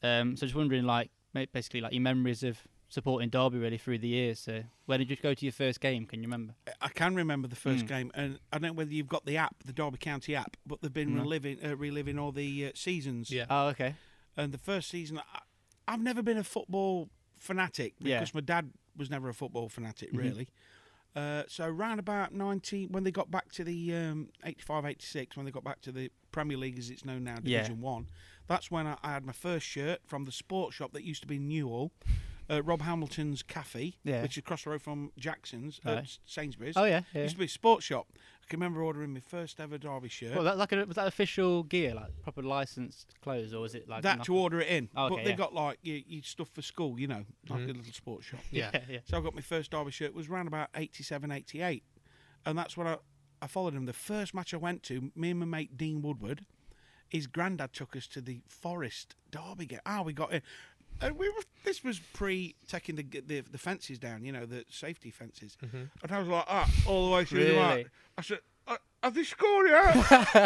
Speaker 6: Um, so just wondering, like, ma- basically, like your memories of supporting Derby really through the years. So where did you go to your first game? Can you remember?
Speaker 3: I can remember the
Speaker 8: Hmm.
Speaker 3: first game, and I don't know whether you've got the app, the Derby County app, but they've been reliving, uh, reliving all the uh, seasons.
Speaker 8: Yeah.
Speaker 6: Oh, okay.
Speaker 3: And the first season, I, I've never been a football fanatic
Speaker 6: Yeah. Mm-hmm.
Speaker 3: because my dad was never a football fanatic, really. Uh, so round about 90, when they got back to the um, 85, 86, when they got back to the Premier League as it's known now,
Speaker 6: Yeah.
Speaker 3: Division 1, That's when I, I had my first shirt from the sports shop that used to be in Newhall, uh, Rob Hamilton's Cafe,
Speaker 6: Yeah.
Speaker 3: which is across the road from Jackson's, uh,
Speaker 6: Right.
Speaker 3: S- Sainsbury's.
Speaker 6: Oh, yeah, yeah.
Speaker 3: Used to be a sports shop. I can remember ordering my first ever Derby shirt.
Speaker 6: Well, that, like a, was that official gear, like proper licensed clothes, or was it like
Speaker 3: that
Speaker 6: knock-
Speaker 3: to order it in.
Speaker 6: Oh,
Speaker 3: but
Speaker 6: okay,
Speaker 3: they
Speaker 6: yeah.
Speaker 3: got like you, you stuff for school, you know, like a little sports shop.
Speaker 8: Yeah.
Speaker 6: *laughs* Yeah, yeah.
Speaker 3: So I got my first Derby shirt. It was around about 87, 88. And that's when I, I followed him. The first match I went to, me and my mate Dean Woodward, his granddad took us to the Forest Derby game. Ah, we got in. And we were, this was pre taking the, the the fences down, you know, the safety fences. And I was like, ah, all the way through the
Speaker 6: Really?
Speaker 3: line. I said, "Uh, have they scored yet?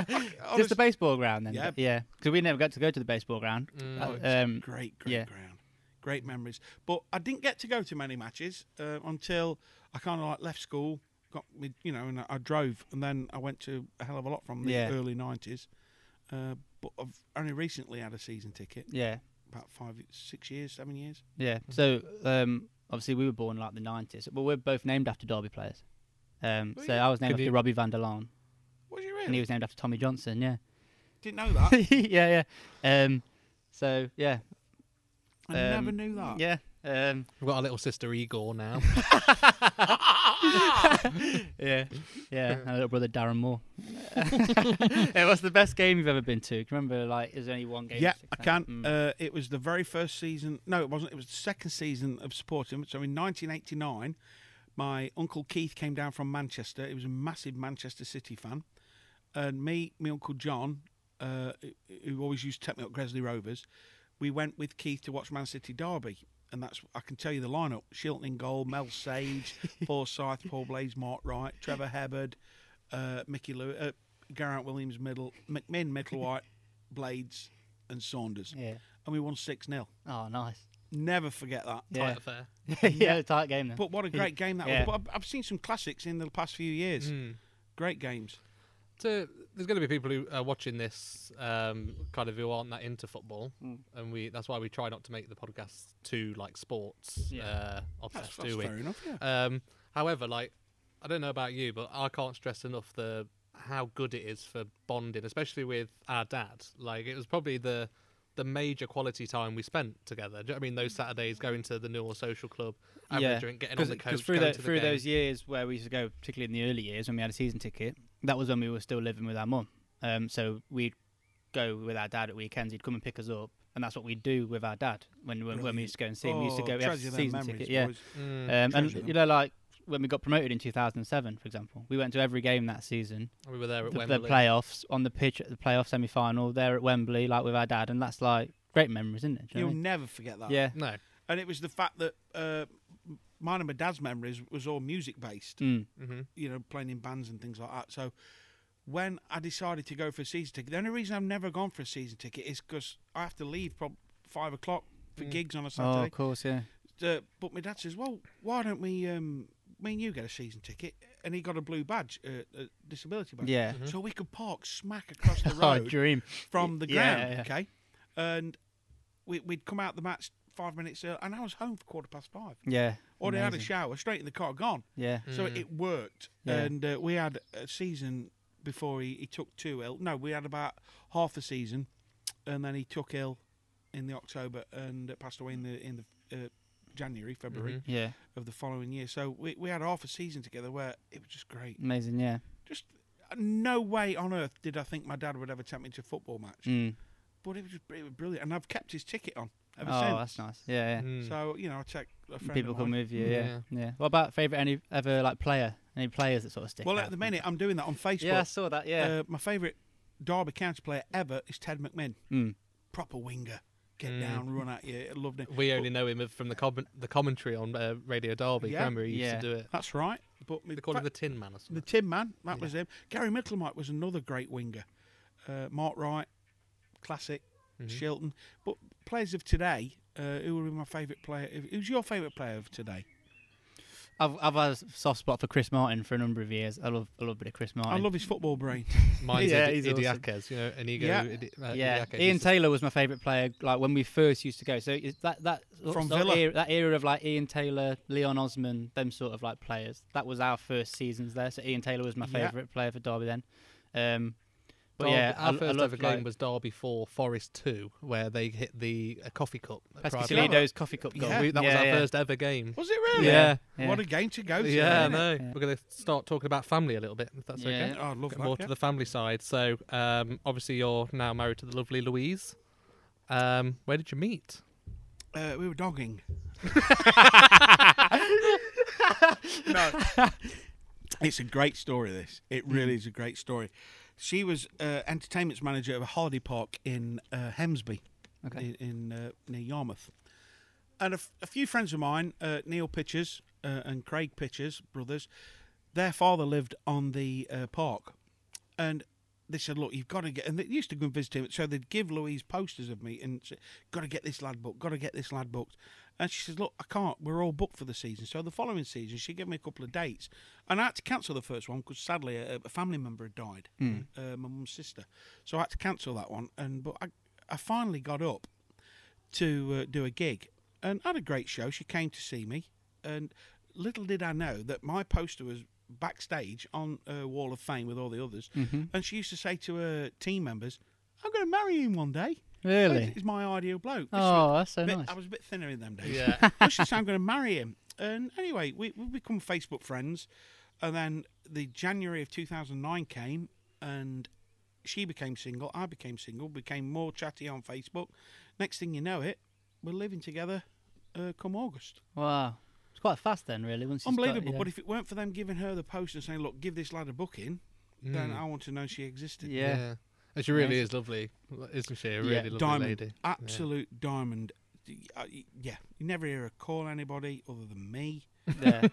Speaker 6: Just the baseball ground then.
Speaker 3: Yeah. Mm. Oh,
Speaker 6: yeah. Because we never got to go to the baseball ground. Uh, um,
Speaker 3: great, great
Speaker 6: yeah.
Speaker 3: ground, great memories. But I didn't get to go to many matches uh, until I kind of like left school, got me, you know, and I drove, and then I went to a hell of a lot from the
Speaker 6: Yeah.
Speaker 3: early nineties. Uh, but I've only recently had a season ticket,
Speaker 6: yeah,
Speaker 3: about five, six years, seven years.
Speaker 6: yeah. So um, obviously we were born like the nineties, but we're both named after Derby players. Um, so I was named
Speaker 8: Could
Speaker 6: after
Speaker 8: you-
Speaker 6: Robbie Van der Laan,
Speaker 3: Was you
Speaker 6: and
Speaker 3: really?
Speaker 6: he was named after Tommy Johnson. Yeah, *laughs*
Speaker 3: Didn't know that.
Speaker 6: yeah, yeah. Um, so yeah,
Speaker 3: I never
Speaker 6: Um,
Speaker 3: knew that.
Speaker 6: yeah, um,
Speaker 8: We've got our little sister
Speaker 3: *laughs*
Speaker 8: Igor now.
Speaker 6: yeah, yeah. and Our little brother Darren Moore. it was the best game you've ever been to. 'Cause Remember, like, there's only one game.
Speaker 3: Yeah,
Speaker 6: that
Speaker 3: I
Speaker 6: sticks out.
Speaker 3: can. Uh, it was the very first season. No, it wasn't. It was the second season of supporting. So in 1989, my uncle Keith came down from Manchester. He was a massive Manchester City fan, and me, my uncle John, uh, who always used to take me up Gresley Rovers, we went with Keith to watch Man City derby. And that's I can tell you the lineup: Shilton in goal, Mel
Speaker 6: *laughs*
Speaker 3: Sage, Forsyth, Paul Blaze, Mark Wright, Trevor Hebbard, uh, Mickey Lew, uh, Garrett Williams, Middle McMinn, Middlewhite, Blades, and Saunders.
Speaker 6: Yeah.
Speaker 3: And we won six 0
Speaker 6: Oh, nice.
Speaker 3: Never forget that.
Speaker 6: Yeah.
Speaker 8: Fair.
Speaker 6: *laughs* yeah, tight game then.
Speaker 3: But what a
Speaker 6: *laughs*
Speaker 3: great game that
Speaker 6: Yeah. Hmm.
Speaker 3: was! But I've- I've seen some classics in the past few years. Great games.
Speaker 8: to there's going to be people who are watching this um, kind of who aren't that into football,
Speaker 3: Mm.
Speaker 8: and we that's why we try not to make the podcast too like sports uh, obsessed,
Speaker 3: that's
Speaker 8: do we?
Speaker 3: fair enough, yeah.
Speaker 8: Um, however, like I don't know about you, but I can't stress enough the how good it is for bonding, especially with our dad. Like it was probably the the major quality time we spent together. Do you know what I mean those Saturdays going to the Newell Social Club, having a drink, getting on the coach,
Speaker 6: through,
Speaker 8: going
Speaker 6: tho-
Speaker 8: to the
Speaker 6: through
Speaker 8: game.
Speaker 6: those years where we used to go, particularly in the early years when we had a season ticket, that was when we were still living with our mum. Um, so we'd go with our dad at weekends. He'd come and pick us up, and that's what we'd do with our dad when when, when we used to go and see him. we used to
Speaker 3: Oh,
Speaker 6: go we had a
Speaker 3: treasure them
Speaker 6: season
Speaker 3: memories,
Speaker 6: ticket, yeah.
Speaker 3: boys.
Speaker 8: Mm.
Speaker 6: um, and
Speaker 3: treasure them.
Speaker 6: you know, like when we got promoted in 2007, for example, we went to every game that season.
Speaker 8: we were there at
Speaker 6: The, the
Speaker 8: Wembley.
Speaker 6: playoffs on the pitch at the playoff semi final there at Wembley, like with our dad, and that's like great memories, isn't it? Do you
Speaker 3: You'll
Speaker 6: know what I mean?
Speaker 3: never forget that.
Speaker 6: yeah,
Speaker 8: No,
Speaker 3: and it was the fact that uh, mine and my dad's memories was all music based.
Speaker 6: Mm.
Speaker 3: You know, playing in bands and things like that. So when I decided to go for a season ticket, the only reason I've never gone for a season ticket is because I have to leave probably five o'clock for gigs on a
Speaker 6: oh,
Speaker 3: Saturday.
Speaker 6: of course, yeah.
Speaker 3: Uh, but my dad says, "Well, why don't we, um, me and you, get a season ticket?" And he got a blue badge, uh, a disability badge.
Speaker 6: Yeah.
Speaker 3: So we could park smack across the
Speaker 6: *laughs* Oh,
Speaker 3: road
Speaker 6: dream.
Speaker 3: from the
Speaker 6: Yeah,
Speaker 3: ground.
Speaker 6: yeah.
Speaker 3: Okay, and we, we'd come out the match five minutes early, and I was home for quarter past five.
Speaker 6: Yeah.
Speaker 3: Or Mm. they had a
Speaker 6: amazing.
Speaker 3: shower, straight in the car, gone.
Speaker 6: Yeah.
Speaker 3: So it worked,
Speaker 6: Yeah.
Speaker 3: and uh, we had a season before he, he took two ill. No, we had about half a season, and then he took ill in the October and uh, passed away in the in the uh, January February
Speaker 6: Yeah.
Speaker 3: of the following year. So we we had half a season together where it was just great.
Speaker 6: Amazing. Yeah.
Speaker 3: Just no way on earth did I think my dad would ever take me to a football match,
Speaker 6: Mm.
Speaker 3: but it was just it was brilliant, and I've kept his ticket on ever
Speaker 6: Oh,
Speaker 3: since.
Speaker 6: that's nice. Yeah. yeah.
Speaker 8: Hmm.
Speaker 3: So you know, I take a Mm. friend
Speaker 6: People
Speaker 3: of
Speaker 6: come
Speaker 3: mine.
Speaker 6: with you. Yeah. yeah. What about favorite any ever like player? Any players that sort of stick?
Speaker 3: Well,
Speaker 6: out?
Speaker 3: at the minute, I'm doing that on Facebook.
Speaker 6: Yeah, I saw that. Yeah.
Speaker 3: Uh, my favourite Derby County player ever is Ted McMinn.
Speaker 6: Hmm.
Speaker 3: Proper winger. Get down, run at you. I Loved him.
Speaker 8: Hmm. We only know him from the com- the commentary on uh, Radio Derby.
Speaker 3: Yeah.
Speaker 8: Remember, he used
Speaker 6: Yeah.
Speaker 8: to do it.
Speaker 3: That's right. But me-
Speaker 8: They called him the
Speaker 3: fact-
Speaker 8: Tin Man
Speaker 3: the
Speaker 8: or something.
Speaker 3: Tin Man. That was him. Gary Mittlemite was another great winger. Uh, Mark Wright, classic.
Speaker 8: Mm-hmm.
Speaker 3: Shilton. But players of today, uh, who would be my favourite player? Who's your favourite player of today?
Speaker 6: I've I've had a soft spot for Chris Martin for a number of years. I love I love a bit of Chris Martin.
Speaker 3: I love his football brain.
Speaker 8: Mine's
Speaker 6: Yeah,
Speaker 8: yeah,
Speaker 6: he's
Speaker 8: Idiakes, you know, Enigo
Speaker 3: Yeah.
Speaker 8: Idi- uh,
Speaker 6: Yeah,
Speaker 8: Idiakes.
Speaker 6: Ian Taylor was my favourite player. Like when we first used to go, so it's that that sort
Speaker 3: From
Speaker 6: of
Speaker 3: Villa.
Speaker 6: era, that era of like Ian Taylor, Leon Osman, them sort of like players. That was our first seasons there. So Ian Taylor was my
Speaker 3: Yeah.
Speaker 6: favourite player for Derby then. Um, But
Speaker 8: Derby-
Speaker 6: yeah, I,
Speaker 8: our
Speaker 6: I
Speaker 8: first
Speaker 6: love
Speaker 8: ever game
Speaker 6: like,
Speaker 8: was Derby Four, Forest Two, where they hit the uh, coffee cup. at Pride Park.
Speaker 6: Pescatolido's coffee cup goal.
Speaker 8: Yeah, we- that was
Speaker 6: Yeah,
Speaker 8: our
Speaker 6: yeah.
Speaker 8: first ever game.
Speaker 3: Was it really?
Speaker 8: Yeah.
Speaker 6: Yeah.
Speaker 3: What a game to go to.
Speaker 8: Yeah,
Speaker 3: isn't it?
Speaker 8: no. We're going to start talking about family a little bit, if that's okay.
Speaker 6: Yeah.
Speaker 3: Oh, I'd love
Speaker 8: Get
Speaker 3: that,
Speaker 8: more
Speaker 3: yeah.
Speaker 8: to the family side. So, um, obviously, you're now married to the lovely Louise. Um, where did you meet?
Speaker 3: Uh, we were dogging.
Speaker 8: *laughs*
Speaker 3: no. It's a great story, this. It
Speaker 8: Mm.
Speaker 3: really is a great story. She was uh, entertainment's manager of a holiday park in uh, Hemsby,
Speaker 6: Okay.
Speaker 3: in, in uh, near Yarmouth. And a, f- a few friends of mine, uh, Neil Pitchers uh, and Craig Pitchers, brothers, their father lived on the uh, park. And they said, Look, you've got to get. And they used to go and visit him. So they'd give Louise posters of me and say, Got to get this lad booked, got to get this lad booked. And she says, Look, I can't. We're all booked for the season. So the following season, she gave me a couple of dates. And I had to cancel the first one because sadly a, a family member had died, uh, my mum's sister. So I had to cancel that one. And But I, I finally got up to uh, do a gig and had a great show. She came to see me, and little did I know that my poster was backstage on her wall of fame with all the others.
Speaker 6: Mm-hmm.
Speaker 3: And she used to say to her team members, I'm going to marry him one day.
Speaker 6: Really?
Speaker 3: He's my ideal bloke. This
Speaker 6: Oh,
Speaker 3: was
Speaker 6: that's so
Speaker 3: a bit-
Speaker 6: nice.
Speaker 3: I was a bit thinner in them days. *laughs* Yeah. I should say I'm going to marry him. And anyway, we, we become Facebook friends. And then the January of 2009 came, and she became single. I became single. Became more chatty on Facebook. Next thing you know, it we're living together. Uh, come August,
Speaker 6: Wow. It's quite fast then, really. Once you start-
Speaker 3: unbelievable.
Speaker 6: yeah.
Speaker 3: But if it weren't for them giving her the post and saying, "Look, give this lad a booking," then I want to know she existed.
Speaker 6: yeah.
Speaker 8: And she really is lovely, isn't she? A really lovely
Speaker 3: diamond,
Speaker 8: lady.
Speaker 3: absolute diamond. D- uh, y- Yeah, you never hear her call anybody other than me.
Speaker 6: yeah.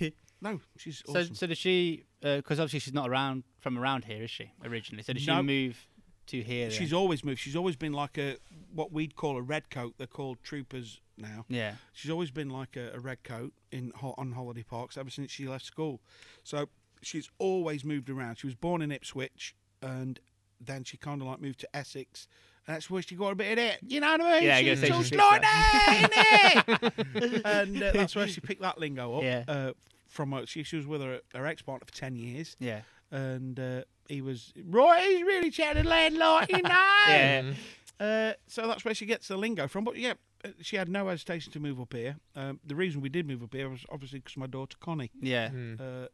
Speaker 8: *laughs*
Speaker 3: No, she's
Speaker 6: So,
Speaker 3: awesome.
Speaker 6: so does she? Because obviously she's not around from around here, is she? Originally, so did she
Speaker 3: No.
Speaker 6: move to here?
Speaker 3: She's
Speaker 6: then?
Speaker 3: always moved. She's always been like a what we'd call a red coat. They're called troopers now.
Speaker 6: yeah.
Speaker 3: She's always been like a, a red coat in ho- on holiday parks ever since she left school. So she's always moved around. She was born in Ipswich, and then she kind of like moved to Essex. And that's where she got a bit of it. You know what I mean?
Speaker 6: Yeah, I
Speaker 3: she's
Speaker 6: guess they
Speaker 3: all
Speaker 6: should fix
Speaker 3: like *laughs* that,
Speaker 6: *laughs*
Speaker 3: innit? and uh, that's where she picked that lingo up.
Speaker 6: Yeah.
Speaker 3: Uh, from her, she, she was with her her ex partner for ten years,
Speaker 6: *laughs* Yeah.
Speaker 3: and uh, he was Roy. He's really chatting landlord,
Speaker 6: *laughs*
Speaker 3: you know.
Speaker 6: Yeah.
Speaker 8: Mm-hmm.
Speaker 3: Uh, so that's where she gets the lingo from. But yeah, uh, she had no hesitation to move up here. Um, the reason we did move up here was obviously because my daughter Connie,
Speaker 6: Yeah.
Speaker 3: uh,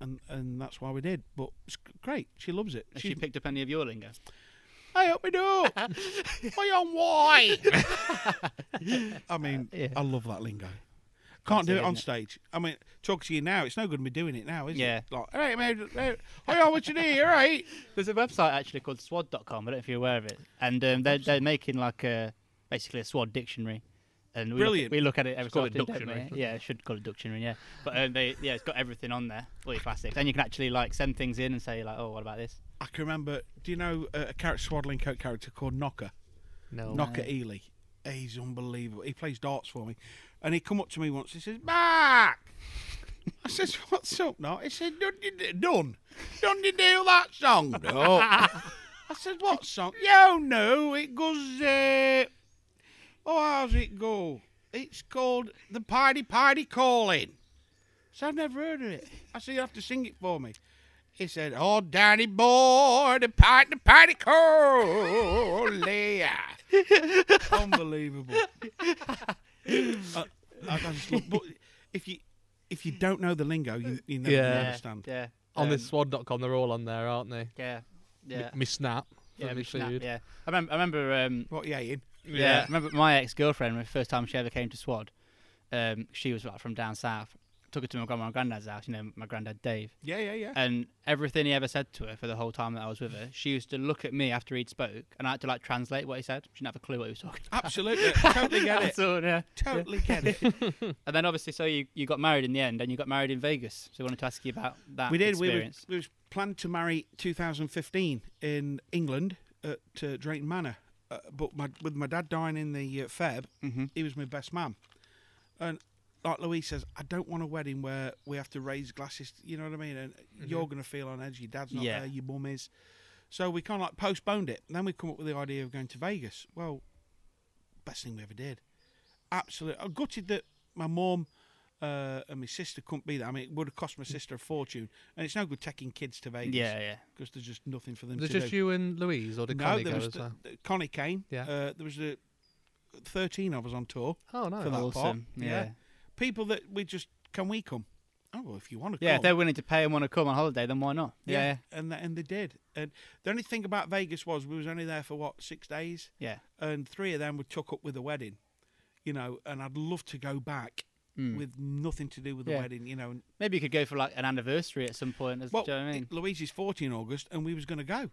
Speaker 3: and and that's why we did. But it's g- great. She loves it.
Speaker 6: Has she picked up any of your lingo?
Speaker 3: I hope we do.
Speaker 6: *laughs*
Speaker 3: Why on why? *laughs* I mean, I love that lingo. Can't do it
Speaker 6: it,
Speaker 3: on
Speaker 6: isn't it?
Speaker 3: stage. I mean, talk to you now. It's no good me doing it now, is
Speaker 6: Yeah.
Speaker 3: it? Like, all right, man. Hey, oh, what you need? All right.
Speaker 6: There's a website actually called swad.com. I don't know if you're aware of it. And um, they're, they're making like a basically a swad dictionary. And we look,
Speaker 3: Brilliant.
Speaker 6: we look at it every
Speaker 8: call
Speaker 6: so
Speaker 8: it
Speaker 6: often, don't
Speaker 8: dictionary.
Speaker 6: we? Yeah, I should call it dictionary, yeah. But um, they yeah, it's got everything on there, all your classics. And you can actually like send things in and say like, oh, what about this?
Speaker 3: I can remember. Do you know uh, a character, swaddling coat character called Knocker?
Speaker 8: No.
Speaker 3: Knocker Ely. He's unbelievable. He plays darts for me. And he come up to me once. He says, "Mark." I says, "What's up, now?" He said, "Done you do, done, done you do that song?" No. I said, "What song?" Yo, oh, no, it goes. Uh, oh, how's it go? It's called the Party Party Calling. So I've never heard of it. I said, "You have to sing it for me." He said, "Oh, Danny boy, the party, the party calling." *laughs* Unbelievable. Uh, I, I just look, but if you if you don't know the lingo, you, you never
Speaker 8: Yeah.
Speaker 3: gonna understand.
Speaker 6: Yeah.
Speaker 8: On
Speaker 6: um,
Speaker 8: this swan.com, they're all on there, aren't they?
Speaker 6: Yeah. Yeah.
Speaker 8: Me snap.
Speaker 6: Yeah,
Speaker 8: lovely
Speaker 6: we snap,
Speaker 8: food.
Speaker 6: yeah. I remember, I remember um,
Speaker 3: What you eating?
Speaker 6: Yeah. remember my ex girlfriend, the first time she ever came to Swad, um, she was like from down south. Took her to my grandma and granddad's house, you know, my granddad Dave.
Speaker 3: Yeah, yeah, yeah.
Speaker 6: And everything he ever said to her for the whole time that I was with her, she used to look at me after he'd spoke and I had to like translate what he said. She didn't have a clue what he was talking about.
Speaker 3: Absolutely, totally *laughs* get it.
Speaker 6: *laughs* That's all, yeah.
Speaker 3: Totally get it.
Speaker 6: *laughs* And then obviously, so you, you got married in the end and you got married in Vegas. So I wanted to ask you about that
Speaker 3: We did. We were,
Speaker 6: experience.
Speaker 3: we was planned to marry 2015 in England at uh, Drayton Manor, uh, but my, with my dad dying in the uh, Feb,
Speaker 6: Mm-hmm.
Speaker 3: he was my best man, and like Louise says, I don't want a wedding where we have to raise glasses. You know what I mean? And you're gonna feel on edge. Your dad's not
Speaker 6: Mm-hmm. Yeah.
Speaker 3: there. Your mum is. So we kind of like postponed it. And then we come up with the idea of going to Vegas. Well, best thing we ever did. Absolutely, I'm gutted that my mum uh, and my sister couldn't be there. I mean, it would have cost my
Speaker 8: Mm.
Speaker 3: sister a fortune, and it's no good taking kids to Vegas.
Speaker 6: Yeah, yeah.
Speaker 3: because there's just nothing for them
Speaker 8: There's
Speaker 3: to
Speaker 8: just
Speaker 3: do.
Speaker 8: you and Louise, or did
Speaker 3: no,
Speaker 8: Connie
Speaker 3: there
Speaker 8: go
Speaker 3: was
Speaker 8: as
Speaker 3: the-
Speaker 8: well?
Speaker 3: the- Connie came.
Speaker 8: Yeah.
Speaker 3: uh, there was a thirteen of us on tour
Speaker 8: Oh, nice.
Speaker 3: for that part.
Speaker 6: Awesome, yeah.
Speaker 3: people that we just can we come? Oh, well, if you want to
Speaker 6: Yeah,
Speaker 3: come,
Speaker 6: if they're willing to pay and want to come on holiday, then why not? Yeah, yeah.
Speaker 3: and th- and they did. And the only thing about Vegas was we was only there for what six days,
Speaker 6: yeah.
Speaker 3: and three of them were took up with the wedding, you know. And I'd love to go back with nothing to do with the
Speaker 6: Hmm. Yeah.
Speaker 3: wedding, you know. And,
Speaker 6: Maybe you could go for like an anniversary at some point. As,
Speaker 3: well,
Speaker 6: do you know what I mean? Hmm.
Speaker 3: it- Louise's forty in August, and we was going to go,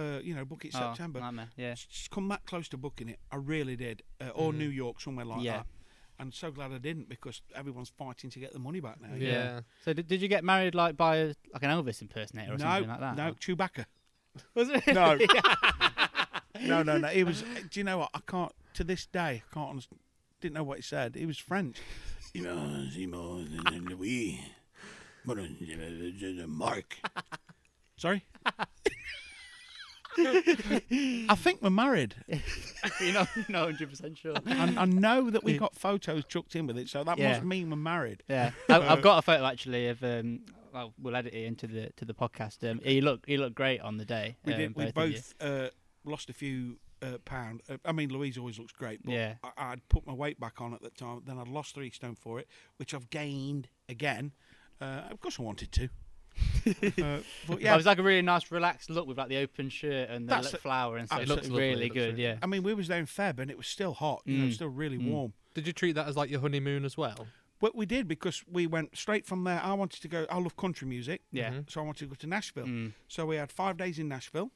Speaker 3: uh, you know, book it
Speaker 6: Oh,
Speaker 3: September.
Speaker 6: nightmare, yeah. Mm-hmm.
Speaker 3: S- s- come that close to booking it. I really did, uh, or New York somewhere like
Speaker 6: Yeah.
Speaker 3: that. I'm so glad I didn't because everyone's fighting to get the money back now.
Speaker 8: Yeah.
Speaker 6: So did, did you get married like by a, like an Elvis impersonator or
Speaker 3: No,
Speaker 6: something like that?
Speaker 3: no, Chewbacca.
Speaker 6: Was it?
Speaker 3: No.
Speaker 6: *laughs*
Speaker 3: no, no, no. It *laughs* was. Do you know what? I can't. To this day, I can't. underst- Didn't know what he said. He was French. You know, Simon and Louis. But, uh, Mark. *laughs* Sorry. I think we're *laughs* married.
Speaker 6: you're not you're not 100
Speaker 3: *laughs*
Speaker 6: percent sure.
Speaker 3: I, I know that we got photos chucked in with it, so that
Speaker 6: Yeah.
Speaker 3: must mean we're married.
Speaker 6: Yeah, I, I've got a photo actually of. Um, well, we'll edit it into the to the podcast. Um, you look you look great on the day.
Speaker 3: We
Speaker 6: um,
Speaker 3: did. We
Speaker 6: of you.
Speaker 3: both uh, lost a few uh, pound. Uh, I mean, Louise always looks great, but
Speaker 6: Yeah.
Speaker 3: I, I'd put my weight back on at the time. Then I'd lost three stone for it, which I've gained again. Uh, of course, I wanted
Speaker 6: *laughs*
Speaker 3: to. uh, but yeah,
Speaker 6: It was like a really nice relaxed look with like the open shirt and the
Speaker 3: That's
Speaker 6: li-
Speaker 3: it.
Speaker 6: flower and stuff. It looks
Speaker 8: Absolutely.
Speaker 6: really
Speaker 8: Looks
Speaker 6: good.
Speaker 8: really
Speaker 6: yeah.
Speaker 3: I mean, we was there in Feb and it was still hot. You know, it
Speaker 6: Mm.
Speaker 3: was still really warm.
Speaker 8: Did you treat that as like your honeymoon as well?
Speaker 3: But we did because we went straight from there. I wanted to go. I love country music.
Speaker 6: Yeah.
Speaker 3: So I wanted to go to Nashville. So we had five days in Nashville,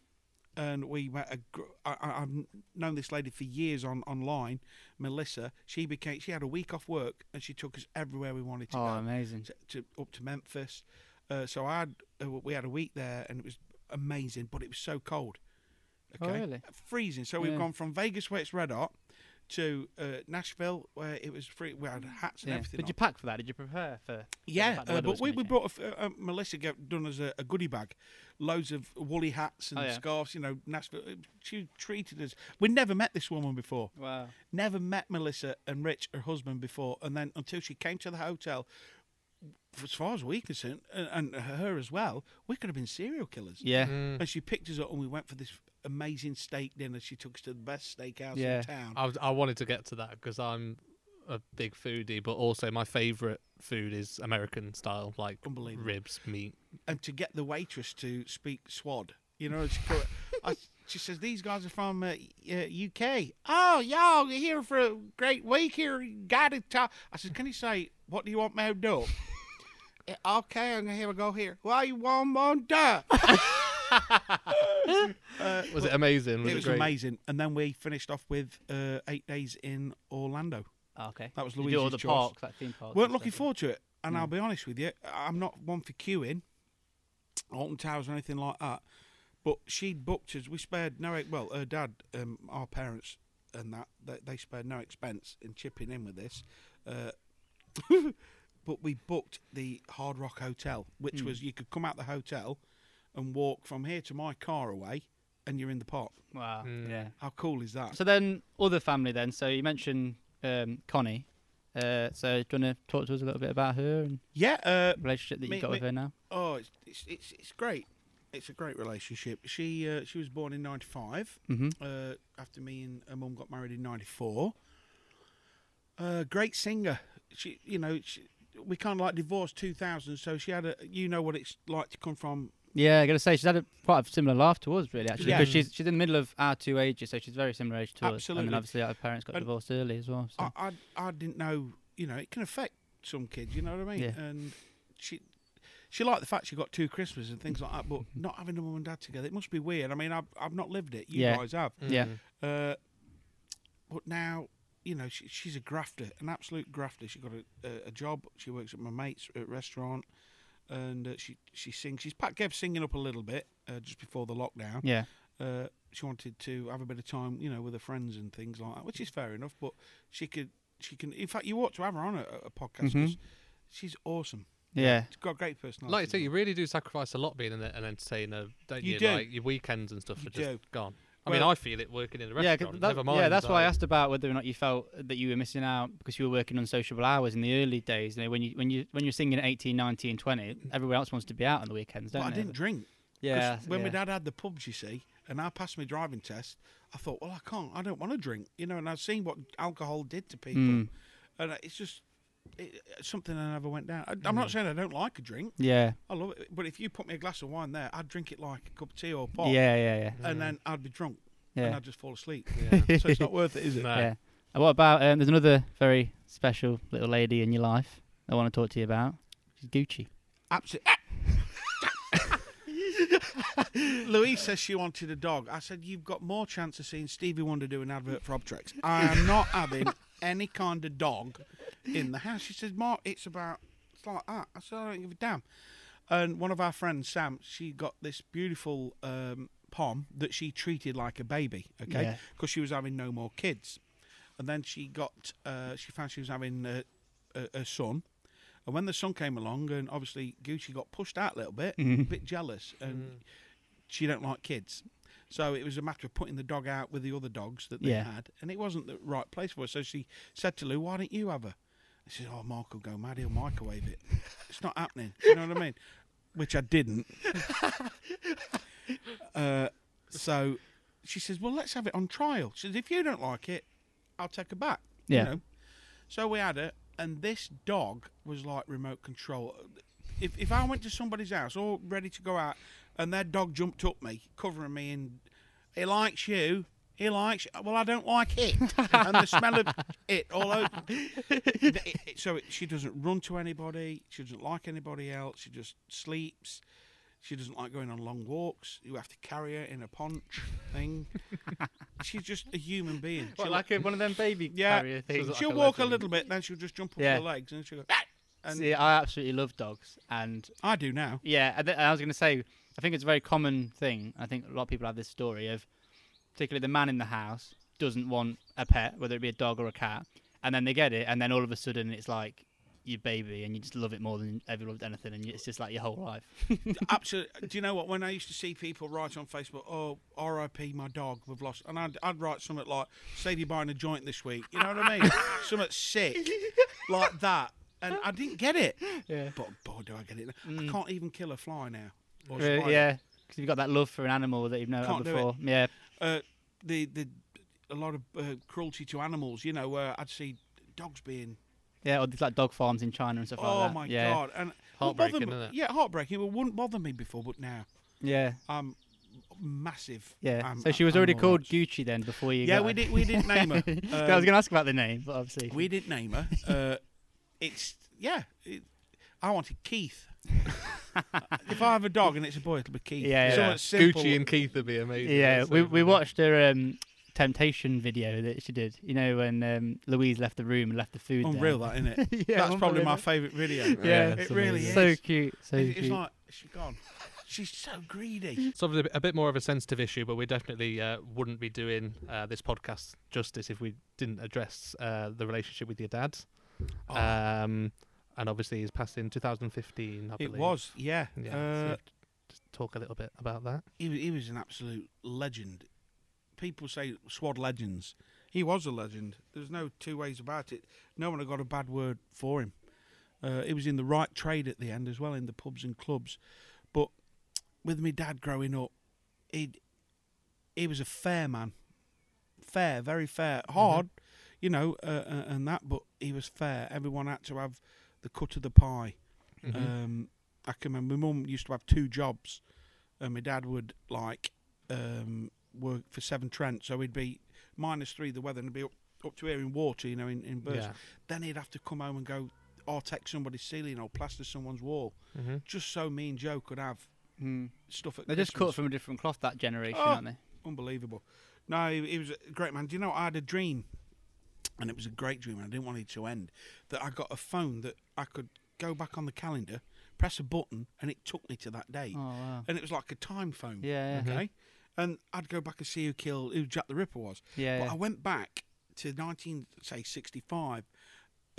Speaker 3: and we met a. Gr- I, I, I've known this lady for years on online, Melissa. She became. She had a week off work, and she took us everywhere we wanted to
Speaker 6: Oh,
Speaker 3: go.
Speaker 6: amazing.
Speaker 3: To, to- up to Memphis. Uh, so I had uh, we had a week there, and it was amazing, but it was so cold.
Speaker 6: Oh, really?
Speaker 3: Freezing. So we've gone from Vegas where it's red hot. To uh, Nashville, where it was free, we had hats and
Speaker 6: Yeah.
Speaker 3: everything.
Speaker 6: Did
Speaker 3: on.
Speaker 6: you pack for that? Did you prepare for?
Speaker 3: Yeah,
Speaker 6: fact the
Speaker 3: uh,
Speaker 6: weather
Speaker 3: but
Speaker 6: was
Speaker 3: we,
Speaker 6: gonna
Speaker 3: we
Speaker 6: change.
Speaker 3: brought a, f- uh, uh, Melissa get, done as a, a goodie bag, loads of woolly hats and
Speaker 6: Oh, yeah.
Speaker 3: scarves. You know, Nashville. uh, She treated us. We never met this woman before.
Speaker 6: Wow.
Speaker 3: Never met Melissa and Rich, her husband, before. And then until she came to the hotel, f- as far as we concerned, and, and her as well, we could have been serial killers.
Speaker 6: Yeah.
Speaker 3: And she picked us up, and we went for this amazing steak dinner. She took us to the best steakhouse
Speaker 6: Yeah.
Speaker 3: in town.
Speaker 8: I, was, I wanted to get to that because I'm a big foodie, but also my favourite food is American style, like
Speaker 3: Unbelievable.
Speaker 8: ribs, meat.
Speaker 3: and to get the waitress to speak swad. You know, she, put, I, she says these guys are from uh, uh, UK. Oh, y'all you're here for a great week here. Got to talk. I said, can you say what do you want me to do? *laughs* "Uh, okay, I'm gonna have a go here. Why you want more duh?
Speaker 8: Was it amazing? Was
Speaker 3: It
Speaker 8: it,
Speaker 3: was
Speaker 8: great?
Speaker 3: amazing. And then we finished off with uh, eight days in Orlando.
Speaker 6: Oh, okay.
Speaker 3: That was
Speaker 6: Did you do all
Speaker 3: Louise's
Speaker 6: the
Speaker 3: choice.
Speaker 6: parks, like theme parks.
Speaker 3: weren't
Speaker 6: and
Speaker 3: looking
Speaker 6: stuff? Mm.
Speaker 3: forward to it. And I'll be honest with you, I'm not one for queuing, Alton Towers or anything like that. But she booked us. We spared no. Well, her dad, um, our parents, and that they, they spared no expense in chipping in with this. Uh, *laughs* but we booked the Hard Rock Hotel, which
Speaker 6: Hmm.
Speaker 3: was you could come out the hotel and walk from here to my car away, and you're in the park.
Speaker 6: Wow. Yeah.
Speaker 3: How cool is that?
Speaker 6: So then, other family. Then, so you mentioned um, Connie. Uh, so do you want to talk to us a little bit about her and
Speaker 3: yeah, uh,
Speaker 6: relationship that you
Speaker 3: Me-
Speaker 6: have got with
Speaker 3: me-
Speaker 6: her now?
Speaker 3: Oh, it's it's it's, it's great. It's a great relationship. She uh, she was born in '95.
Speaker 6: Mm-hmm.
Speaker 3: Uh, after me and her mum got married in '94. Uh, great singer. She, you know, she, we kind of like divorced 2000, so she had a. You know what it's like to come from.
Speaker 6: Yeah, I gotta say she's had a quite a similar life to us, really. Actually,
Speaker 3: Yeah. Mm.
Speaker 6: because she's she's in the middle of our two ages, so she's very similar age to us. And
Speaker 3: Absolutely.
Speaker 6: then obviously our parents got
Speaker 3: And-
Speaker 6: divorced early as well. So.
Speaker 3: I, I I didn't know. You know, it can affect some kids. You know what I mean?
Speaker 6: Yeah.
Speaker 3: And she. She liked the fact she got two Christmases and things like that, but
Speaker 6: Mm-hmm.
Speaker 3: not having a mum and dad together, it must be weird. I mean, I've, I've not lived it. You
Speaker 6: Yeah.
Speaker 3: guys have.
Speaker 6: yeah,
Speaker 3: Uh, but now, you know, she, she's a grafter, an absolute grafter. She got a, a, a job. She works at my mate's uh restaurant, and uh, she she sings. She's Pat Gev singing up a little bit uh, just before the lockdown.
Speaker 6: yeah,
Speaker 3: Uh, she wanted to have a bit of time, you know, with her friends and things like that, which is fair enough. But she could, she can. In fact, you ought to have her on a, a podcast
Speaker 6: Mm-hmm.
Speaker 3: 'cause she's awesome.
Speaker 6: yeah.
Speaker 3: She's got a great personality.
Speaker 8: Like you say, you really do sacrifice a lot being an, an entertainer, uh, don't
Speaker 3: You
Speaker 8: you?
Speaker 3: do.
Speaker 8: Like your weekends and stuff are just
Speaker 3: do.
Speaker 8: gone. I mean, I feel it working in a
Speaker 6: Yeah,
Speaker 8: restaurant.
Speaker 6: 'cause that-
Speaker 8: Never mind.
Speaker 6: yeah, that's why I
Speaker 8: though.
Speaker 6: asked about whether or not you felt that you were missing out because you were working unsociable hours in the early days. You know, when you when you when you're singing at 18, 19, 20, everyone else wants to be out on the weekends, don't
Speaker 3: But I
Speaker 6: they?
Speaker 3: didn't drink. 'Cause
Speaker 6: Yeah,
Speaker 3: When
Speaker 6: yeah.
Speaker 3: my dad had the pubs, you see, and I passed my driving test, I thought, well, I can't. I don't want to drink, you know. And I've seen what alcohol did to people,
Speaker 6: Hmm.
Speaker 3: and it's just it, it's something I never went down. I,
Speaker 6: Hmm.
Speaker 3: I'm not saying I don't like a drink.
Speaker 6: Yeah,
Speaker 3: I love it, but if you put me a glass of wine there, I'd drink it like a cup of tea or pop.
Speaker 6: yeah, yeah, yeah.
Speaker 3: And then I'd be drunk, and
Speaker 6: Yeah.
Speaker 3: I'd just fall
Speaker 6: *laughs*
Speaker 3: asleep. so it's not worth it, is it?
Speaker 8: No.
Speaker 6: yeah. And what about um, there's another very special little lady in your life I want to talk to you about. She's Gucci.
Speaker 3: Absolutely. *laughs* Louise says she wanted a dog. I said, You've got more chance of seeing Stevie Wonder do an advert for Obtrex. I am not having any kind of dog in the house. She says, Mark, it's about, it's like that. I said, I don't give a damn. And one of our friends, Sam, she got this beautiful um, pom that she treated like a baby, okay?
Speaker 6: Yeah.
Speaker 3: Because she was having no more kids. And then she got, uh, she found she was having uh, a, a son. And when the son came along, and obviously Gucci got pushed out a little bit, a bit jealous, and she don't like kids. So it was a matter of putting the dog out with the other dogs that they
Speaker 6: Yeah.
Speaker 3: had, and it wasn't the right place for her. So she said to Lou, "Why don't you have her?" And she said, "Oh, Mark will go mad. He'll microwave it. It's not happening. You know what I mean?" Which I didn't. uh, so she says, "Well, let's have it on trial." She says, "If you don't like it, I'll take her back."
Speaker 6: Yeah.
Speaker 3: You know? So we had it, and this dog was like remote control. If, if I went to somebody's house, all ready to go out, and their dog jumped up me, covering me, and he likes you. He likes. Well, I don't like it, and the smell of it all over. It- it- so it, she doesn't run to anybody. She doesn't like anybody else. She just sleeps. She doesn't like going on long walks. You have to carry her in a ponch
Speaker 6: *laughs*
Speaker 3: thing. She's just a human being. She
Speaker 6: like a, one of them baby
Speaker 3: yeah,
Speaker 6: carrier things.
Speaker 3: she'll walk a little bit, then she'll just jump up
Speaker 6: Yeah.
Speaker 3: her legs, and she'll go. "Ah!" And
Speaker 6: See, I absolutely love dogs, and
Speaker 3: I do now.
Speaker 6: Yeah, I, th- I was going to say, I think it's a very common thing. I think a lot of people have this story of, particularly the man in the house doesn't want a pet, whether it be a dog or a cat, and then they get it, and then all of a sudden it's like your baby, and you just love it more than you ever loved anything, and it's just like your whole life.
Speaker 3: Absolutely. Do you know what? When I used to see people write on Facebook, "Oh, R.I.P. My dog, we've lost," and I'd, I'd write something like, "Sadie buying a joint this week." You know what I mean?
Speaker 6: *laughs*
Speaker 3: something sick like that, and I didn't get it.
Speaker 6: Yeah. Mm.
Speaker 3: But boy, do I get it! now. I can't even kill a fly now. Or
Speaker 6: Really,
Speaker 3: spider.
Speaker 6: yeah, because you've got that love for an animal that you've never had
Speaker 3: Can't do it.
Speaker 6: before. Yeah,
Speaker 3: uh, the the a lot of uh, cruelty to animals. You know, where I'd see dogs being
Speaker 6: yeah, or there's like dog farms in China and stuff
Speaker 3: Oh
Speaker 6: like that.
Speaker 3: my
Speaker 6: yeah.
Speaker 3: god! And it wouldn't bother
Speaker 8: Heartbreaking,
Speaker 3: me-
Speaker 8: isn't it?
Speaker 3: Yeah, heartbreaking. It wouldn't bother me before, but now
Speaker 6: Yeah,
Speaker 3: I'm massive. um,
Speaker 6: yeah.
Speaker 3: I'm-
Speaker 6: so she was already
Speaker 3: I'm all
Speaker 6: called
Speaker 3: right.
Speaker 6: Gucci then before you.
Speaker 3: Yeah,
Speaker 6: got
Speaker 3: we
Speaker 6: her. *laughs*
Speaker 3: did. We didn't name her.
Speaker 6: I was
Speaker 3: Um,
Speaker 6: going to ask about the name, but obviously
Speaker 3: We didn't name her. Uh, it's yeah. It, I wanted
Speaker 6: *laughs*
Speaker 3: Keith. if I have a dog and it's a boy, it'll be Keith.
Speaker 6: Yeah, yeah.
Speaker 3: Someone
Speaker 8: Yeah.
Speaker 3: simple.
Speaker 8: Gucci and Keith would be amazing.
Speaker 6: Yeah,
Speaker 8: That's
Speaker 6: we,
Speaker 8: so
Speaker 6: we
Speaker 8: good.
Speaker 6: watched her um, temptation video that she did. You know when um, Louise left the room and left the food. there.
Speaker 3: unreal, that isn't it?
Speaker 6: *laughs* Yeah,
Speaker 3: that's probably my
Speaker 6: unbelievable.
Speaker 3: favourite video.
Speaker 6: *laughs* Yeah,
Speaker 3: it
Speaker 8: it's
Speaker 3: really is.
Speaker 8: amazing.
Speaker 6: So cute, so
Speaker 3: It-
Speaker 6: cute.
Speaker 3: it's like she's gone. She's so greedy.
Speaker 8: It's obviously a bit more of a sensitive issue, but we definitely uh, wouldn't be doing uh, this podcast justice if we didn't address uh, the relationship with your dad.
Speaker 3: Oh.
Speaker 8: Um, and obviously, he's passed in 2015. I
Speaker 3: It
Speaker 8: believe.
Speaker 3: was, yeah.
Speaker 8: Yeah.
Speaker 3: Uh,
Speaker 8: so just talk a little bit about that.
Speaker 3: he was, he was an absolute legend. People say Swad legends. He was a legend. There's no two ways about it. No one had got a bad word for him. Uh, he was in the right trade at the end as well, in the pubs and clubs. But with my dad growing up, he he was a fair man, fair, very fair, hard, you know, uh, uh, and that. But he was fair. Everyone had to have the cut of the pie. Um, I can remember my mum used to have two jobs and my dad would like um, work for Seven Trent, so he'd be minus three the weather and he'd be up, up to here in water, you know, in, in Burst.
Speaker 8: Yeah.
Speaker 3: Then he'd have to come home and go artex somebody's ceiling or plaster someone's wall, just so me and Joe could have hmm, stuff. At
Speaker 6: They're Mm-hmm. just cut
Speaker 3: Christmas.
Speaker 6: from a different cloth that generation,
Speaker 3: Oh.
Speaker 6: aren't they?
Speaker 3: unbelievable. No, he, he was a great man. Do you know I had a dream, and it was a great dream, and I didn't want it to end. That I got a phone that I could go back on the calendar, press a button, and it took me to that day.
Speaker 6: Oh, wow.
Speaker 3: And it was like a time phone.
Speaker 6: Yeah, yeah.
Speaker 3: Okay. And I'd go back and see who killed who Jack the Ripper was.
Speaker 6: Yeah,
Speaker 3: But
Speaker 6: yeah.
Speaker 3: I went back to nineteen say sixty five,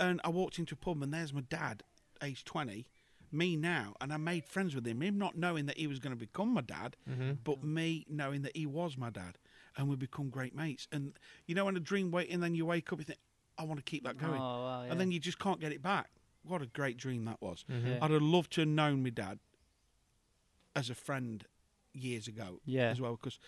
Speaker 3: and I walked into a pub and there's my dad, age twenty, me now, and I made
Speaker 6: Mm-hmm.
Speaker 3: friends with him. Him not knowing that he was going to become my dad, but me knowing that he was my dad. and we become great mates. And you know, in a dream wait, and then you wake up, you think, I want to keep that going,
Speaker 6: Oh, wow, yeah. Mm-hmm.
Speaker 3: and then you just can't get it back. What a great dream that was!
Speaker 6: Yeah.
Speaker 3: I'd have loved to have known my dad as a friend years ago,
Speaker 6: Yeah.
Speaker 3: as well, because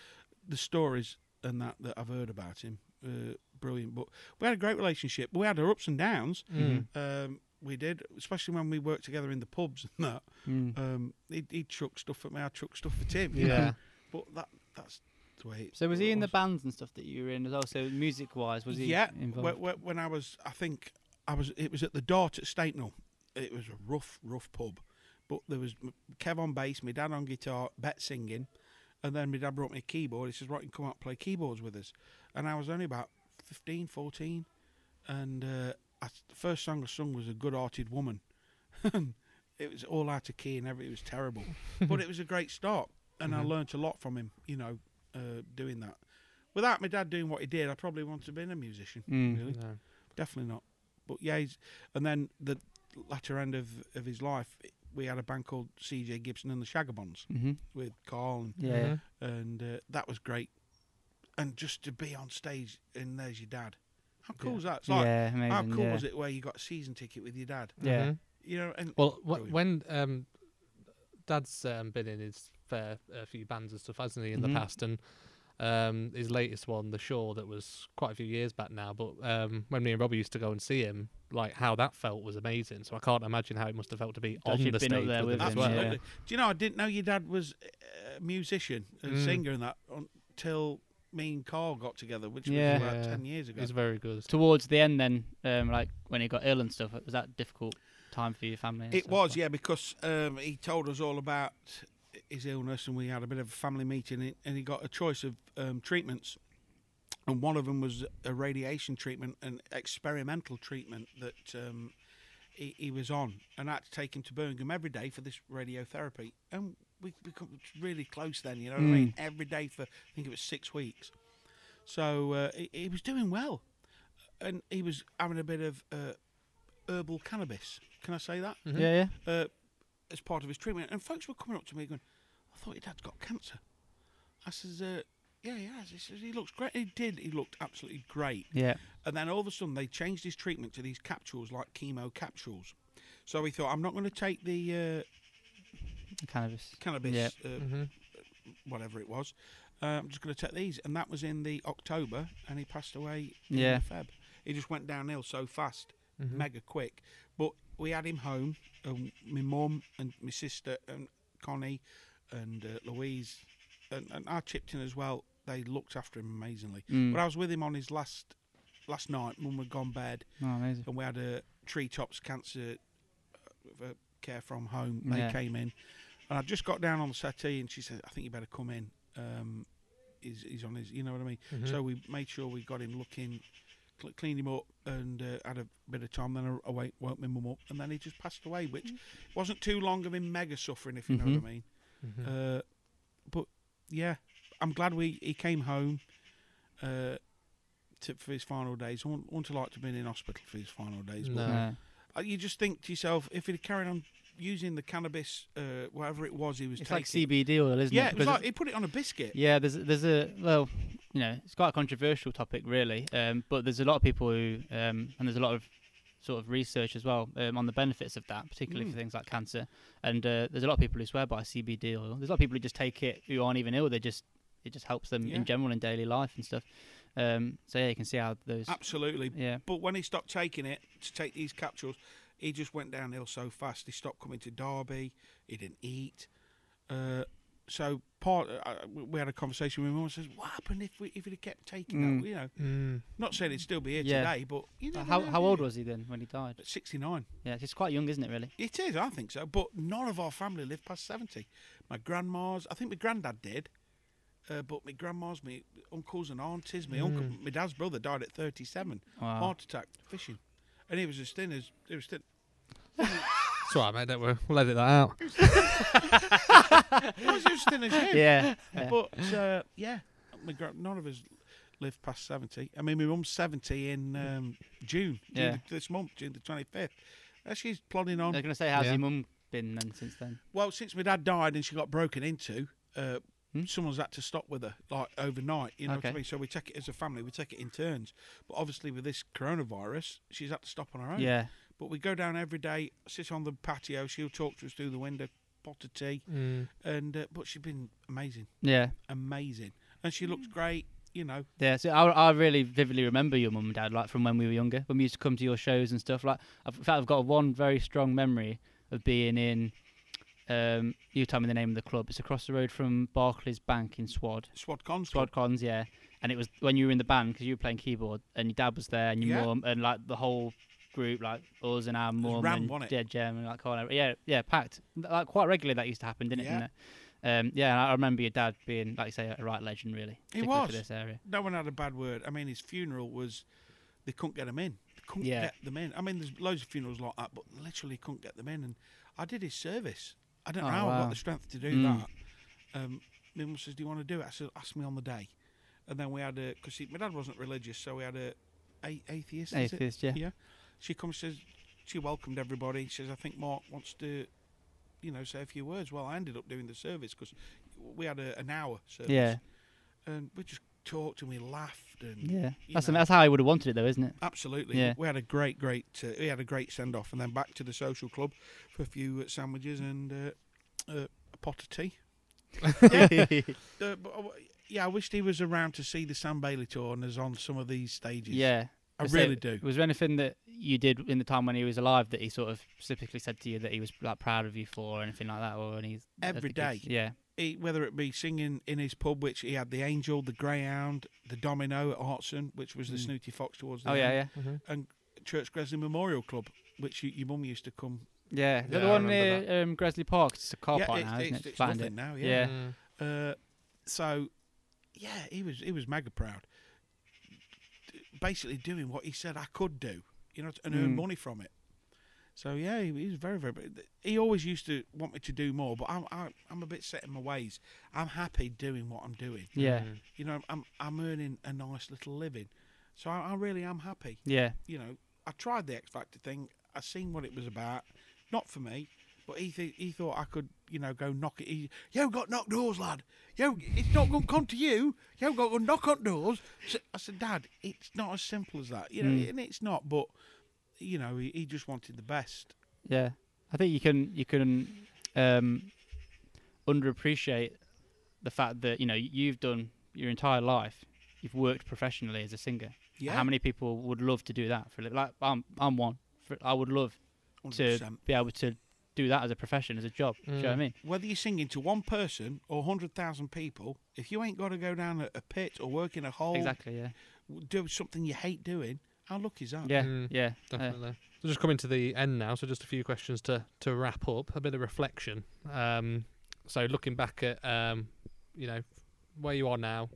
Speaker 3: the stories and that that I've heard about him, uh, brilliant. But we had a great relationship. We had our ups and downs.
Speaker 6: Mm. Mm-hmm.
Speaker 3: Um, we did, especially when we worked together in the pubs and that. Um, he'd, he'd chuck stuff at me. I chuck stuff at him. you know.
Speaker 6: Mm. Yeah.
Speaker 3: *laughs* But that that's the way. It,
Speaker 6: So was he in the
Speaker 3: was.
Speaker 6: bands and stuff that you were in as well? So music wise, was he
Speaker 3: yeah,
Speaker 6: involved?
Speaker 3: wh- wh- when I was, I think I was. It was at the Dart at Statenall. It was a rough, rough pub, but there was m- Kev on bass, my dad on guitar, Bet singing, and then my dad brought me a keyboard. He says, "Right, you can come out and play keyboards with us." And I was only about 15, 14, and uh, I, the first song I sung was "A Good-Hearted Woman." *laughs* it was all out of key and everything. It was
Speaker 6: *laughs*
Speaker 3: terrible, but it was a great start, and
Speaker 6: Mm-hmm.
Speaker 3: I learnt a lot from him. You know, uh, doing that. Without my dad doing what he did, I probably wouldn't have been a musician.
Speaker 6: Hmm.
Speaker 3: really, definitely not. But yeah, he's, and then the latter end of, of his life, we had a band called C.J. Gibson and the Shagabons with Carl, and,
Speaker 6: Mm-hmm. Yeah, yeah.
Speaker 3: and uh, that was great. And just to be on stage and there's your dad. How cool is that? It's like,
Speaker 6: Yeah,
Speaker 3: how
Speaker 6: amazing,
Speaker 3: cool
Speaker 6: yeah.
Speaker 3: was it Mm-hmm. where you got a season ticket with your dad?
Speaker 6: Yeah.
Speaker 8: Mm-hmm.
Speaker 3: You know, and
Speaker 8: Well, wh-
Speaker 3: Brilliant.
Speaker 8: when um, Dad's um, been in his fair a few bands and stuff, hasn't he, in
Speaker 6: Mm-hmm.
Speaker 8: the past? And um, his latest one, The Shore, that was quite a few years back now. But um, when me and Robbie used to go and see him, like how that felt was amazing. So I can't imagine how it must have felt to be on
Speaker 6: actually
Speaker 8: the
Speaker 6: been
Speaker 8: stage
Speaker 6: up there
Speaker 8: with
Speaker 6: with
Speaker 8: him as
Speaker 6: him,
Speaker 8: well.
Speaker 6: yeah.
Speaker 3: Absolutely. Do you know I didn't know your dad was a musician, a singer, and that until me and Carl got together, which
Speaker 6: Yeah.
Speaker 3: was about
Speaker 8: Yeah.
Speaker 3: ten years ago.
Speaker 8: He's very good.
Speaker 6: Towards the end, then, um, like when he got ill and stuff, was that difficult time for your family? and
Speaker 3: It
Speaker 6: stuff?
Speaker 3: was, yeah, because um, he told us all about his illness, and we had a bit of a family meeting, and- and he got a choice of um, treatments, and one of them was a radiation treatment, an experimental treatment that um, he, he was on, and I had to take him to Birmingham every day for this radiotherapy, and we become really close then, you know what I mean? Every day for I think it was six weeks, so uh, he, he was doing well, and he was having a bit of. Uh, herbal cannabis can i say that
Speaker 6: Yeah, yeah.
Speaker 3: uh, as part of his treatment. And folks were coming up to me going, I thought your dad's got cancer. I says, uh, yeah, he has. He says, he looks great. He did. He looked absolutely great.
Speaker 6: Yeah.
Speaker 3: And then all of a sudden, they changed his treatment to these capsules, like chemo capsules. So he thought, I'm not going to take the uh,
Speaker 6: Cannabis.
Speaker 3: cannabis,
Speaker 6: Yeah. Mm-hmm.
Speaker 3: uh, whatever it was. Uh, I'm just going to take these. And that was in the October, and he passed away in
Speaker 6: Yeah. Mm-hmm.
Speaker 3: the Feb. He just went downhill so fast, mega quick. But we had him home, and my mum and my sister and Connie and uh, Louise, and, and I chipped in as well. They looked after him amazingly.
Speaker 6: Mm.
Speaker 3: But I was with him on his last last night. Mum had gone bed,
Speaker 6: Oh, amazing.
Speaker 3: and we had a treetops cancer uh, uh, care from home. They
Speaker 6: Yeah.
Speaker 3: came in, and I just got down on the settee, and she said, "I think you better come in." Um, he's, he's on his, you know what I mean.
Speaker 6: Mm-hmm.
Speaker 3: So we made sure we got him looking, cl- cleaned him up, and uh, had a bit of time. Then I, I woke, woke my mum up, and then he just passed away, which wasn't too long of him mega suffering, if you know
Speaker 6: Mm-hmm.
Speaker 3: what I mean. Uh, but yeah, I'm glad we he came home. Uh, to, for his final days, I wouldn't, wouldn't have liked to have been in hospital for his final days. But
Speaker 8: No.
Speaker 6: Yeah.
Speaker 3: uh, you just think to yourself, if he'd carried on using the cannabis, uh, whatever it was he was
Speaker 6: It's
Speaker 3: taking.
Speaker 6: like CBD oil, isn't
Speaker 3: Yeah,
Speaker 6: it?
Speaker 3: it was
Speaker 6: Because
Speaker 3: like he put it on a biscuit.
Speaker 6: Yeah, there's there's a well, you know, it's quite a controversial topic really. Um, but there's a lot of people who, um, and there's a lot of sort of research as well um, on the benefits of that, particularly for things like cancer. And uh, there's a lot of people who swear by CBD oil. There's a lot of people who just take it who aren't even ill. They just it just helps them
Speaker 3: Yeah.
Speaker 6: in general in daily life and stuff. Um, so yeah, you can see how those.
Speaker 3: Ah. Absolutely.
Speaker 6: Yeah.
Speaker 3: But when he stopped taking it to take these capsules, he just went downhill so fast. He stopped coming to Derby. He didn't eat. Uh, so part, uh, we had a conversation with him and says, "What happened if we if he'd have kept taking that? You know, not saying he'd still be here
Speaker 6: Mm. Yeah.
Speaker 3: today, but you
Speaker 6: Uh,
Speaker 3: never
Speaker 6: How
Speaker 3: know,
Speaker 6: how
Speaker 3: do
Speaker 6: old
Speaker 3: you?
Speaker 6: was he then when he died?
Speaker 3: Sixty nine.
Speaker 6: Yeah, he's quite young, isn't it? Really?
Speaker 3: It is, I think so. But none of our family lived past 70. My grandma's, I think my granddad did. Uh, but my grandma's, my uncles and aunties, my uncle, my dad's brother died at 37.
Speaker 6: Hmm. Wow.
Speaker 3: Heart attack, fishing. And he was as thin as, he was thin.
Speaker 8: It's all right, mate. Don't worry. We'll edit that out.
Speaker 3: I was as thin
Speaker 6: *laughs*
Speaker 3: as him.
Speaker 6: Yeah.
Speaker 3: But, uh, yeah, my gran- none of us lived past 70. I mean, my mum's 70 in um, June, June
Speaker 6: Yeah.
Speaker 3: the- this month, June the 25th. Uh, She's plodding on.
Speaker 6: They're gonna say how's
Speaker 8: Yeah.
Speaker 6: your mum been then since then?
Speaker 3: Well, since my dad died and she got broken into, uh, someone's had to stop with her like overnight. You know what I
Speaker 6: Hmm? Okay.
Speaker 3: mean? So we take it as a family. We take it in turns. But obviously with this coronavirus, she's had to stop on her own.
Speaker 6: Yeah.
Speaker 3: But we go down every day, sit on the patio. She'll talk to us through the window, pot of tea,
Speaker 6: Mm.
Speaker 3: and uh, but she's been amazing,
Speaker 6: Yeah.
Speaker 3: amazing, and she
Speaker 6: Mm.
Speaker 3: looks great. You know,
Speaker 6: Yeah, so I, I really vividly remember your mum and dad, like from when we were younger, when we used to come to your shows and stuff. Like, I've, in fact, I've got one very strong memory of being in. Um, you tell me the name of the club. It's across the road from Barclays Bank in Swad.
Speaker 3: Swad Cons.
Speaker 6: Swad Cons, yeah. And it was when you were in the band because you were playing keyboard and your dad was there and your
Speaker 3: Yeah.
Speaker 6: mum and like the whole group, like us and our mum
Speaker 3: Ram,
Speaker 6: and
Speaker 3: wasn't it?
Speaker 6: Dead Gem and like Colin. Yeah, yeah, packed. Like quite regularly that used to happen, didn't
Speaker 3: Yeah.
Speaker 6: it? Didn't it? Um, yeah, and I remember your dad being, like you say, a right legend, really.
Speaker 3: He
Speaker 6: particularly
Speaker 3: was.
Speaker 6: for this area.
Speaker 3: No one had a bad word. I mean, his funeral was they couldn't get him in. They couldn't
Speaker 6: Yeah.
Speaker 3: get them in. I mean, there's loads of funerals like that, but literally couldn't get them in. And I did his service. I don't
Speaker 6: Oh,
Speaker 3: know how I
Speaker 6: wow. Mm.
Speaker 3: got the strength to do that. Um, my mum says, "Do you want to do it?" I said, "Ask me on the day." And then we had a because my dad wasn't religious, so we had a, a atheist. is it?
Speaker 6: Atheist, yeah.
Speaker 3: Yeah. She comes, says she welcomed everybody. She says, "I think Mark wants to." You know, say a few words. Well, I ended up doing the service because we had a, an hour service
Speaker 6: Yeah.
Speaker 3: and we just talked and we laughed and
Speaker 6: Yeah,
Speaker 3: you
Speaker 6: that's
Speaker 3: know,
Speaker 6: that's how I would have wanted it, though, isn't it?
Speaker 3: absolutely.
Speaker 6: yeah.
Speaker 3: We had a great, great, uh, we had a great send off, and then back to the social club for a few uh, sandwiches and uh, uh, a pot of tea. Uh, but, I w- yeah, I wished he was around to see the Sam Bailey tour and is on some of these stages.
Speaker 6: *laughs* yeah,
Speaker 3: I
Speaker 6: So,
Speaker 3: really do.
Speaker 6: Was there anything that you did in the time when he was alive that he sort of specifically said to you that he was like proud of you for, or anything like that, or when uh, he's
Speaker 3: Every
Speaker 6: as the kids-
Speaker 3: day.
Speaker 6: Yeah,
Speaker 3: He, whether it be singing in his pub, which he had the Angel, the Greyhound, the Domino at Hartson, which was the Snooty Fox towards the
Speaker 6: Oh, yeah,
Speaker 3: end, and Church Gresley Memorial Club, which you, your mum used to come
Speaker 6: yeah.
Speaker 8: Yeah,
Speaker 6: the
Speaker 8: I
Speaker 6: one
Speaker 8: remember
Speaker 6: near um, Gresley Park, it's a car
Speaker 3: Yeah,
Speaker 6: park
Speaker 3: it's-
Speaker 6: now, isn't
Speaker 3: it's-
Speaker 6: it?
Speaker 3: it's nothing
Speaker 6: Flattened it.
Speaker 3: now, yeah.
Speaker 6: yeah.
Speaker 3: Uh, so, yeah, he was he was mega proud. D- Basically, doing what he said I could do, you know, and earn money from it. So yeah, he, he was very very. He always used to want me to do more, but I'm I, I'm a bit set in my ways. I'm happy doing what I'm doing.
Speaker 6: Yeah.
Speaker 3: You know, I'm I'm earning a nice little living, so I, I really am happy
Speaker 6: yeah,
Speaker 3: you know, I tried the X Factor thing. I seen what it was about. Not for me, but he th- he thought I could, you know, go knock it. He, you got knocked doors, lad. Yo, it's not going to come to you. You got to knock on doors. So I said, Dad, it's not as simple as that, you know,
Speaker 6: Mm.
Speaker 3: and it's not. But you know, he, he just wanted the best.
Speaker 6: yeah. I think you can you can um, underappreciate the fact that you know you've done your entire life. You've worked professionally as a singer.
Speaker 3: Yeah,
Speaker 6: How many people would love to do that for a li- like I'm I'm one. For, I would love to
Speaker 3: 100%.
Speaker 6: be able to do that as a profession, as a job. Do you
Speaker 8: Mm.
Speaker 6: know what I mean?
Speaker 3: Whether you're singing to one person or hundred thousand people, if you ain't got to go down a, a pit or work in a hole,
Speaker 6: Exactly. Yeah.
Speaker 3: do something you hate doing, how lucky is that?
Speaker 6: Yeah. Yeah. uh,
Speaker 8: Mm. Definitely. so just coming to the end now. So just a few questions to to wrap up. A bit of reflection. Um, so looking back at um, you know, where you are now,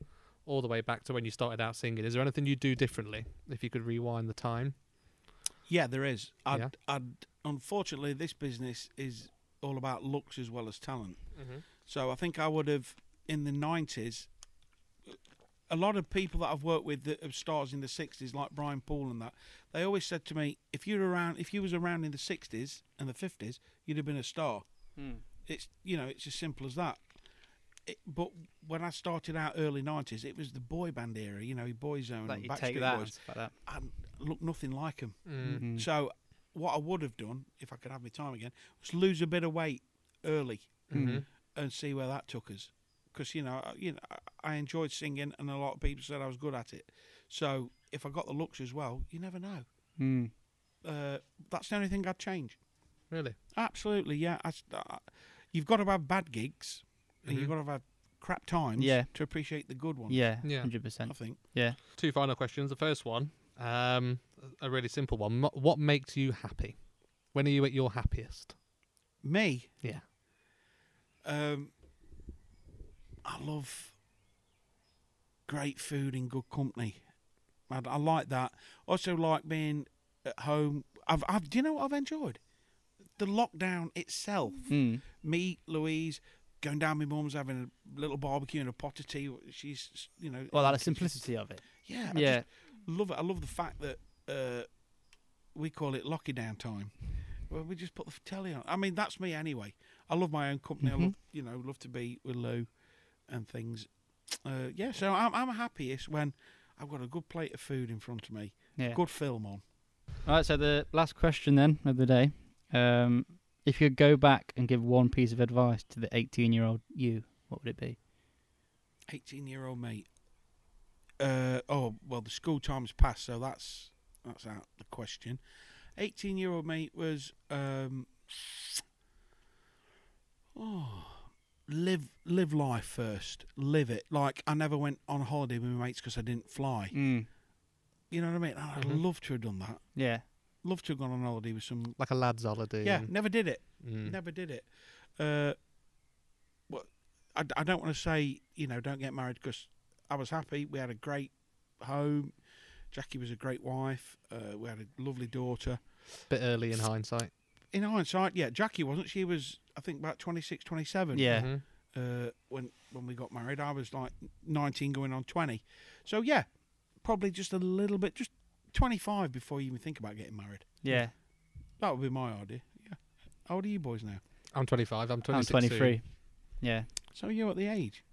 Speaker 8: all the way back to when you started out singing. Is there anything you'd do differently if you could rewind the time?
Speaker 3: Yeah, there is. I'd,
Speaker 8: Yeah.
Speaker 3: I'd, unfortunately, this business is all about looks as well as talent. So I think I would have, in the 90s, a lot of people that I've worked with that have stars in the 60s, like Brian Paul and that, they always said to me, if you're around, if you was around in the 60s and the 50s, you'd have been a star.
Speaker 6: Hmm.
Speaker 3: It's, you know, it's as simple as that. It, but when I started out early 90s, it was the boy band era, you know, Boyzone
Speaker 6: Like
Speaker 3: and
Speaker 6: you
Speaker 3: Backstreet
Speaker 6: take that. and
Speaker 3: Boys
Speaker 6: stuff like that.
Speaker 3: and look nothing like him.
Speaker 6: Mm-hmm.
Speaker 3: So what I would have done if I could have my time again was lose a bit of weight early
Speaker 8: Mm-hmm.
Speaker 3: and see where that took us. Because you know, I- you know, I- I enjoyed singing, and a lot of people said I was good at it. So if I got the looks as well, you never know.
Speaker 6: Mm.
Speaker 3: Uh, that's the only thing I'd change.
Speaker 8: Really?
Speaker 3: Absolutely, yeah. I s- I- you've got to have bad gigs, and you've got to have crap times
Speaker 6: Mm-hmm. Yeah.
Speaker 3: to appreciate the good ones.
Speaker 6: Yeah.
Speaker 8: Yeah.
Speaker 6: Hundred
Speaker 3: I
Speaker 6: percent.
Speaker 3: think.
Speaker 6: Yeah.
Speaker 8: Two final questions. The first one, um, a really simple one. Mo- What makes you happy? When are you at your happiest?
Speaker 3: Me,
Speaker 8: Yeah.
Speaker 3: Um, I love great food and good company. I, I like that. Also like being at home. I've, I've, do you know what I've enjoyed? The lockdown itself.
Speaker 6: Mm.
Speaker 3: Me, Louise, going down my mum's having a little barbecue and a pot of tea. She's, you know,
Speaker 6: Well, that the simplicity of it.
Speaker 3: yeah, I
Speaker 6: Yeah.
Speaker 3: just love it. I love the fact that uh, we call it locky down time. Well, we just put
Speaker 6: Mm-hmm.
Speaker 3: the telly on. I mean, that's me anyway. I love my own company. I love, you know, love to be with Lou, and things. Uh, yeah, so I'm, I'm happiest when I've got a good plate of food in front of me,
Speaker 6: Yeah.
Speaker 3: good film on.
Speaker 6: All right, so the last question then of the day. Um, if you could go back and give one piece of advice to the 18 year old you, what would it be?
Speaker 3: 18 year old mate. Uh, oh well, the school time's passed, so that's that's out the question. 18 year old mate was um, oh, live live life first, live it. Like I never went on holiday with my mates because I didn't fly.
Speaker 6: Mm.
Speaker 3: You know what I mean? I'd love to have done that.
Speaker 6: Yeah.
Speaker 3: Love to have gone on holiday with some.
Speaker 8: Like a lad's holiday.
Speaker 3: Yeah,
Speaker 8: and-
Speaker 3: never did it.
Speaker 8: Mm.
Speaker 3: Never did it. Uh, well, I, d- I don't want to say you know don't get married because I was happy. We had a great home. Jackie was a great wife. Uh, we had a lovely daughter.
Speaker 8: Bit early in hindsight.
Speaker 3: In hindsight, yeah, Jackie wasn't. She was I think about 26, 27
Speaker 6: Yeah.
Speaker 8: Mhm.
Speaker 3: uh, when when we got married. I was like nineteen, going on twenty. So yeah, probably just a little bit, just twenty five before you even think about getting married.
Speaker 6: Yeah.
Speaker 3: That would be my idea. Yeah. How old are you boys now?
Speaker 8: I'm 25. I'm 26.
Speaker 6: I'm
Speaker 8: soon.
Speaker 6: 23. Yeah.
Speaker 3: So you're at the age.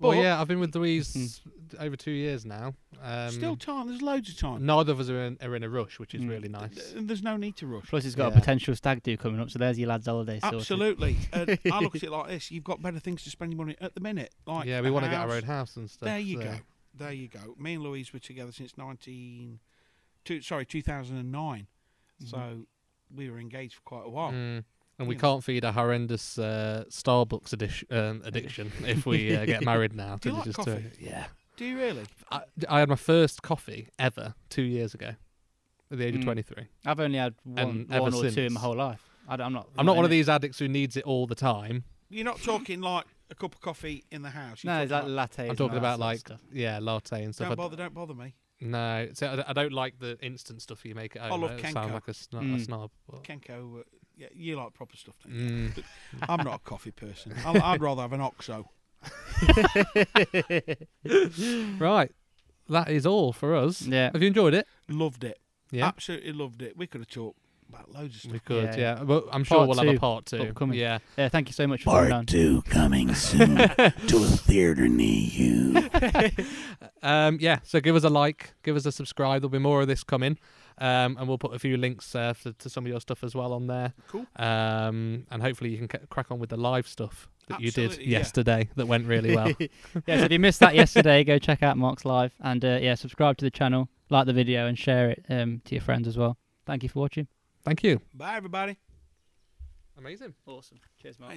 Speaker 8: Well,
Speaker 3: But- Hmm.
Speaker 8: yeah, I've been with Louise over two years now. Um,
Speaker 3: Still Hmm. time. There's loads of time.
Speaker 8: neither of us are in, are in a rush, which is really nice.
Speaker 3: Th- There's no need to rush.
Speaker 6: Plus, he's got
Speaker 8: Yeah.
Speaker 6: a potential stag do coming up, so there's your lad's holiday. sorted.
Speaker 8: *laughs*
Speaker 3: Absolutely. uh, I look at it like this: you've got better things to spend your money at the minute. Like
Speaker 8: yeah, we
Speaker 3: a
Speaker 8: want to get our
Speaker 3: house.
Speaker 8: own house and stuff.
Speaker 3: There you
Speaker 8: so-
Speaker 3: go. There you go. Me and Louise were together since 19, two, sorry, 2009. So we were engaged for quite a while.
Speaker 8: Mm-hmm. Mm. And we
Speaker 3: You know.
Speaker 8: can't feed a horrendous uh, Starbucks addiction,
Speaker 3: *laughs*
Speaker 8: um, addiction if we uh, get married now.
Speaker 3: Do you like
Speaker 8: 'cause it's just too-
Speaker 3: coffee?
Speaker 8: yeah.
Speaker 3: Do you really?
Speaker 8: I, I had my first coffee ever two years ago at the age
Speaker 3: Hmm.
Speaker 8: of
Speaker 6: Mm.
Speaker 8: 23.
Speaker 6: I've only had one,
Speaker 8: And ever
Speaker 6: one or two in
Speaker 8: since.
Speaker 6: my whole life. I don't, I'm not.
Speaker 8: I'm not one
Speaker 6: in
Speaker 8: of
Speaker 6: it.
Speaker 8: these addicts who needs it all the time.
Speaker 3: You're not talking like a cup of coffee in the house. You're
Speaker 6: No, it's like
Speaker 3: talking
Speaker 6: lattes.
Speaker 8: I'm
Speaker 6: and
Speaker 8: talking
Speaker 6: all that
Speaker 8: about
Speaker 6: sort of
Speaker 8: like,
Speaker 6: stuff.
Speaker 8: yeah, latte and stuff. I
Speaker 3: don't
Speaker 8: d-
Speaker 3: bother, don't bother me.
Speaker 8: No, so I, d- I don't like the instant stuff you make at home.
Speaker 3: love
Speaker 8: I sound
Speaker 3: Kenko. Hmm.
Speaker 8: like a, sno- a
Speaker 6: Mm.
Speaker 8: snob. but-
Speaker 3: Kenko, uh, yeah, you like proper stuff. Don't you?
Speaker 8: Mm.
Speaker 3: *laughs* I'm not a coffee person. I'll, I'd rather have an OXO.
Speaker 8: Right. That is all for us.
Speaker 6: Yeah.
Speaker 8: Have you enjoyed it?
Speaker 3: Loved it.
Speaker 8: Yeah.
Speaker 3: Absolutely loved it. We could have talked about loads of stuff.
Speaker 8: We could,
Speaker 6: Yeah.
Speaker 8: yeah. But I'm sure
Speaker 6: Part
Speaker 8: we'll have a
Speaker 6: two
Speaker 8: part two.
Speaker 6: upcoming.
Speaker 8: Yeah.
Speaker 6: Yeah, thank you so much for coming on.
Speaker 1: two coming
Speaker 3: *laughs*
Speaker 1: soon to a theater near you.
Speaker 8: Um, yeah. So give us a like, give us a subscribe. There'll be more of this coming. Um, and we'll put a few links uh, to, to some of your stuff as well on there.
Speaker 3: Cool.
Speaker 8: Um, and hopefully you can c- crack on with the live stuff that you did
Speaker 3: Absolutely, yeah.
Speaker 8: yesterday that went
Speaker 6: *laughs*
Speaker 8: really well.
Speaker 6: yeah, so if you missed that yesterday, go check out Mark's live and uh, yeah, subscribe to the channel, like the video, and share it um, to your friends as well. Thank you for watching.
Speaker 8: Thank you.
Speaker 3: Bye, everybody.
Speaker 8: Amazing.
Speaker 6: Awesome. Cheers, Mark.